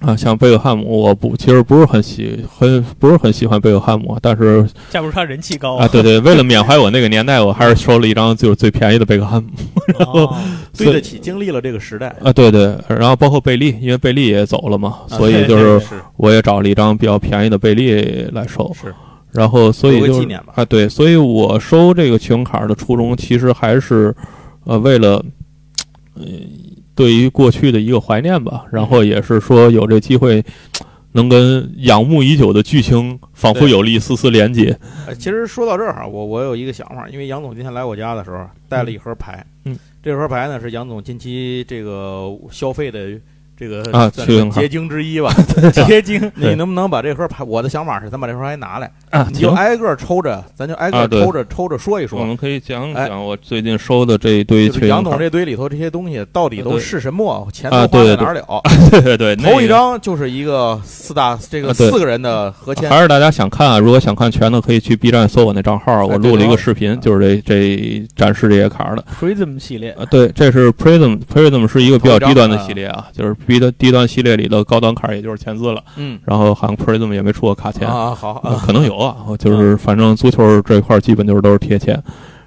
Speaker 2: 啊，像贝克汉姆，我不其实不是很喜很不是很喜欢贝克汉姆，但是
Speaker 3: 架不住他人气高
Speaker 1: 哦
Speaker 2: 啊，对对，为了缅怀我那个年代，我还是收了一张就是最便宜的贝克汉姆
Speaker 3: 哦
Speaker 1: 对得起经历了这个时代，
Speaker 2: 啊，对对，然后包括贝利，因为贝利也走了嘛，所以
Speaker 3: 对
Speaker 2: 就
Speaker 3: 对
Speaker 2: 是
Speaker 1: 啊是
Speaker 2: 我也找了一张比较便宜的贝利来收，
Speaker 1: 是
Speaker 2: 然后所以
Speaker 1: 留个
Speaker 2: 就
Speaker 1: 纪
Speaker 2: 是
Speaker 1: 念吧
Speaker 2: 啊，对，所以我收这个球员卡的初衷其实还是呃为了，呃，对于过去的一个怀念吧，然
Speaker 1: 嗯
Speaker 2: 后也是说有这机会。能跟仰慕已久的巨星仿佛
Speaker 1: 对
Speaker 2: 有了一丝丝连接，
Speaker 1: 呃，其实说到这儿哈，我我有一个想法，因为杨总今天来我家的时候啊带了一盒牌，
Speaker 2: 嗯，
Speaker 1: 这盒牌呢是杨总近期这个消费的这个
Speaker 2: 啊
Speaker 1: 算
Speaker 2: 去
Speaker 1: 是
Speaker 2: 银行
Speaker 1: 结晶之 一吧。
Speaker 3: 结晶
Speaker 1: 你能不能把这盒牌？我的想法是，咱把这盒牌拿来，
Speaker 2: 啊
Speaker 1: 你就挨个抽着，咱就挨
Speaker 2: 啊
Speaker 1: 个
Speaker 2: 对
Speaker 1: 抽着抽着说一
Speaker 2: 我
Speaker 1: 说，
Speaker 2: 们可以讲
Speaker 1: 哎
Speaker 2: 讲我最近收的这一堆
Speaker 1: 就是
Speaker 2: 群
Speaker 1: 杨总
Speaker 2: 卡
Speaker 1: 这堆里头这些东西到底都
Speaker 2: 对
Speaker 1: 是什么，钱都
Speaker 2: 啊
Speaker 1: 花
Speaker 2: 对
Speaker 1: 在
Speaker 2: 对
Speaker 1: 哪儿了？
Speaker 2: 对 对对，那
Speaker 1: 头一
Speaker 2: 个
Speaker 1: 张就是一个四大这个
Speaker 2: 啊对
Speaker 1: 四个人的合签，
Speaker 2: 还是大家想看啊？如果想看全的，可以去 B 站搜我那账号，我录了一个视频，就是这这展示这些卡的。
Speaker 3: Prism 系列
Speaker 2: 呃，对，这是 Prism Prism 是一个比较低端的系列啊，就是低端低端系列里的高端卡，也就是前资了。
Speaker 1: 嗯
Speaker 2: 然后好像 Prism 也没出过卡钳，
Speaker 1: 啊好
Speaker 2: 呃
Speaker 1: 啊
Speaker 2: 可能有啊，我就是反正足球这块儿基本就是都是贴钱。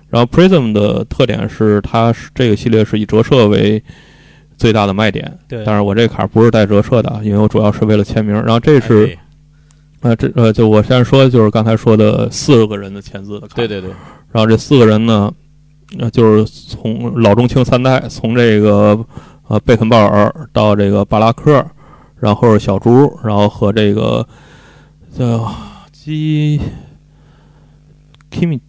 Speaker 2: 然后 Prism 的特点是，它是这个系列是以折射为最大的卖点，
Speaker 3: 对
Speaker 2: 但是我这卡不是带折射的啊，因为我主要是为了签名。然后这是。
Speaker 1: 哎
Speaker 2: 啊，这呃，就我先说，就是刚才说的四个人的签字的卡。
Speaker 1: 对对对，
Speaker 2: 然后这四个人呢，呃，就是从老中青三代，从这个呃贝肯鲍尔到这个巴拉克，然后是小猪，然后和这个叫基 Kimi，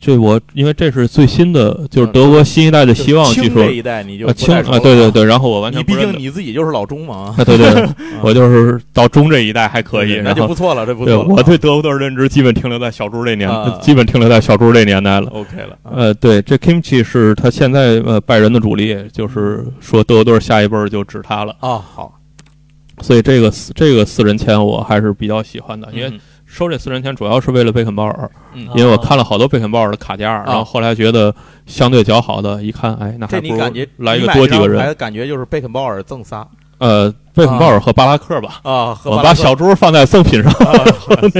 Speaker 2: 这我因为这是最新的，就是德国新一代的希望，
Speaker 1: 就
Speaker 2: 据
Speaker 1: 清
Speaker 2: 说
Speaker 1: 这一代你就
Speaker 2: 啊
Speaker 1: 不
Speaker 2: 青
Speaker 1: 太熟
Speaker 2: 啊，对
Speaker 1: 了
Speaker 2: 对对，然后我完全
Speaker 1: 你
Speaker 2: 不
Speaker 1: 毕
Speaker 2: 认
Speaker 1: 竟
Speaker 2: 得
Speaker 1: 你自己就是老中嘛，
Speaker 2: 啊，对 对，我就是到中这一代还可以，
Speaker 1: 那
Speaker 2: 然后
Speaker 1: 就不错了，这不
Speaker 2: 对，
Speaker 1: 错了，
Speaker 2: 我对德国队的认知基本停留在小猪这年，
Speaker 1: 啊
Speaker 2: 基本停留在小猪这年代了。
Speaker 1: OK 了，啊
Speaker 2: 呃，对，这 Kimchi 是他现在呃拜仁的主力，就是说德国队下一辈儿就指他了。
Speaker 1: 啊好，
Speaker 2: 所以这个四这个四人签我还是比较喜欢的，因为
Speaker 1: 嗯
Speaker 2: 收这四人签主要是为了贝肯鲍尔，
Speaker 1: 嗯
Speaker 2: 因为我
Speaker 3: 啊
Speaker 2: 看了好多贝肯鲍尔的卡夹，然后后来觉得相对较好的，一看，哎，那
Speaker 1: 啊这
Speaker 2: 还不
Speaker 1: 你
Speaker 2: 如
Speaker 1: 感觉
Speaker 2: 来一
Speaker 1: 你
Speaker 2: 个
Speaker 1: 买
Speaker 2: 多
Speaker 1: 这
Speaker 2: 几个
Speaker 1: 张牌
Speaker 2: 人，
Speaker 1: 的感觉就是贝肯鲍尔赠仨
Speaker 2: 呃，贝肯鲍尔和巴拉克吧，
Speaker 1: 啊，和
Speaker 2: 我
Speaker 1: 巴
Speaker 2: 把
Speaker 1: 拉克
Speaker 2: 小猪放在赠 品上。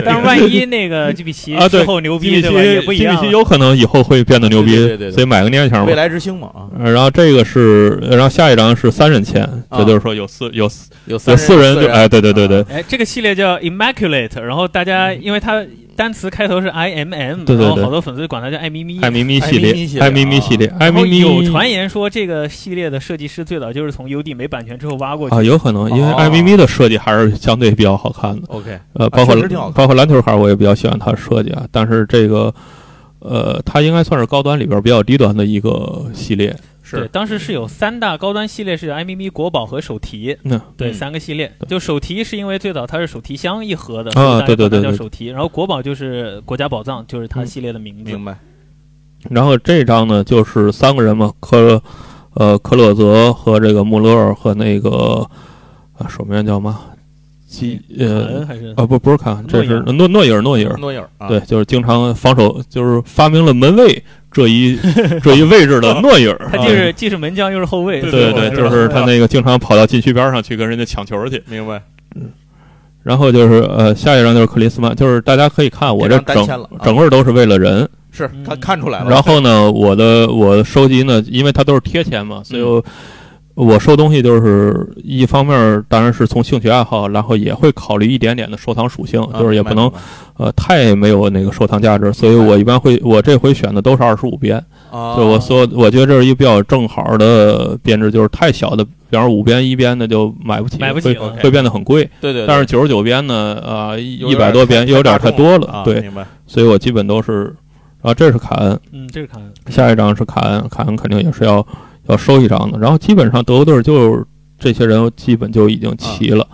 Speaker 3: 但是万一 那个基比奇
Speaker 2: 啊对
Speaker 3: 之后牛
Speaker 2: 基
Speaker 3: 逼
Speaker 2: 米
Speaker 3: 对吧？也
Speaker 2: 希，
Speaker 3: 不一
Speaker 2: 基米
Speaker 3: 样
Speaker 2: 希
Speaker 3: 了。
Speaker 2: 有可能以后会变得牛
Speaker 1: 对
Speaker 2: 逼，
Speaker 1: 对对对对
Speaker 2: 所以买个念想吧
Speaker 1: 未。来之星嘛啊，
Speaker 2: 呃然后这个是，然后下一张是三人签，
Speaker 1: 啊
Speaker 2: 这就是说有四有四
Speaker 1: 有三
Speaker 2: 有
Speaker 1: 四
Speaker 2: 四人就哎，对对对
Speaker 1: 啊
Speaker 2: 对
Speaker 3: 哎，这个系列叫 Immaculate，然后大家因为它单词开头是 I M M，
Speaker 2: 嗯对对对
Speaker 3: 然后好多粉丝管它叫爱咪咪。
Speaker 2: 艾咪咪系
Speaker 1: 艾咪咪系
Speaker 2: 列，
Speaker 1: 列
Speaker 2: 艾咪咪系列，艾
Speaker 3: 啊然后
Speaker 2: 咪咪
Speaker 3: 有传言说，这个系列的设计师最早就是从 UD 没版权之后挖过去。
Speaker 2: 啊，有可能，因为
Speaker 1: 哦
Speaker 2: 艾咪咪的设计还是相对比较好看的，
Speaker 1: OK
Speaker 2: 呃，包括
Speaker 1: 确实挺好看
Speaker 2: 包括篮球卡我也比较喜欢它的设计啊，但是这个。呃，它应该算是高端里边比较低端的一个系列，
Speaker 3: 对，
Speaker 1: 是
Speaker 3: 当时是有三大高端系列，是有 i 咪咪、国宝和手提，
Speaker 2: 嗯
Speaker 3: 对，
Speaker 1: 嗯
Speaker 3: 三个系列
Speaker 2: 对。
Speaker 3: 就手提是因为最早它是手提箱一盒的，
Speaker 2: 啊
Speaker 3: 所以大家
Speaker 2: 对对对
Speaker 3: 管它
Speaker 2: 嗯
Speaker 3: 叫
Speaker 2: 对
Speaker 3: 手提。然后国宝就是国家宝藏，就是它系列的名字。
Speaker 1: 明白
Speaker 2: 然后这张呢，就是三个人嘛，科，呃，科洛泽和这个穆勒尔和那个，啊，守门员叫嘛，基
Speaker 3: 感恩
Speaker 2: 呃，
Speaker 3: 嗯还是
Speaker 2: 啊不不是坎，这是
Speaker 3: 诺
Speaker 2: 诺诺伊尔诺伊尔，
Speaker 1: 诺伊尔啊
Speaker 2: 对，就是经常防守，就是发明了门卫 这一这一位置的诺伊尔，
Speaker 3: 他
Speaker 2: 啊
Speaker 3: 既是既是门将又是后卫，
Speaker 1: 对
Speaker 2: 对
Speaker 3: 吧
Speaker 2: 对，
Speaker 1: 对
Speaker 2: 就
Speaker 1: 对
Speaker 2: 是他那个经常跑到禁区边上去跟人家抢球去。嗯
Speaker 1: 明白
Speaker 2: 然后就是呃，下一张就是克里斯曼，就是大家可以看我
Speaker 1: 这张
Speaker 2: 这
Speaker 1: 单
Speaker 2: 整
Speaker 1: 签了啊哎
Speaker 2: 整个都是为了人，
Speaker 1: 是
Speaker 3: 嗯
Speaker 1: 看看出来了，
Speaker 2: 然后呢，我的我的收集呢，因为它都是贴钱嘛，所以
Speaker 1: 嗯
Speaker 2: 我,、收东西就是一方面当然是从兴趣爱好，然后也会考虑一点点的收藏属性，
Speaker 1: 啊
Speaker 2: 就是也不能
Speaker 1: 明白明
Speaker 2: 呃太没有那个收藏价值，所以我一般会我这回选的都是二十五边，
Speaker 1: 白啊
Speaker 2: 就我所有我觉得这是一个比较正好的编制，就是太小的，比方说五边一边的就买不起，
Speaker 3: 买不起
Speaker 2: 会
Speaker 3: 了
Speaker 2: 会变得很贵，
Speaker 1: 对对，对
Speaker 2: 但是九十九边呢，呃
Speaker 1: 有
Speaker 2: 一
Speaker 1: 点
Speaker 2: 百多边有点
Speaker 1: 大
Speaker 2: 太
Speaker 1: 众
Speaker 2: 多了，
Speaker 1: 啊
Speaker 2: 对，
Speaker 1: 明白
Speaker 2: 所以我基本都是。啊，这是凯恩，
Speaker 3: 嗯，这是卡恩。
Speaker 2: 下一张是凯恩，凯恩肯定也是要要收一张的。然后基本上德国队就这些人基本就已经齐了，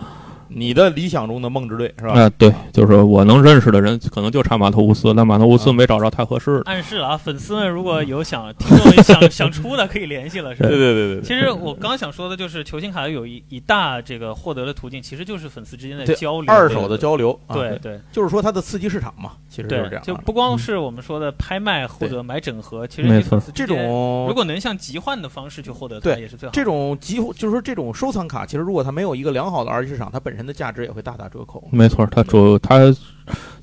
Speaker 1: 你的理想中的梦之队啊是吧？
Speaker 2: 啊，对，就是我能认识的人，可能就差码头乌斯，但码头乌斯
Speaker 3: 啊
Speaker 2: 没找着太合适的。
Speaker 3: 暗示了啊，粉丝们如果有想听众们想 想出的，可以联系了，是吧
Speaker 1: 对？对对对
Speaker 3: 其实我刚想说的就是，球星卡有一一大这个获得的途径，其实就是粉丝之间的
Speaker 1: 对对，
Speaker 3: 交流，
Speaker 1: 二手的交流，啊
Speaker 3: 对，对
Speaker 1: 就是说它的刺激市场嘛，其实就是这
Speaker 3: 对，
Speaker 1: 样
Speaker 3: 就
Speaker 1: 啊。
Speaker 3: 不光是我们说的拍卖或者买整合，其实
Speaker 2: 没
Speaker 3: 你
Speaker 2: 错
Speaker 3: 粉丝之
Speaker 1: 这
Speaker 3: 间如
Speaker 1: 种
Speaker 3: 果能像集换的方式去获得它，
Speaker 1: 对
Speaker 3: 也是最好的。
Speaker 1: 这种集乎就是说这种收藏卡，其实如果它没有一个良好的二级市场，它本身的价值也会大打折扣。
Speaker 2: 没错，它主它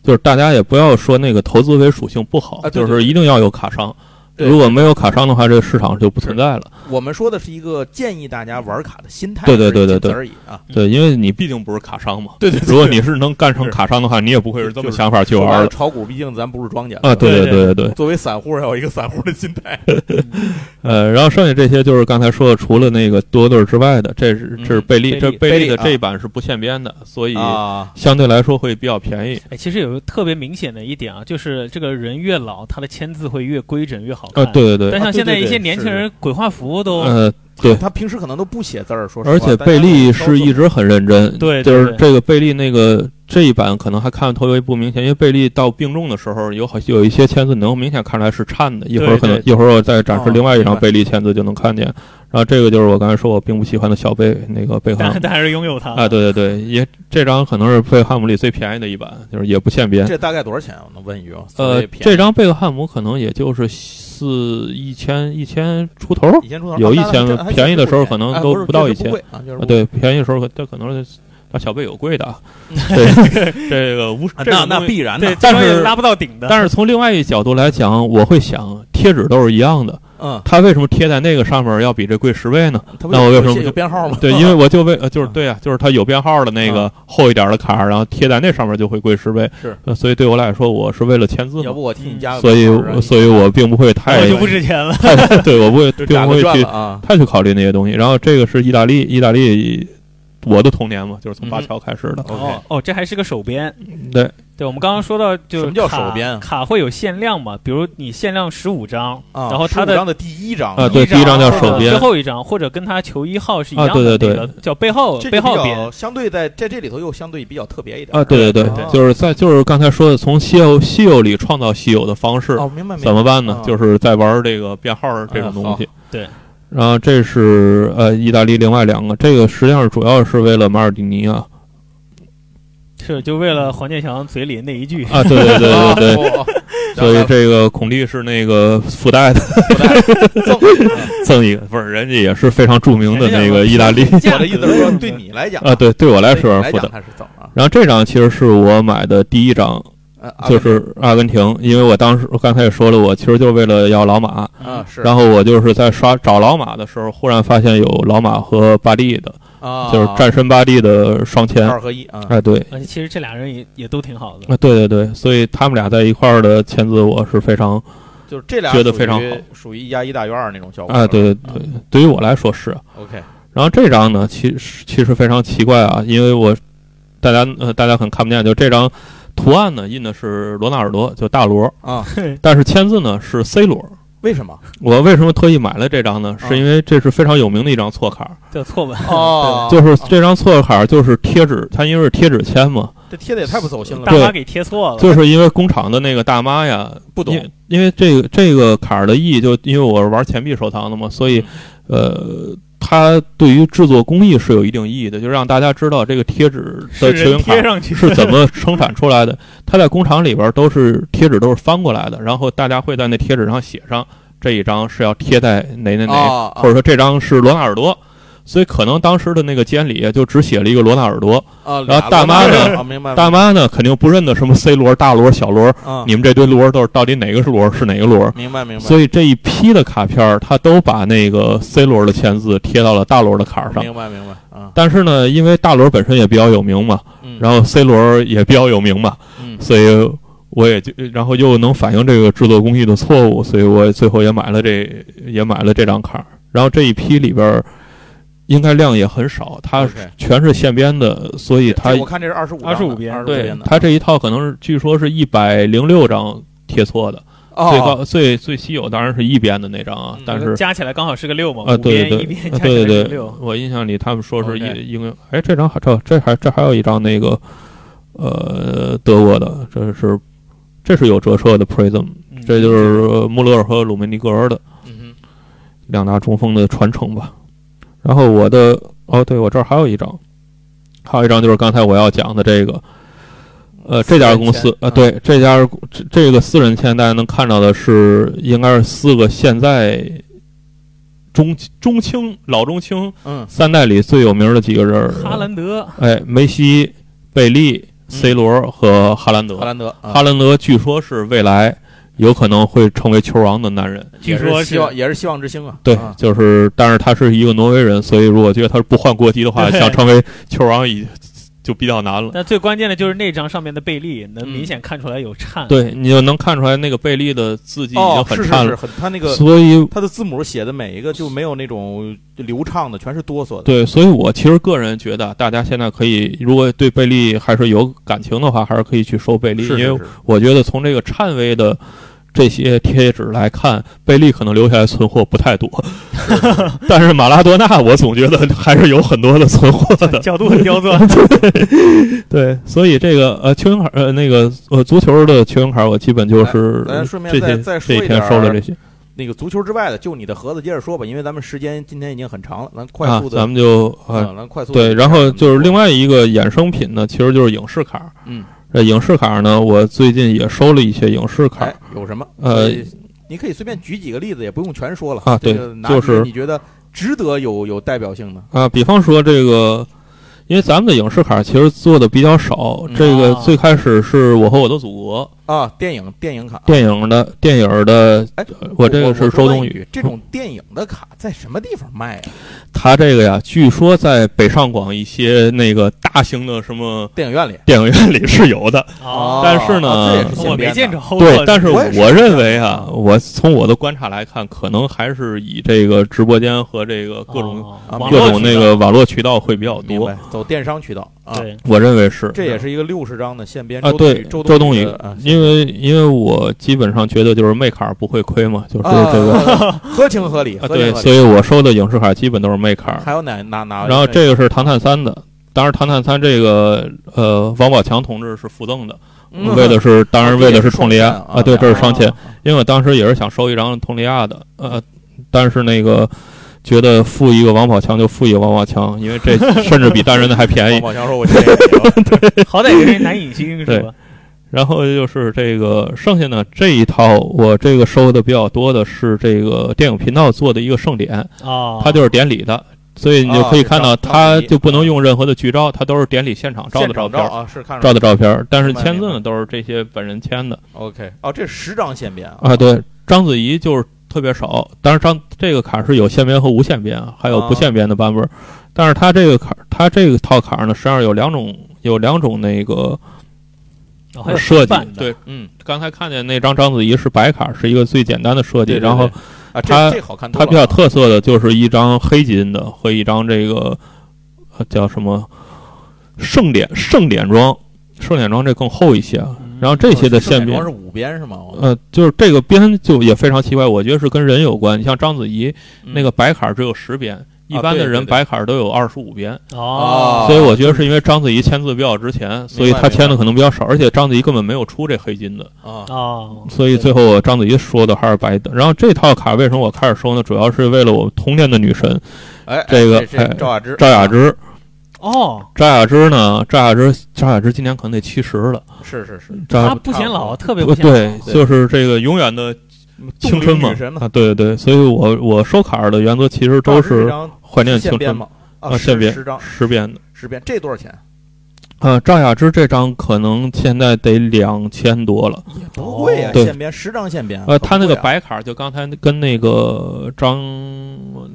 Speaker 2: 就是大家也不要说那个投资为属性不好，
Speaker 1: 啊对对
Speaker 2: 就是一定要有卡商。
Speaker 1: 对
Speaker 2: 如果没有卡商的话，这个市场就不存在了。
Speaker 1: 我们说的是一个建议大家玩卡的心态，
Speaker 2: 对对对对
Speaker 1: 仅
Speaker 2: 对
Speaker 1: 此而已啊。
Speaker 3: 嗯
Speaker 2: 对，因为你毕竟不是卡商嘛。
Speaker 1: 对对对
Speaker 2: 如果你是能干成
Speaker 1: 是
Speaker 2: 卡商的话，你也不会是这么想法去
Speaker 1: 说白
Speaker 2: 玩
Speaker 1: 了
Speaker 2: 的
Speaker 1: 炒股，毕竟咱不是庄家
Speaker 2: 啊。对
Speaker 3: 对
Speaker 2: 对对对。
Speaker 1: 作为散户要有一个散户的心态。
Speaker 3: 嗯
Speaker 2: 呃，然后剩下这些就是刚才说的，除了那个多对儿之外的，这是
Speaker 1: 嗯
Speaker 2: 这是贝利，
Speaker 3: 贝利
Speaker 2: 这是贝利的
Speaker 1: 贝利啊
Speaker 2: 这一版是不限编的，所以
Speaker 1: 啊，
Speaker 2: 相对来说会比较便宜。
Speaker 3: 哎，其实有个特别明显的一点啊，就是这个人越老，他的签字会越规整越好看。
Speaker 2: 呃，。对对对
Speaker 3: 但，像现在
Speaker 1: 啊对对
Speaker 3: 一
Speaker 1: 对
Speaker 3: 些年轻人鬼画符都，
Speaker 2: 呃，对
Speaker 1: 他平时可能都不写字儿，说实话。
Speaker 2: 而且贝利是
Speaker 1: 直
Speaker 2: 一直很认真，
Speaker 3: 对对
Speaker 2: 就是这个贝利那个这一版可能还看得特别不明显，因为贝利到病重的时候有好有一些签字能明显看出来是颤的，一会儿可能
Speaker 3: 对
Speaker 2: 一会儿我再展示
Speaker 1: 哦
Speaker 2: 另外一
Speaker 1: 明
Speaker 2: 张
Speaker 1: 白
Speaker 2: 贝利签字就能看见。然后这个就是我刚才说我并不喜欢的小贝那个贝汉
Speaker 3: 但
Speaker 2: 姆
Speaker 3: 但还是拥有它
Speaker 2: 啊，，对对对，也这张可能是贝克汉姆里最便宜的一版，就是也不限编。
Speaker 1: 这大概多少钱啊？我能问一句吗？
Speaker 2: 哎呃，
Speaker 1: 这
Speaker 2: 这张贝克汉姆可能也就是四一千一千出头，
Speaker 1: 一千出头，
Speaker 2: 有
Speaker 1: 啊
Speaker 2: 一
Speaker 1: 那
Speaker 2: 千
Speaker 1: 这
Speaker 2: 吧
Speaker 1: 还
Speaker 2: 便宜的
Speaker 1: 不
Speaker 2: 时候
Speaker 1: 贵
Speaker 2: 可能
Speaker 1: 哎
Speaker 2: 都
Speaker 1: 是
Speaker 2: 不到
Speaker 1: 这
Speaker 2: 一千
Speaker 1: 贵啊，就是
Speaker 2: 啊，
Speaker 1: 不
Speaker 2: 对，便宜时候它可能是它小贝有贵的啊，对这个无
Speaker 1: 贵，
Speaker 2: 这
Speaker 1: 那
Speaker 2: 个
Speaker 1: 那
Speaker 2: 东西
Speaker 1: 必然的
Speaker 3: 对，，
Speaker 2: 但是
Speaker 3: 这双眼拉不到顶的。
Speaker 2: 但是从另外一角度来讲，我会想贴纸都是一样的，
Speaker 1: 嗯，
Speaker 2: 它为什么贴在那个上面要比这贵十 倍呢？
Speaker 1: 他不
Speaker 2: 那我为什么
Speaker 1: 有
Speaker 2: 不
Speaker 1: 有编号吗？
Speaker 2: 对，因为我就为呃，就是
Speaker 1: 嗯
Speaker 2: 对啊，就是它有编号的那个厚一点的卡，然后贴在那上面就会贵十倍，
Speaker 1: 是
Speaker 2: 呃，所以对我来说，我是为了签字
Speaker 1: 要
Speaker 2: 嘛，
Speaker 1: 不我替你加个
Speaker 2: 所以
Speaker 1: 编号啊
Speaker 2: 所以我并不会太
Speaker 3: 我就不值钱了。
Speaker 2: 太对我不会
Speaker 1: 就
Speaker 2: 并
Speaker 1: 打
Speaker 2: 不
Speaker 1: 个
Speaker 2: 会
Speaker 1: 转
Speaker 2: 去
Speaker 1: 了啊。
Speaker 2: 太去考虑那些东西。然后这个是意大利，意大利我的童年嘛，就是从
Speaker 1: 嗯哼
Speaker 2: 巴乔开始的，
Speaker 1: OK，
Speaker 3: 哦哦，这还是个手编。
Speaker 2: 对。
Speaker 3: 对，我们刚刚说到就是
Speaker 1: 什么叫
Speaker 3: 卡
Speaker 1: 手编啊
Speaker 3: 卡会有限量嘛？比如你限量十五张，
Speaker 1: 啊
Speaker 3: 然后它
Speaker 1: 15
Speaker 3: 的
Speaker 1: 章的第一章
Speaker 2: 啊对第一张叫手编
Speaker 3: 最后一张或者跟它球衣号是一样的，
Speaker 2: 啊对对对
Speaker 3: 那个叫背后
Speaker 1: 这个
Speaker 3: 背
Speaker 1: 比
Speaker 3: 后
Speaker 1: 较
Speaker 3: 编。
Speaker 1: 相对在在这里头又相对比较特别一点
Speaker 2: 啊，对对
Speaker 1: 啊
Speaker 2: 对，就是在就是刚才说的，从稀有稀有里创造稀有的方式，
Speaker 1: 哦，明白明白。
Speaker 2: 怎么办呢
Speaker 1: 啊？
Speaker 2: 就是在玩这个编号这种东西。
Speaker 3: 对。
Speaker 2: 然后这是呃意大利另外两个，这个实际上主要是为了马尔蒂尼啊
Speaker 3: 是就为
Speaker 1: 嗯
Speaker 3: 了黄健翔嘴里那一句，
Speaker 2: 啊，对对对对对，
Speaker 1: 哦
Speaker 2: 所以这个孔蒂是那个附带的
Speaker 1: 赠
Speaker 2: 赠一个，不是人家也是非常著名的那个意大利
Speaker 1: 我的意思是说，对你来讲
Speaker 2: 啊，对，对我来
Speaker 1: 对你
Speaker 2: 说
Speaker 1: 来
Speaker 2: 是附
Speaker 1: 讲它
Speaker 2: 带。
Speaker 1: 是赠啊，
Speaker 2: 然后这张其实是我买的第一张，
Speaker 1: 呃啊
Speaker 2: 就是阿根廷，因为我当时我刚才也说了，我其实就是为了要老马，
Speaker 1: 啊是，
Speaker 2: 然后我就是在刷找老马的时候，忽然发现有老马和巴蒂的，
Speaker 1: 啊
Speaker 2: 就是战神巴蒂的双签。
Speaker 1: 二合一啊，
Speaker 2: 哎，对，
Speaker 3: 而且呃其实这俩人也也都挺好的。
Speaker 2: 啊，对对对，所以他们俩在一块儿的签字，我是非常
Speaker 1: 就是这俩
Speaker 2: 觉得
Speaker 1: 属于
Speaker 2: 非常好，
Speaker 1: 属于一加一大于二那种效果啊
Speaker 2: 啊，对对对，对于我来说是。
Speaker 1: ，OK，
Speaker 2: 然后这张呢，其实其实非常奇怪啊，因为我大家呃大家可能看不见，就这张图案呢印的是罗纳尔多，就大罗，
Speaker 1: 啊，
Speaker 2: 但是签字呢是 C 罗。
Speaker 1: 为什么？
Speaker 2: 我为什么特意买了这张呢？
Speaker 1: 啊
Speaker 2: 是因为这是非常有名的一张错卡儿，
Speaker 3: 叫错吧？
Speaker 1: 哦，
Speaker 2: 就是这张错卡儿就是贴纸，它因为是贴纸签嘛，
Speaker 1: 这贴的也太不走心了
Speaker 3: 大
Speaker 1: 吧，
Speaker 3: 妈给贴错
Speaker 1: 嗯
Speaker 3: 了。
Speaker 2: 就是因为工厂的那个大妈呀，
Speaker 1: 不懂
Speaker 2: 因，因为这个这个卡儿的意义，就因为我是玩钱币收藏的嘛，所以
Speaker 1: 啊
Speaker 3: 嗯
Speaker 2: 呃，它对于制作工艺是有一定意义的，就让大家知道这个贴纸
Speaker 3: 是
Speaker 2: 的球
Speaker 3: 人
Speaker 2: 员卡
Speaker 3: 贴上去
Speaker 2: 是怎么生产出来的。它在工厂里边都是贴纸都是翻过来的，然后大家会在那贴纸上写上这一张是要贴在哪哪哪
Speaker 3: 哦
Speaker 1: 啊啊
Speaker 2: 或者说这张是罗纳尔多，所以可能当时的那个监理啊就只写了一个罗纳尔多。
Speaker 3: 嗯
Speaker 1: 啊，
Speaker 2: 然后大妈
Speaker 1: 呢？
Speaker 2: 呢
Speaker 1: 啊明白了，
Speaker 2: 大妈呢肯定不认得什么 C 罗、大罗、小罗，
Speaker 1: 啊，
Speaker 3: 嗯
Speaker 2: 你们这堆罗都是到底哪个是罗是哪个罗？
Speaker 1: 明白明白，
Speaker 2: 所以这一批的卡片儿，它都把那个 C 罗的签字贴到了大罗的卡上。
Speaker 1: 明白明白啊，
Speaker 2: 但是呢，因为大罗本身也比较有名嘛，
Speaker 1: 嗯，
Speaker 2: 然后 C 罗也比较有名嘛，
Speaker 1: 嗯
Speaker 2: 所以我也就然后又能反映这个制作工艺的错误，所以我最后也买了这也买了这张卡。然后这一批里边儿应该量也很少，它
Speaker 1: OK
Speaker 2: 全是现编的，所以
Speaker 1: 这
Speaker 2: 它
Speaker 1: 嗯这我看这是二十五，
Speaker 3: 25边
Speaker 1: 二十五
Speaker 2: 对
Speaker 1: 边的，
Speaker 2: 它这一套可能是据说是一百零六张贴错的，
Speaker 1: 哦
Speaker 2: 最高最最稀有当然是一边的那张啊
Speaker 1: 嗯，
Speaker 2: 但是
Speaker 3: 加起来刚好是个六嘛，
Speaker 2: 啊，
Speaker 3: 哦五
Speaker 2: 对
Speaker 3: 边
Speaker 2: 对
Speaker 3: 一
Speaker 2: 对
Speaker 3: 边，
Speaker 2: 啊
Speaker 3: 加起
Speaker 2: 对
Speaker 3: 来是
Speaker 2: 对
Speaker 3: 个
Speaker 2: 对
Speaker 3: 六，，哦
Speaker 2: 我印象里他们说是
Speaker 1: OK
Speaker 2: 一英，哎，这张还这这还这还有一张那个，呃，德国的，这是这是有折射的 Prism，
Speaker 3: 嗯
Speaker 2: 这就是呃穆勒尔和鲁梅尼格尔的
Speaker 1: 嗯
Speaker 2: 两大中锋的传承吧。然后我的哦，对我这儿还有一张，还有一张就是刚才我要讲的这个，呃，这家公
Speaker 1: 私人
Speaker 2: 司
Speaker 1: 签
Speaker 2: 呃，
Speaker 1: 啊
Speaker 2: 对这家这这个私人签，大家能看到的是应该是四个现在中中青老中青
Speaker 1: 嗯
Speaker 2: 三代里最有名的几个人儿，
Speaker 3: 哈兰德
Speaker 2: 哎，梅西、贝利、C 罗和哈兰德。
Speaker 1: 嗯嗯，哈兰德，啊
Speaker 2: 哈兰德据说是未来有可能会成为球王的男人。
Speaker 1: 也
Speaker 3: 据说
Speaker 1: 希
Speaker 3: 是
Speaker 1: 望也是希望之星啊，
Speaker 2: 对
Speaker 1: 啊，
Speaker 2: 就是，但是他是一个挪威人，所以如果觉得他不换国籍的话，
Speaker 3: 对
Speaker 2: 想成为球王已就比较难了。
Speaker 3: 但最关键的就是那张上面的贝利，能
Speaker 1: 嗯
Speaker 3: 明显看出来有颤。
Speaker 2: 对，你就能看出来那个贝利的字迹已经
Speaker 1: 哦，
Speaker 2: 很
Speaker 1: 是是
Speaker 2: 差
Speaker 1: 是，
Speaker 2: 了，
Speaker 1: 很他那个
Speaker 2: 所以
Speaker 1: 他的字母写的每一个就没有那种流畅的，全是哆嗦的。
Speaker 2: 对，所以我其实个人觉得，大家现在可以，如果对贝利还是有感情的话，还是可以去收贝利，
Speaker 1: 是
Speaker 2: 因为
Speaker 1: 是是，
Speaker 2: 我觉得从这个颤威的这些贴纸来看，贝利可能留下来存货不太多， 但是马拉多纳，我总觉得还是有很多的存货的。
Speaker 3: 角度很刁钻，
Speaker 2: 对，所以这个呃球员卡呃那个呃足球的球员卡，我基本就是
Speaker 1: 来来顺便
Speaker 2: 这
Speaker 1: 再
Speaker 2: 些
Speaker 1: 再
Speaker 2: 这
Speaker 1: 说
Speaker 2: 一
Speaker 1: 一
Speaker 2: 天
Speaker 1: 点儿
Speaker 2: 收了这些
Speaker 1: 那个足球之外的，就你的盒子接着说吧，因为咱们时间今天已经很长了，咱快
Speaker 2: 啊
Speaker 1: 速，的，
Speaker 2: 咱们就呃
Speaker 1: 嗯，咱快速地
Speaker 2: 对，然后就是另
Speaker 1: 外，
Speaker 2: 外一个衍生品呢，其实就是影视卡。
Speaker 1: 嗯，
Speaker 2: 这影视卡呢，我最近也收了一些影视卡
Speaker 1: 哎。，有什么？
Speaker 2: 呃，
Speaker 1: 你可以随便举几个例子，也不用全说了
Speaker 2: 啊
Speaker 1: 这
Speaker 2: 对
Speaker 1: 个拿
Speaker 2: 就
Speaker 1: 几个
Speaker 2: 是
Speaker 1: 你觉得值得有有代表性的，
Speaker 2: 啊，比方说这个，因为咱们的影视卡其实做的比较少。
Speaker 1: 嗯
Speaker 2: 这个
Speaker 3: 啊
Speaker 2: 最开始是我和我的祖国
Speaker 1: 啊，电影电影卡。
Speaker 2: 电影的电影的，
Speaker 1: 哎，
Speaker 2: 我这个是周
Speaker 1: 冬
Speaker 2: 冬
Speaker 1: 雨
Speaker 2: 雨。
Speaker 1: 这种电影的卡在什么地方卖啊？
Speaker 2: 它这个呀，据说在北上广一些那个大型的什么
Speaker 1: 电影院里。
Speaker 2: 电影院里是 有的。
Speaker 3: 哦
Speaker 2: 但是呢
Speaker 1: 啊这也是
Speaker 3: 我
Speaker 1: 现编
Speaker 3: 没
Speaker 1: 的
Speaker 3: 见着过。
Speaker 2: 对，但是
Speaker 1: 我也是
Speaker 2: 我认为啊，我从我的观察来看，可能还是以这个直播间和这个各种、
Speaker 3: 哦
Speaker 1: 啊
Speaker 3: 网
Speaker 2: 各
Speaker 3: 络
Speaker 2: 种
Speaker 3: 渠
Speaker 2: 那
Speaker 3: 道
Speaker 2: 个网络渠道会比较
Speaker 1: 明
Speaker 2: 多
Speaker 1: 白。，走电商渠道啊，
Speaker 3: 对
Speaker 2: 我认为是，
Speaker 1: 这也是一个六十张的现编
Speaker 2: 啊，
Speaker 1: 周冬
Speaker 2: 对
Speaker 1: 雨，周
Speaker 2: 周冬
Speaker 1: 雨
Speaker 2: 雨
Speaker 1: 的啊，，
Speaker 2: 因为因为我基本上觉得就是妹卡不会亏嘛，就是这个
Speaker 1: 啊合情合理，
Speaker 2: 啊，
Speaker 1: 合
Speaker 2: 对
Speaker 1: 情，合
Speaker 2: 所
Speaker 1: 理。
Speaker 2: 以我收的影视卡基本都是妹卡。
Speaker 1: 还有哪哪哪？
Speaker 2: 然后这个是唐探三的，当然唐探三这个呃王宝强同志是附赠的，
Speaker 1: 嗯
Speaker 2: 为的是当然为的是佟丽娅
Speaker 1: 啊
Speaker 2: 啊，对，这是
Speaker 3: 双
Speaker 2: 商
Speaker 3: 签
Speaker 2: 签，因为我当时也是想收一张佟丽娅的，呃，但是那个觉得付一个王宝强就付一个王宝强，因为 这甚至比单人的还便
Speaker 1: 哦王
Speaker 2: 宜。
Speaker 1: 宝强说：“我这个也有
Speaker 3: 好歹也是男影星是
Speaker 2: 对
Speaker 3: 吧？
Speaker 2: 然后就是这个剩下呢这一套，我这个收的比较多的是这个电影频道做的一个盛典，
Speaker 1: 哦
Speaker 3: 啊，
Speaker 2: 它就是典礼的。所以你就可以看
Speaker 1: 啊
Speaker 2: 到，
Speaker 1: 这张
Speaker 2: 它就不能用任何的剧照，它都是典礼现场 照
Speaker 1: 现
Speaker 2: 的
Speaker 1: 场
Speaker 2: 照
Speaker 1: 照
Speaker 2: 片儿，
Speaker 1: 啊，是看着
Speaker 2: 照的照片儿。但是
Speaker 1: 明白
Speaker 2: 签字
Speaker 1: 明白
Speaker 2: 呢，都是这些本人签的。
Speaker 1: OK 哦，这是十张现编啊
Speaker 2: 啊，对，章子怡就是特别少。当然章这个卡是有限编和无限编，还有
Speaker 1: 啊
Speaker 2: 不限编的版本。但是它这个卡，它这个套卡呢，实际上有两种，有两种那个
Speaker 3: 哦还有
Speaker 2: 设计
Speaker 3: 分版。的
Speaker 2: 对，
Speaker 1: 嗯
Speaker 2: 刚才看见那张章子怡是白卡，是一个最简单的设计。
Speaker 1: 对对
Speaker 2: 然后
Speaker 1: 对啊，这
Speaker 2: 它
Speaker 1: 这好看多
Speaker 2: 它
Speaker 1: 了。啊
Speaker 2: 比较特色的就是一张黑金的和一张这个、呃叫什么盛典盛典装，盛典装这更厚一些啊。然后这些的
Speaker 1: 现
Speaker 2: 线
Speaker 1: 编
Speaker 2: 边
Speaker 1: 是五编是吗？我
Speaker 2: 呃，就是这个边就也非常奇怪，我觉得是跟人有关。你像章子怡
Speaker 1: 嗯
Speaker 2: 那个白卡只有十边，一
Speaker 1: 啊
Speaker 2: 般
Speaker 1: 对
Speaker 2: 的
Speaker 1: 对
Speaker 2: 人
Speaker 1: 对
Speaker 2: 白卡都有二十五边，
Speaker 1: 啊
Speaker 3: 哦，
Speaker 2: 所以我觉得是因为章子怡签字比较值钱，所
Speaker 1: 明
Speaker 2: 以
Speaker 1: 白
Speaker 2: 她签的可能比较少，而且章子怡根本没有出这黑金的，
Speaker 1: 啊，
Speaker 3: 哦，
Speaker 2: 所以最后我章子怡说的还是白的。然后这套卡为什么我开始收呢？主要是为了我童年的女神
Speaker 1: 哎，哎
Speaker 2: 这个
Speaker 1: 这
Speaker 2: 哎
Speaker 1: 赵雅芝，啊
Speaker 2: 赵雅芝。
Speaker 3: 哦，
Speaker 2: 赵雅芝呢？赵雅芝，赵雅芝今年可能得七十了。
Speaker 1: 啊是是是，
Speaker 2: 赵
Speaker 3: 他
Speaker 2: 雅
Speaker 3: 不显老，特别
Speaker 2: 不
Speaker 3: 不显老。
Speaker 2: 呃对，就是这个永远的青
Speaker 1: 动
Speaker 2: 春嘛
Speaker 1: 力女神，嘛，
Speaker 2: 啊，对对，所以我我收卡儿的原则其实
Speaker 1: 赵雅
Speaker 2: 都
Speaker 1: 芝这
Speaker 2: 是
Speaker 1: 张
Speaker 2: 怀念
Speaker 1: 现
Speaker 2: 青
Speaker 1: 编
Speaker 2: 春
Speaker 1: 吗？
Speaker 2: 啊，
Speaker 1: 啊，
Speaker 2: 现编
Speaker 1: 十张嗯
Speaker 2: 十编的。
Speaker 1: 十编，这多少钱？
Speaker 2: 啊，赵雅芝这张可能现在得两千多了。
Speaker 1: 也不贵啊，
Speaker 2: 对
Speaker 1: 现编十张现编。很
Speaker 2: 呃，他那
Speaker 1: 贵
Speaker 2: 个
Speaker 1: 啊
Speaker 2: 白卡儿就刚才跟那个张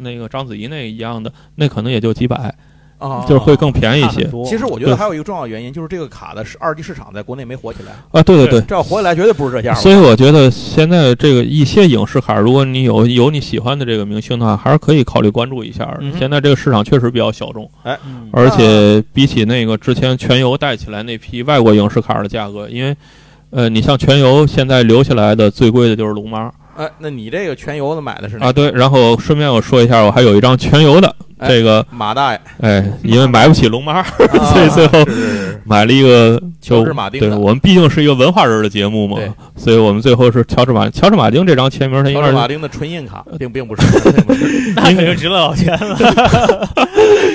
Speaker 2: 那个章子怡那个一样的，那可能也就几百，
Speaker 1: 啊，
Speaker 2: 就是会更便宜一
Speaker 3: 差很
Speaker 2: 些。
Speaker 3: 多
Speaker 1: 其实我觉得
Speaker 2: 对
Speaker 1: 还有一个重要原因，就是这个卡的市二级市场在国内没火起来。
Speaker 2: 啊，对
Speaker 3: 对
Speaker 2: 对
Speaker 1: 这要火起来，绝对不是这
Speaker 2: 对，
Speaker 1: 样了。
Speaker 2: 所以我觉得现在这个一些影视卡儿，如果你有有你喜欢的这个明星的话，还是可以考虑关注一下儿。
Speaker 1: 嗯哼
Speaker 2: 现在这个市场确实比较小众。
Speaker 3: 嗯
Speaker 2: 而且比起那个之前全游带起来那批外国影视卡的价格，因为呃，你像全游现在留下来的最贵的就是龙妈
Speaker 1: 哎，那你这个全游的买的是哪
Speaker 2: 啊，对。然后顺便我说一下，我还有一张全游的
Speaker 1: 哎
Speaker 2: 这个，
Speaker 1: 马大 爷，
Speaker 2: 哎，因为买不起 龙妈，所以最后
Speaker 1: 是是是
Speaker 2: 买了一个
Speaker 1: 啊乔
Speaker 2: 就
Speaker 1: 治马丁
Speaker 2: 对
Speaker 1: 的，
Speaker 2: 我们毕竟是一个文化人的节目嘛
Speaker 1: 对，
Speaker 2: 所以我们最后是乔治马乔治马丁这张签名，它应
Speaker 1: 乔
Speaker 2: 该
Speaker 1: 治
Speaker 2: 是
Speaker 1: 马丁的纯印卡，并并不是，并不是，
Speaker 3: 那可就值了老钱了。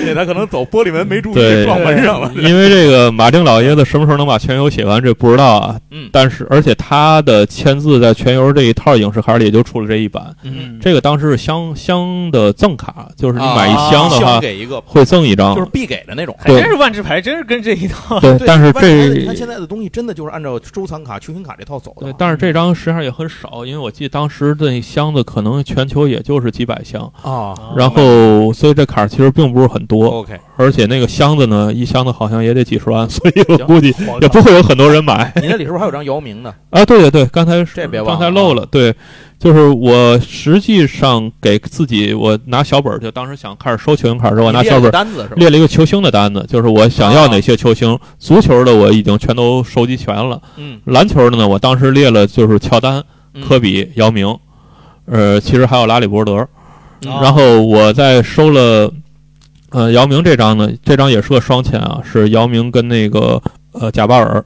Speaker 1: 对他可能走玻璃门没注
Speaker 2: 对
Speaker 1: 意撞门上了。啊
Speaker 2: 因为这个马丁老爷子什么时候能把全游写完，这不知道啊。
Speaker 1: 嗯
Speaker 2: 但是而且他的签字在全游这一套影视卡里也就出了这一版。
Speaker 1: 嗯
Speaker 2: 这个当时是箱箱的赠卡，就是你买一箱的话、
Speaker 1: 啊给一个，
Speaker 2: 会赠一张。
Speaker 1: 就是必给的那种。
Speaker 3: 还真是万智牌，真是跟这一套。
Speaker 2: 对，但是
Speaker 1: 你看现
Speaker 2: 这。
Speaker 1: 在的东西真的就是按照收藏卡、球星卡这套走的
Speaker 2: 对
Speaker 1: 啊。，
Speaker 2: 但是这张实际上也很少，因为我记得当时那箱子可能全球也就是几百箱，
Speaker 1: 啊
Speaker 2: 然
Speaker 3: 哦
Speaker 2: 后所以这卡其实并不是很多，
Speaker 1: ，OK，
Speaker 2: 而且那个箱子呢，一箱子好像也得几十万， 所以我
Speaker 1: 行
Speaker 2: 估计
Speaker 1: 我
Speaker 2: 也
Speaker 1: 靠
Speaker 2: 不会有很多人买。
Speaker 1: 你那里是不是还有张姚明呢？
Speaker 2: 啊，对对对，刚才是
Speaker 1: 这别忘了
Speaker 2: 刚才漏了，对，就是我实际上给自己，我拿小本儿，就当时想开始收球星卡的时候，我拿
Speaker 1: 你列
Speaker 2: 小本
Speaker 1: 了
Speaker 2: 儿
Speaker 1: 单子是吧？啊
Speaker 2: 列了一个球星的单子，就是我想要哪些球星，足球的我已经全都收集全了，
Speaker 1: 嗯，
Speaker 2: 篮球的呢，我当时列了就是乔丹、
Speaker 1: 嗯
Speaker 2: 科比、姚明，呃，其实还有拉里伯德，
Speaker 1: 嗯
Speaker 2: 然后我在收了，呃，姚明这张呢，这张也是个双签啊，是姚明跟那个呃贾巴尔，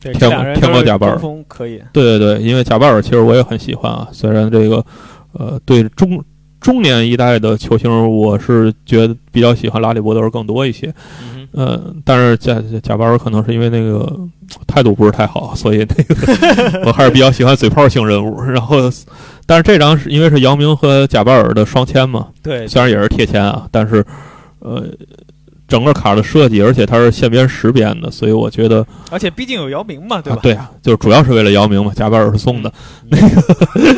Speaker 3: 对
Speaker 2: 天
Speaker 3: 这俩人
Speaker 2: 天
Speaker 3: 都
Speaker 2: 猫
Speaker 3: 是
Speaker 2: 贾巴尔
Speaker 3: 中锋可以，
Speaker 2: 对对对，因为贾巴尔其实我也很喜欢啊，虽然这个，呃，对中中年一代的球星，我是觉得比较喜欢拉里伯德更多一些，
Speaker 1: 嗯
Speaker 2: 呃，但是贾贾巴尔可能是因为那个态度不是太好， 所以那个 我还是比较喜欢嘴炮型人物。 然后，但是这张是因为是姚明和贾巴尔的双签嘛，
Speaker 3: 对，
Speaker 2: 虽然也是贴签啊，但是呃，整个卡的设计，而且它是现编实编的，所以我觉得
Speaker 3: 而且毕竟有姚明嘛，对
Speaker 2: 啊
Speaker 3: 吧？嗯
Speaker 2: 对啊，就是主要是为了姚明嘛，贾巴尔是送的， 那个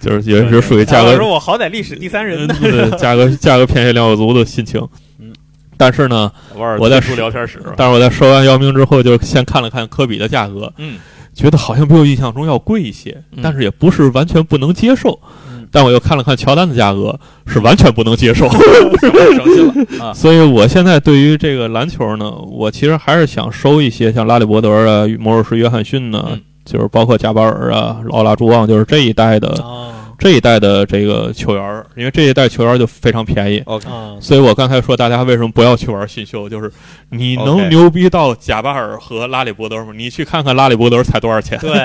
Speaker 2: 就是也是属于价
Speaker 3: 贾巴尔
Speaker 2: 格嗯
Speaker 3: 说我好歹历史第三人呢。
Speaker 2: 对价格价格便宜两手足的心情
Speaker 3: 嗯。
Speaker 2: 但是呢，
Speaker 1: 嗯
Speaker 2: 我在
Speaker 1: 出
Speaker 2: 说
Speaker 1: 聊天室，
Speaker 2: 但是我在说完姚明之后，就先看了看科比的价格，
Speaker 1: 嗯，
Speaker 2: 觉得好像比我印象中要贵一些，
Speaker 1: 嗯
Speaker 2: 但是也不是完全不能接受。
Speaker 3: 嗯
Speaker 2: 但我又看了看乔丹的价格，是完全不能接 受。
Speaker 1: 省心了啊。
Speaker 2: 所以我现在对于这个篮球呢，我其实还是想收一些像拉里伯德啊、摩尔什、约翰逊呢，
Speaker 1: 嗯
Speaker 2: 就是包括贾巴尔啊、奥拉朱旺，就是这一代的、
Speaker 3: 啊
Speaker 2: 这一代的这个球员儿，因为这一代球员儿就非常便宜。
Speaker 1: OK，
Speaker 3: 啊，
Speaker 2: 所以我刚才说大家为什么不要去玩新秀，就是你
Speaker 1: OK
Speaker 2: 能牛逼到贾巴尔和拉里伯德吗？你去看看拉里伯德才多少钱？
Speaker 3: 对，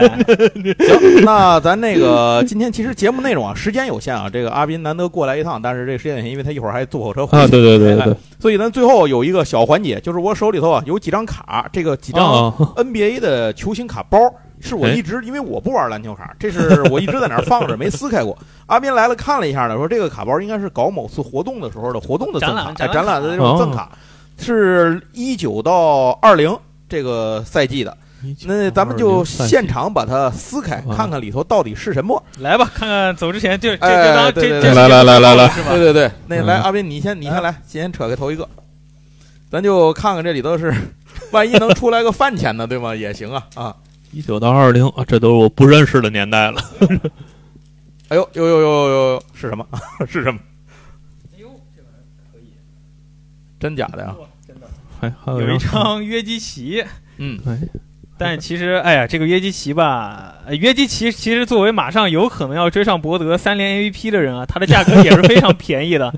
Speaker 1: 行，那咱那个今天其实节目内容啊，时间有限啊，这个阿斌难得过来一趟，但是这个时间有限，因为他一会儿还坐火车回去
Speaker 2: 啊，对对对
Speaker 1: 哎
Speaker 2: 对，
Speaker 1: 所以咱最后有一个小环节，就是我手里头啊有几张卡，这个几张
Speaker 2: 啊，啊
Speaker 1: NBA 的球星卡包。是我
Speaker 2: 哎
Speaker 1: 一直因为我不玩篮球卡，这是我一直在那儿放着没撕开过。阿斌来了看了一下呢，说这个卡包应该是搞某次活动的时候的活动的赠
Speaker 3: 展览
Speaker 1: 卡，哎
Speaker 3: 展览
Speaker 1: 展览的那种赠卡，是一九到二零这个赛季的。那咱们就现场把它撕开，
Speaker 2: 啊
Speaker 1: 看看里头到底是什么。
Speaker 3: 来吧，看看走之前就这
Speaker 1: 哎
Speaker 3: 就当
Speaker 1: 对对
Speaker 3: 这
Speaker 1: 对
Speaker 3: 这
Speaker 2: 来来来来来
Speaker 3: 是吧
Speaker 1: 对？对对，那
Speaker 2: 嗯
Speaker 1: 来阿斌，你先你先来，先扯开头一个，咱就看看这里头是，万一能出来个饭钱呢，对吗？也行啊啊！
Speaker 2: 一九到二零啊，这都是我不认识的年代了。
Speaker 1: 哎呦呦呦呦呦呦，是什么？ 啊是什么？真假的呀？
Speaker 2: 还还
Speaker 3: 有一
Speaker 2: 张
Speaker 3: 张约基奇，
Speaker 1: 嗯
Speaker 2: 哎，
Speaker 3: 但其实，哎呀，这个约基奇吧，呃约基奇其实作为马上有可能要追上博德三连 MVP 的人啊，他的价格也是非常便宜 的，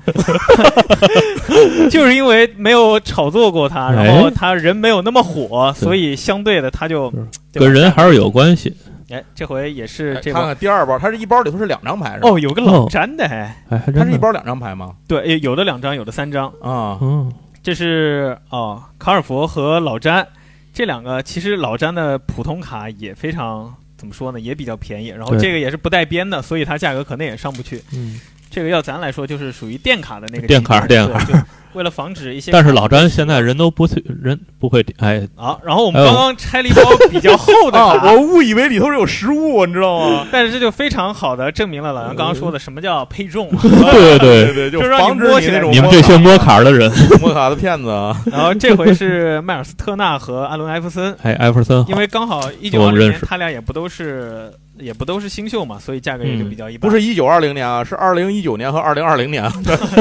Speaker 3: 就是因为没有炒作过他，
Speaker 2: 哎
Speaker 3: 然后他人没有那么火，所以相对的他就对吧
Speaker 2: 跟人还是有关系。
Speaker 3: 哎，这回也是
Speaker 1: 哎
Speaker 3: 这
Speaker 1: 看
Speaker 3: 个
Speaker 1: 看第二包，它是一包里头是两张牌是吧？
Speaker 3: 哦，有个老詹的，哎，
Speaker 2: 哎，还
Speaker 1: 它
Speaker 2: 真
Speaker 1: 是
Speaker 2: 的
Speaker 1: 一包两张牌吗？
Speaker 3: 对，有的两张，有的三张，
Speaker 1: 啊，
Speaker 2: 嗯，
Speaker 3: 这是哦，卡尔佛和老詹这两个，其实老詹的普通卡也非常怎么说呢，也比较便宜。然后
Speaker 2: 对
Speaker 3: 这个也是不带边的，所以它价格可能也上不去。
Speaker 2: 嗯，
Speaker 3: 这个要咱来说，就是属于电卡的那个
Speaker 2: 电卡
Speaker 3: 级别
Speaker 2: 电卡。
Speaker 3: 对就为了防止一 些，
Speaker 2: 但是老詹现在人都不去，人不会哎，
Speaker 3: 啊，然后我们
Speaker 2: 哎呦
Speaker 3: 刚刚拆了一包比较厚的卡，啊
Speaker 1: 啊，我误以为里头是有实物，啊你知道吗？
Speaker 3: 但是这就非常好的证明了老杨刚刚说的什么叫配重。 啊
Speaker 1: 对
Speaker 2: 对对
Speaker 1: 对，就
Speaker 3: 就是让你
Speaker 1: 防止
Speaker 3: 摸
Speaker 1: 你
Speaker 3: 起来
Speaker 1: 那种
Speaker 2: 你们这些 摸卡的人，
Speaker 1: 摸卡的骗子啊！
Speaker 3: 然后这回是迈尔斯特纳和艾伦艾弗森，
Speaker 2: 哎，艾弗森好，
Speaker 3: 因为刚好一九
Speaker 2: 我
Speaker 3: 二
Speaker 2: 们
Speaker 3: 零
Speaker 2: 认
Speaker 3: 年
Speaker 2: 识
Speaker 3: 他俩也不都是也不都是新秀嘛，所以价格也就比较一般。
Speaker 1: 不是一 九二零年啊，是二零一九年和二零二零年啊。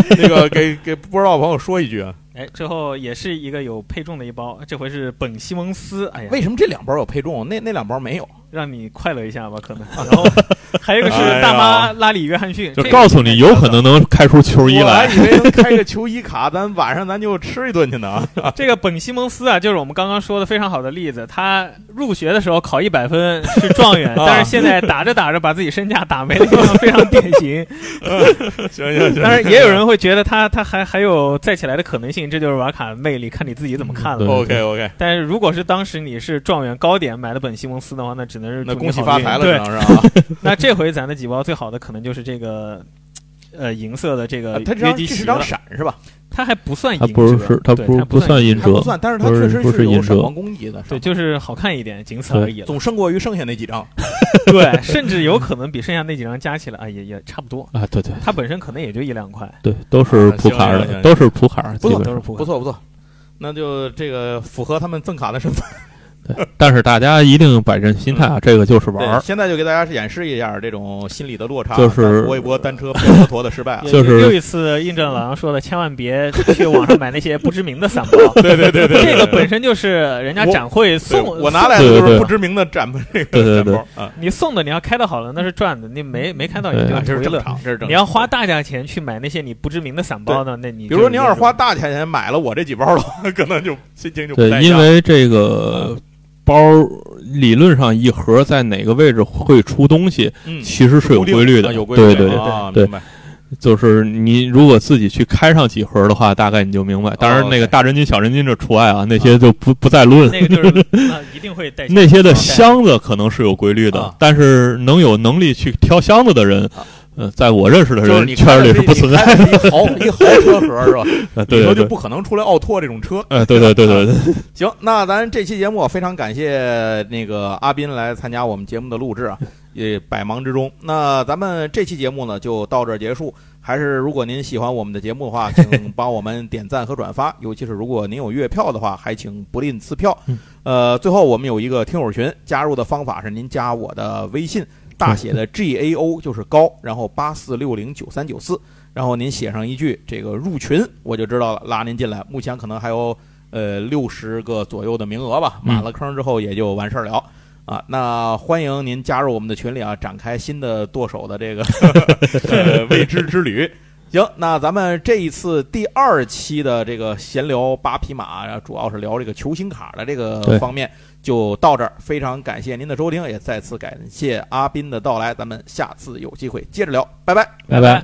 Speaker 1: 那个给给不知道的朋友说一句啊，
Speaker 3: 哎，之后也是一个有配重的一包，这回是本西蒙斯，哎呀，
Speaker 1: 为什么这两包有配重，那那两包没有？
Speaker 3: 让你快乐一下吧，可 能。然后还有一个是大
Speaker 2: 哎
Speaker 3: 妈拉里约翰逊，
Speaker 2: 就
Speaker 3: 这个
Speaker 2: 告诉你，有可能能开出球衣
Speaker 1: 我还
Speaker 2: 来。
Speaker 1: 以为能开个球衣卡，咱晚上咱就吃一顿去 呢。
Speaker 3: 这个本西蒙斯啊，就是我们刚刚说的非常好的例子。他入学的时候考一百分是状元，
Speaker 1: 啊
Speaker 3: 但是现在打着打着把自己身价打没的地方非常典 型。
Speaker 1: 行行
Speaker 3: 但是也有人会觉得他他还还有再起来的可能性，这就是瓦卡的魅力，看你自己怎么看了。
Speaker 2: 对
Speaker 1: OK OK，
Speaker 3: 但是如果是当时你是状元高点买的本西蒙斯的话，那只能是
Speaker 1: 那
Speaker 3: 祝
Speaker 1: 恭
Speaker 3: 你
Speaker 1: 喜
Speaker 3: 好
Speaker 1: 发
Speaker 3: 运
Speaker 1: 财了，
Speaker 3: 对
Speaker 1: 可，能是啊。
Speaker 3: 那这回咱的几包最好的可能就是这个，呃，银色的这个
Speaker 1: 啊它这
Speaker 3: 约
Speaker 1: 张
Speaker 3: 基
Speaker 1: 这是
Speaker 3: 奇
Speaker 1: 张
Speaker 3: 了，
Speaker 1: 闪是吧？
Speaker 3: 它还不算银
Speaker 2: 它
Speaker 3: 折，
Speaker 2: 不是，它
Speaker 3: 对
Speaker 2: 不
Speaker 3: 它
Speaker 2: 不算
Speaker 3: 银
Speaker 2: 银
Speaker 1: 它不
Speaker 2: 折，
Speaker 1: 算，但是它
Speaker 2: 不
Speaker 1: 确
Speaker 2: 是
Speaker 1: 实
Speaker 2: 不是
Speaker 1: 有
Speaker 2: 银
Speaker 1: 闪
Speaker 2: 折
Speaker 1: 光工艺的，
Speaker 3: 对，
Speaker 1: 是吧
Speaker 3: 就是好看一点，仅此而已了。
Speaker 1: 总胜过于剩下那几张。
Speaker 3: 对，甚至有可能比剩下那几张加起来啊，也也差不多。
Speaker 2: 啊，对对
Speaker 3: 它本身可能也就一两块，
Speaker 2: 对，都是
Speaker 1: 啊
Speaker 2: 普
Speaker 1: 行
Speaker 2: 卡
Speaker 1: 行
Speaker 2: 的，
Speaker 1: 行
Speaker 2: 都是普卡儿，
Speaker 1: 不错
Speaker 2: 基本
Speaker 3: 都
Speaker 2: 上。
Speaker 3: 是普
Speaker 1: 不
Speaker 3: 卡。
Speaker 1: 错不错，那就这个符合他们赠卡的身份。
Speaker 2: 但是大家一定摆正心态啊，这个就是玩
Speaker 1: 对，
Speaker 2: 儿，
Speaker 1: 现在就给大家演示一下这种心理的落差，
Speaker 2: 就是
Speaker 1: 搏一搏单车摩托的失败啊。
Speaker 3: 也
Speaker 2: 就是
Speaker 3: 又一次印证老杨说的，千万 别去网上买那些不知名的散包。
Speaker 1: 对对对对，
Speaker 3: 这个本身就是人家
Speaker 1: 我
Speaker 3: 展会
Speaker 1: 对
Speaker 3: 送，
Speaker 1: 我拿来的
Speaker 2: 对对
Speaker 1: 就是
Speaker 2: 对
Speaker 1: 不知名的展这
Speaker 2: 对
Speaker 1: 个 展
Speaker 2: 对对
Speaker 1: 包啊，
Speaker 3: 你送的，你要开的好了那是赚的，你没没开到也
Speaker 2: 对
Speaker 3: 就
Speaker 1: 啊这是
Speaker 3: 亏
Speaker 1: 正
Speaker 3: 了。
Speaker 1: 常，这是正常。
Speaker 3: 你要花大价钱去买那些你不知名的散包呢，那你
Speaker 1: 比如说
Speaker 3: 就
Speaker 1: 您要是花大钱钱买了 我这几包的话，可能就心情就不太
Speaker 2: 对，
Speaker 1: 一
Speaker 2: 因
Speaker 1: 样
Speaker 2: 为这个包儿理论上一盒在哪个位置会出东西，
Speaker 1: 嗯
Speaker 2: 其实是有
Speaker 1: 固定
Speaker 2: 规律的，
Speaker 1: 啊有规
Speaker 2: 对
Speaker 1: 律
Speaker 2: 对
Speaker 1: 的
Speaker 2: 对，
Speaker 1: 啊，
Speaker 2: 对
Speaker 1: 明白
Speaker 2: 就是你如果自己去开上几盒的话，大概你就明白。当然，那
Speaker 1: 哦 OK
Speaker 2: 个
Speaker 1: 哦
Speaker 2: 大真金、小真金这除外啊，那些就不不再论。
Speaker 3: 那个就是那一定会带钱
Speaker 2: 那些的箱子可能是有规律
Speaker 1: 啊
Speaker 2: 的，但是能有能力去挑箱子的人
Speaker 1: 啊，
Speaker 2: 呃，在我认识的
Speaker 1: 就是
Speaker 2: 人
Speaker 1: 你
Speaker 2: 圈里是不存在
Speaker 1: 在一 豪一豪车盒是吧？
Speaker 2: 的。
Speaker 1: 里头
Speaker 2: 对对
Speaker 1: 就
Speaker 2: 对，
Speaker 1: 不可能出来奥拓这种车。
Speaker 2: 呃，对对对对对，
Speaker 1: 行，那咱这期节目非常感谢那个阿斌来参加我们节目的录制啊，也百忙之中。那咱们这期节目呢就到这儿结束。还是如果您喜欢我们的节目的话， 请帮我们点赞和转发，尤其是如果您有月票的话，还请不吝赐票
Speaker 2: 嗯。
Speaker 1: 呃，最后我们有一个听友群，加入的方法是您加我的微信，大写的 G A O 就是高，然后八四六零九三九四，然后您写上一句这个入群，我就知道了，拉您进来。目前可能还有呃六十个左右的名额吧，
Speaker 2: 嗯
Speaker 1: 满了坑之后也就完事儿了。啊，那欢迎您加入我们的群里啊，展开新的剁手的这个呃未知之旅。行，那咱们这一次第二期的这个闲聊八匹马，然后主要是聊这个球星卡的这个
Speaker 2: 对
Speaker 1: 方面，就到这儿。非常感谢您的收听，也再次感谢阿斌的到来，咱们下次有机会接着聊，拜拜。
Speaker 2: 拜
Speaker 3: 拜。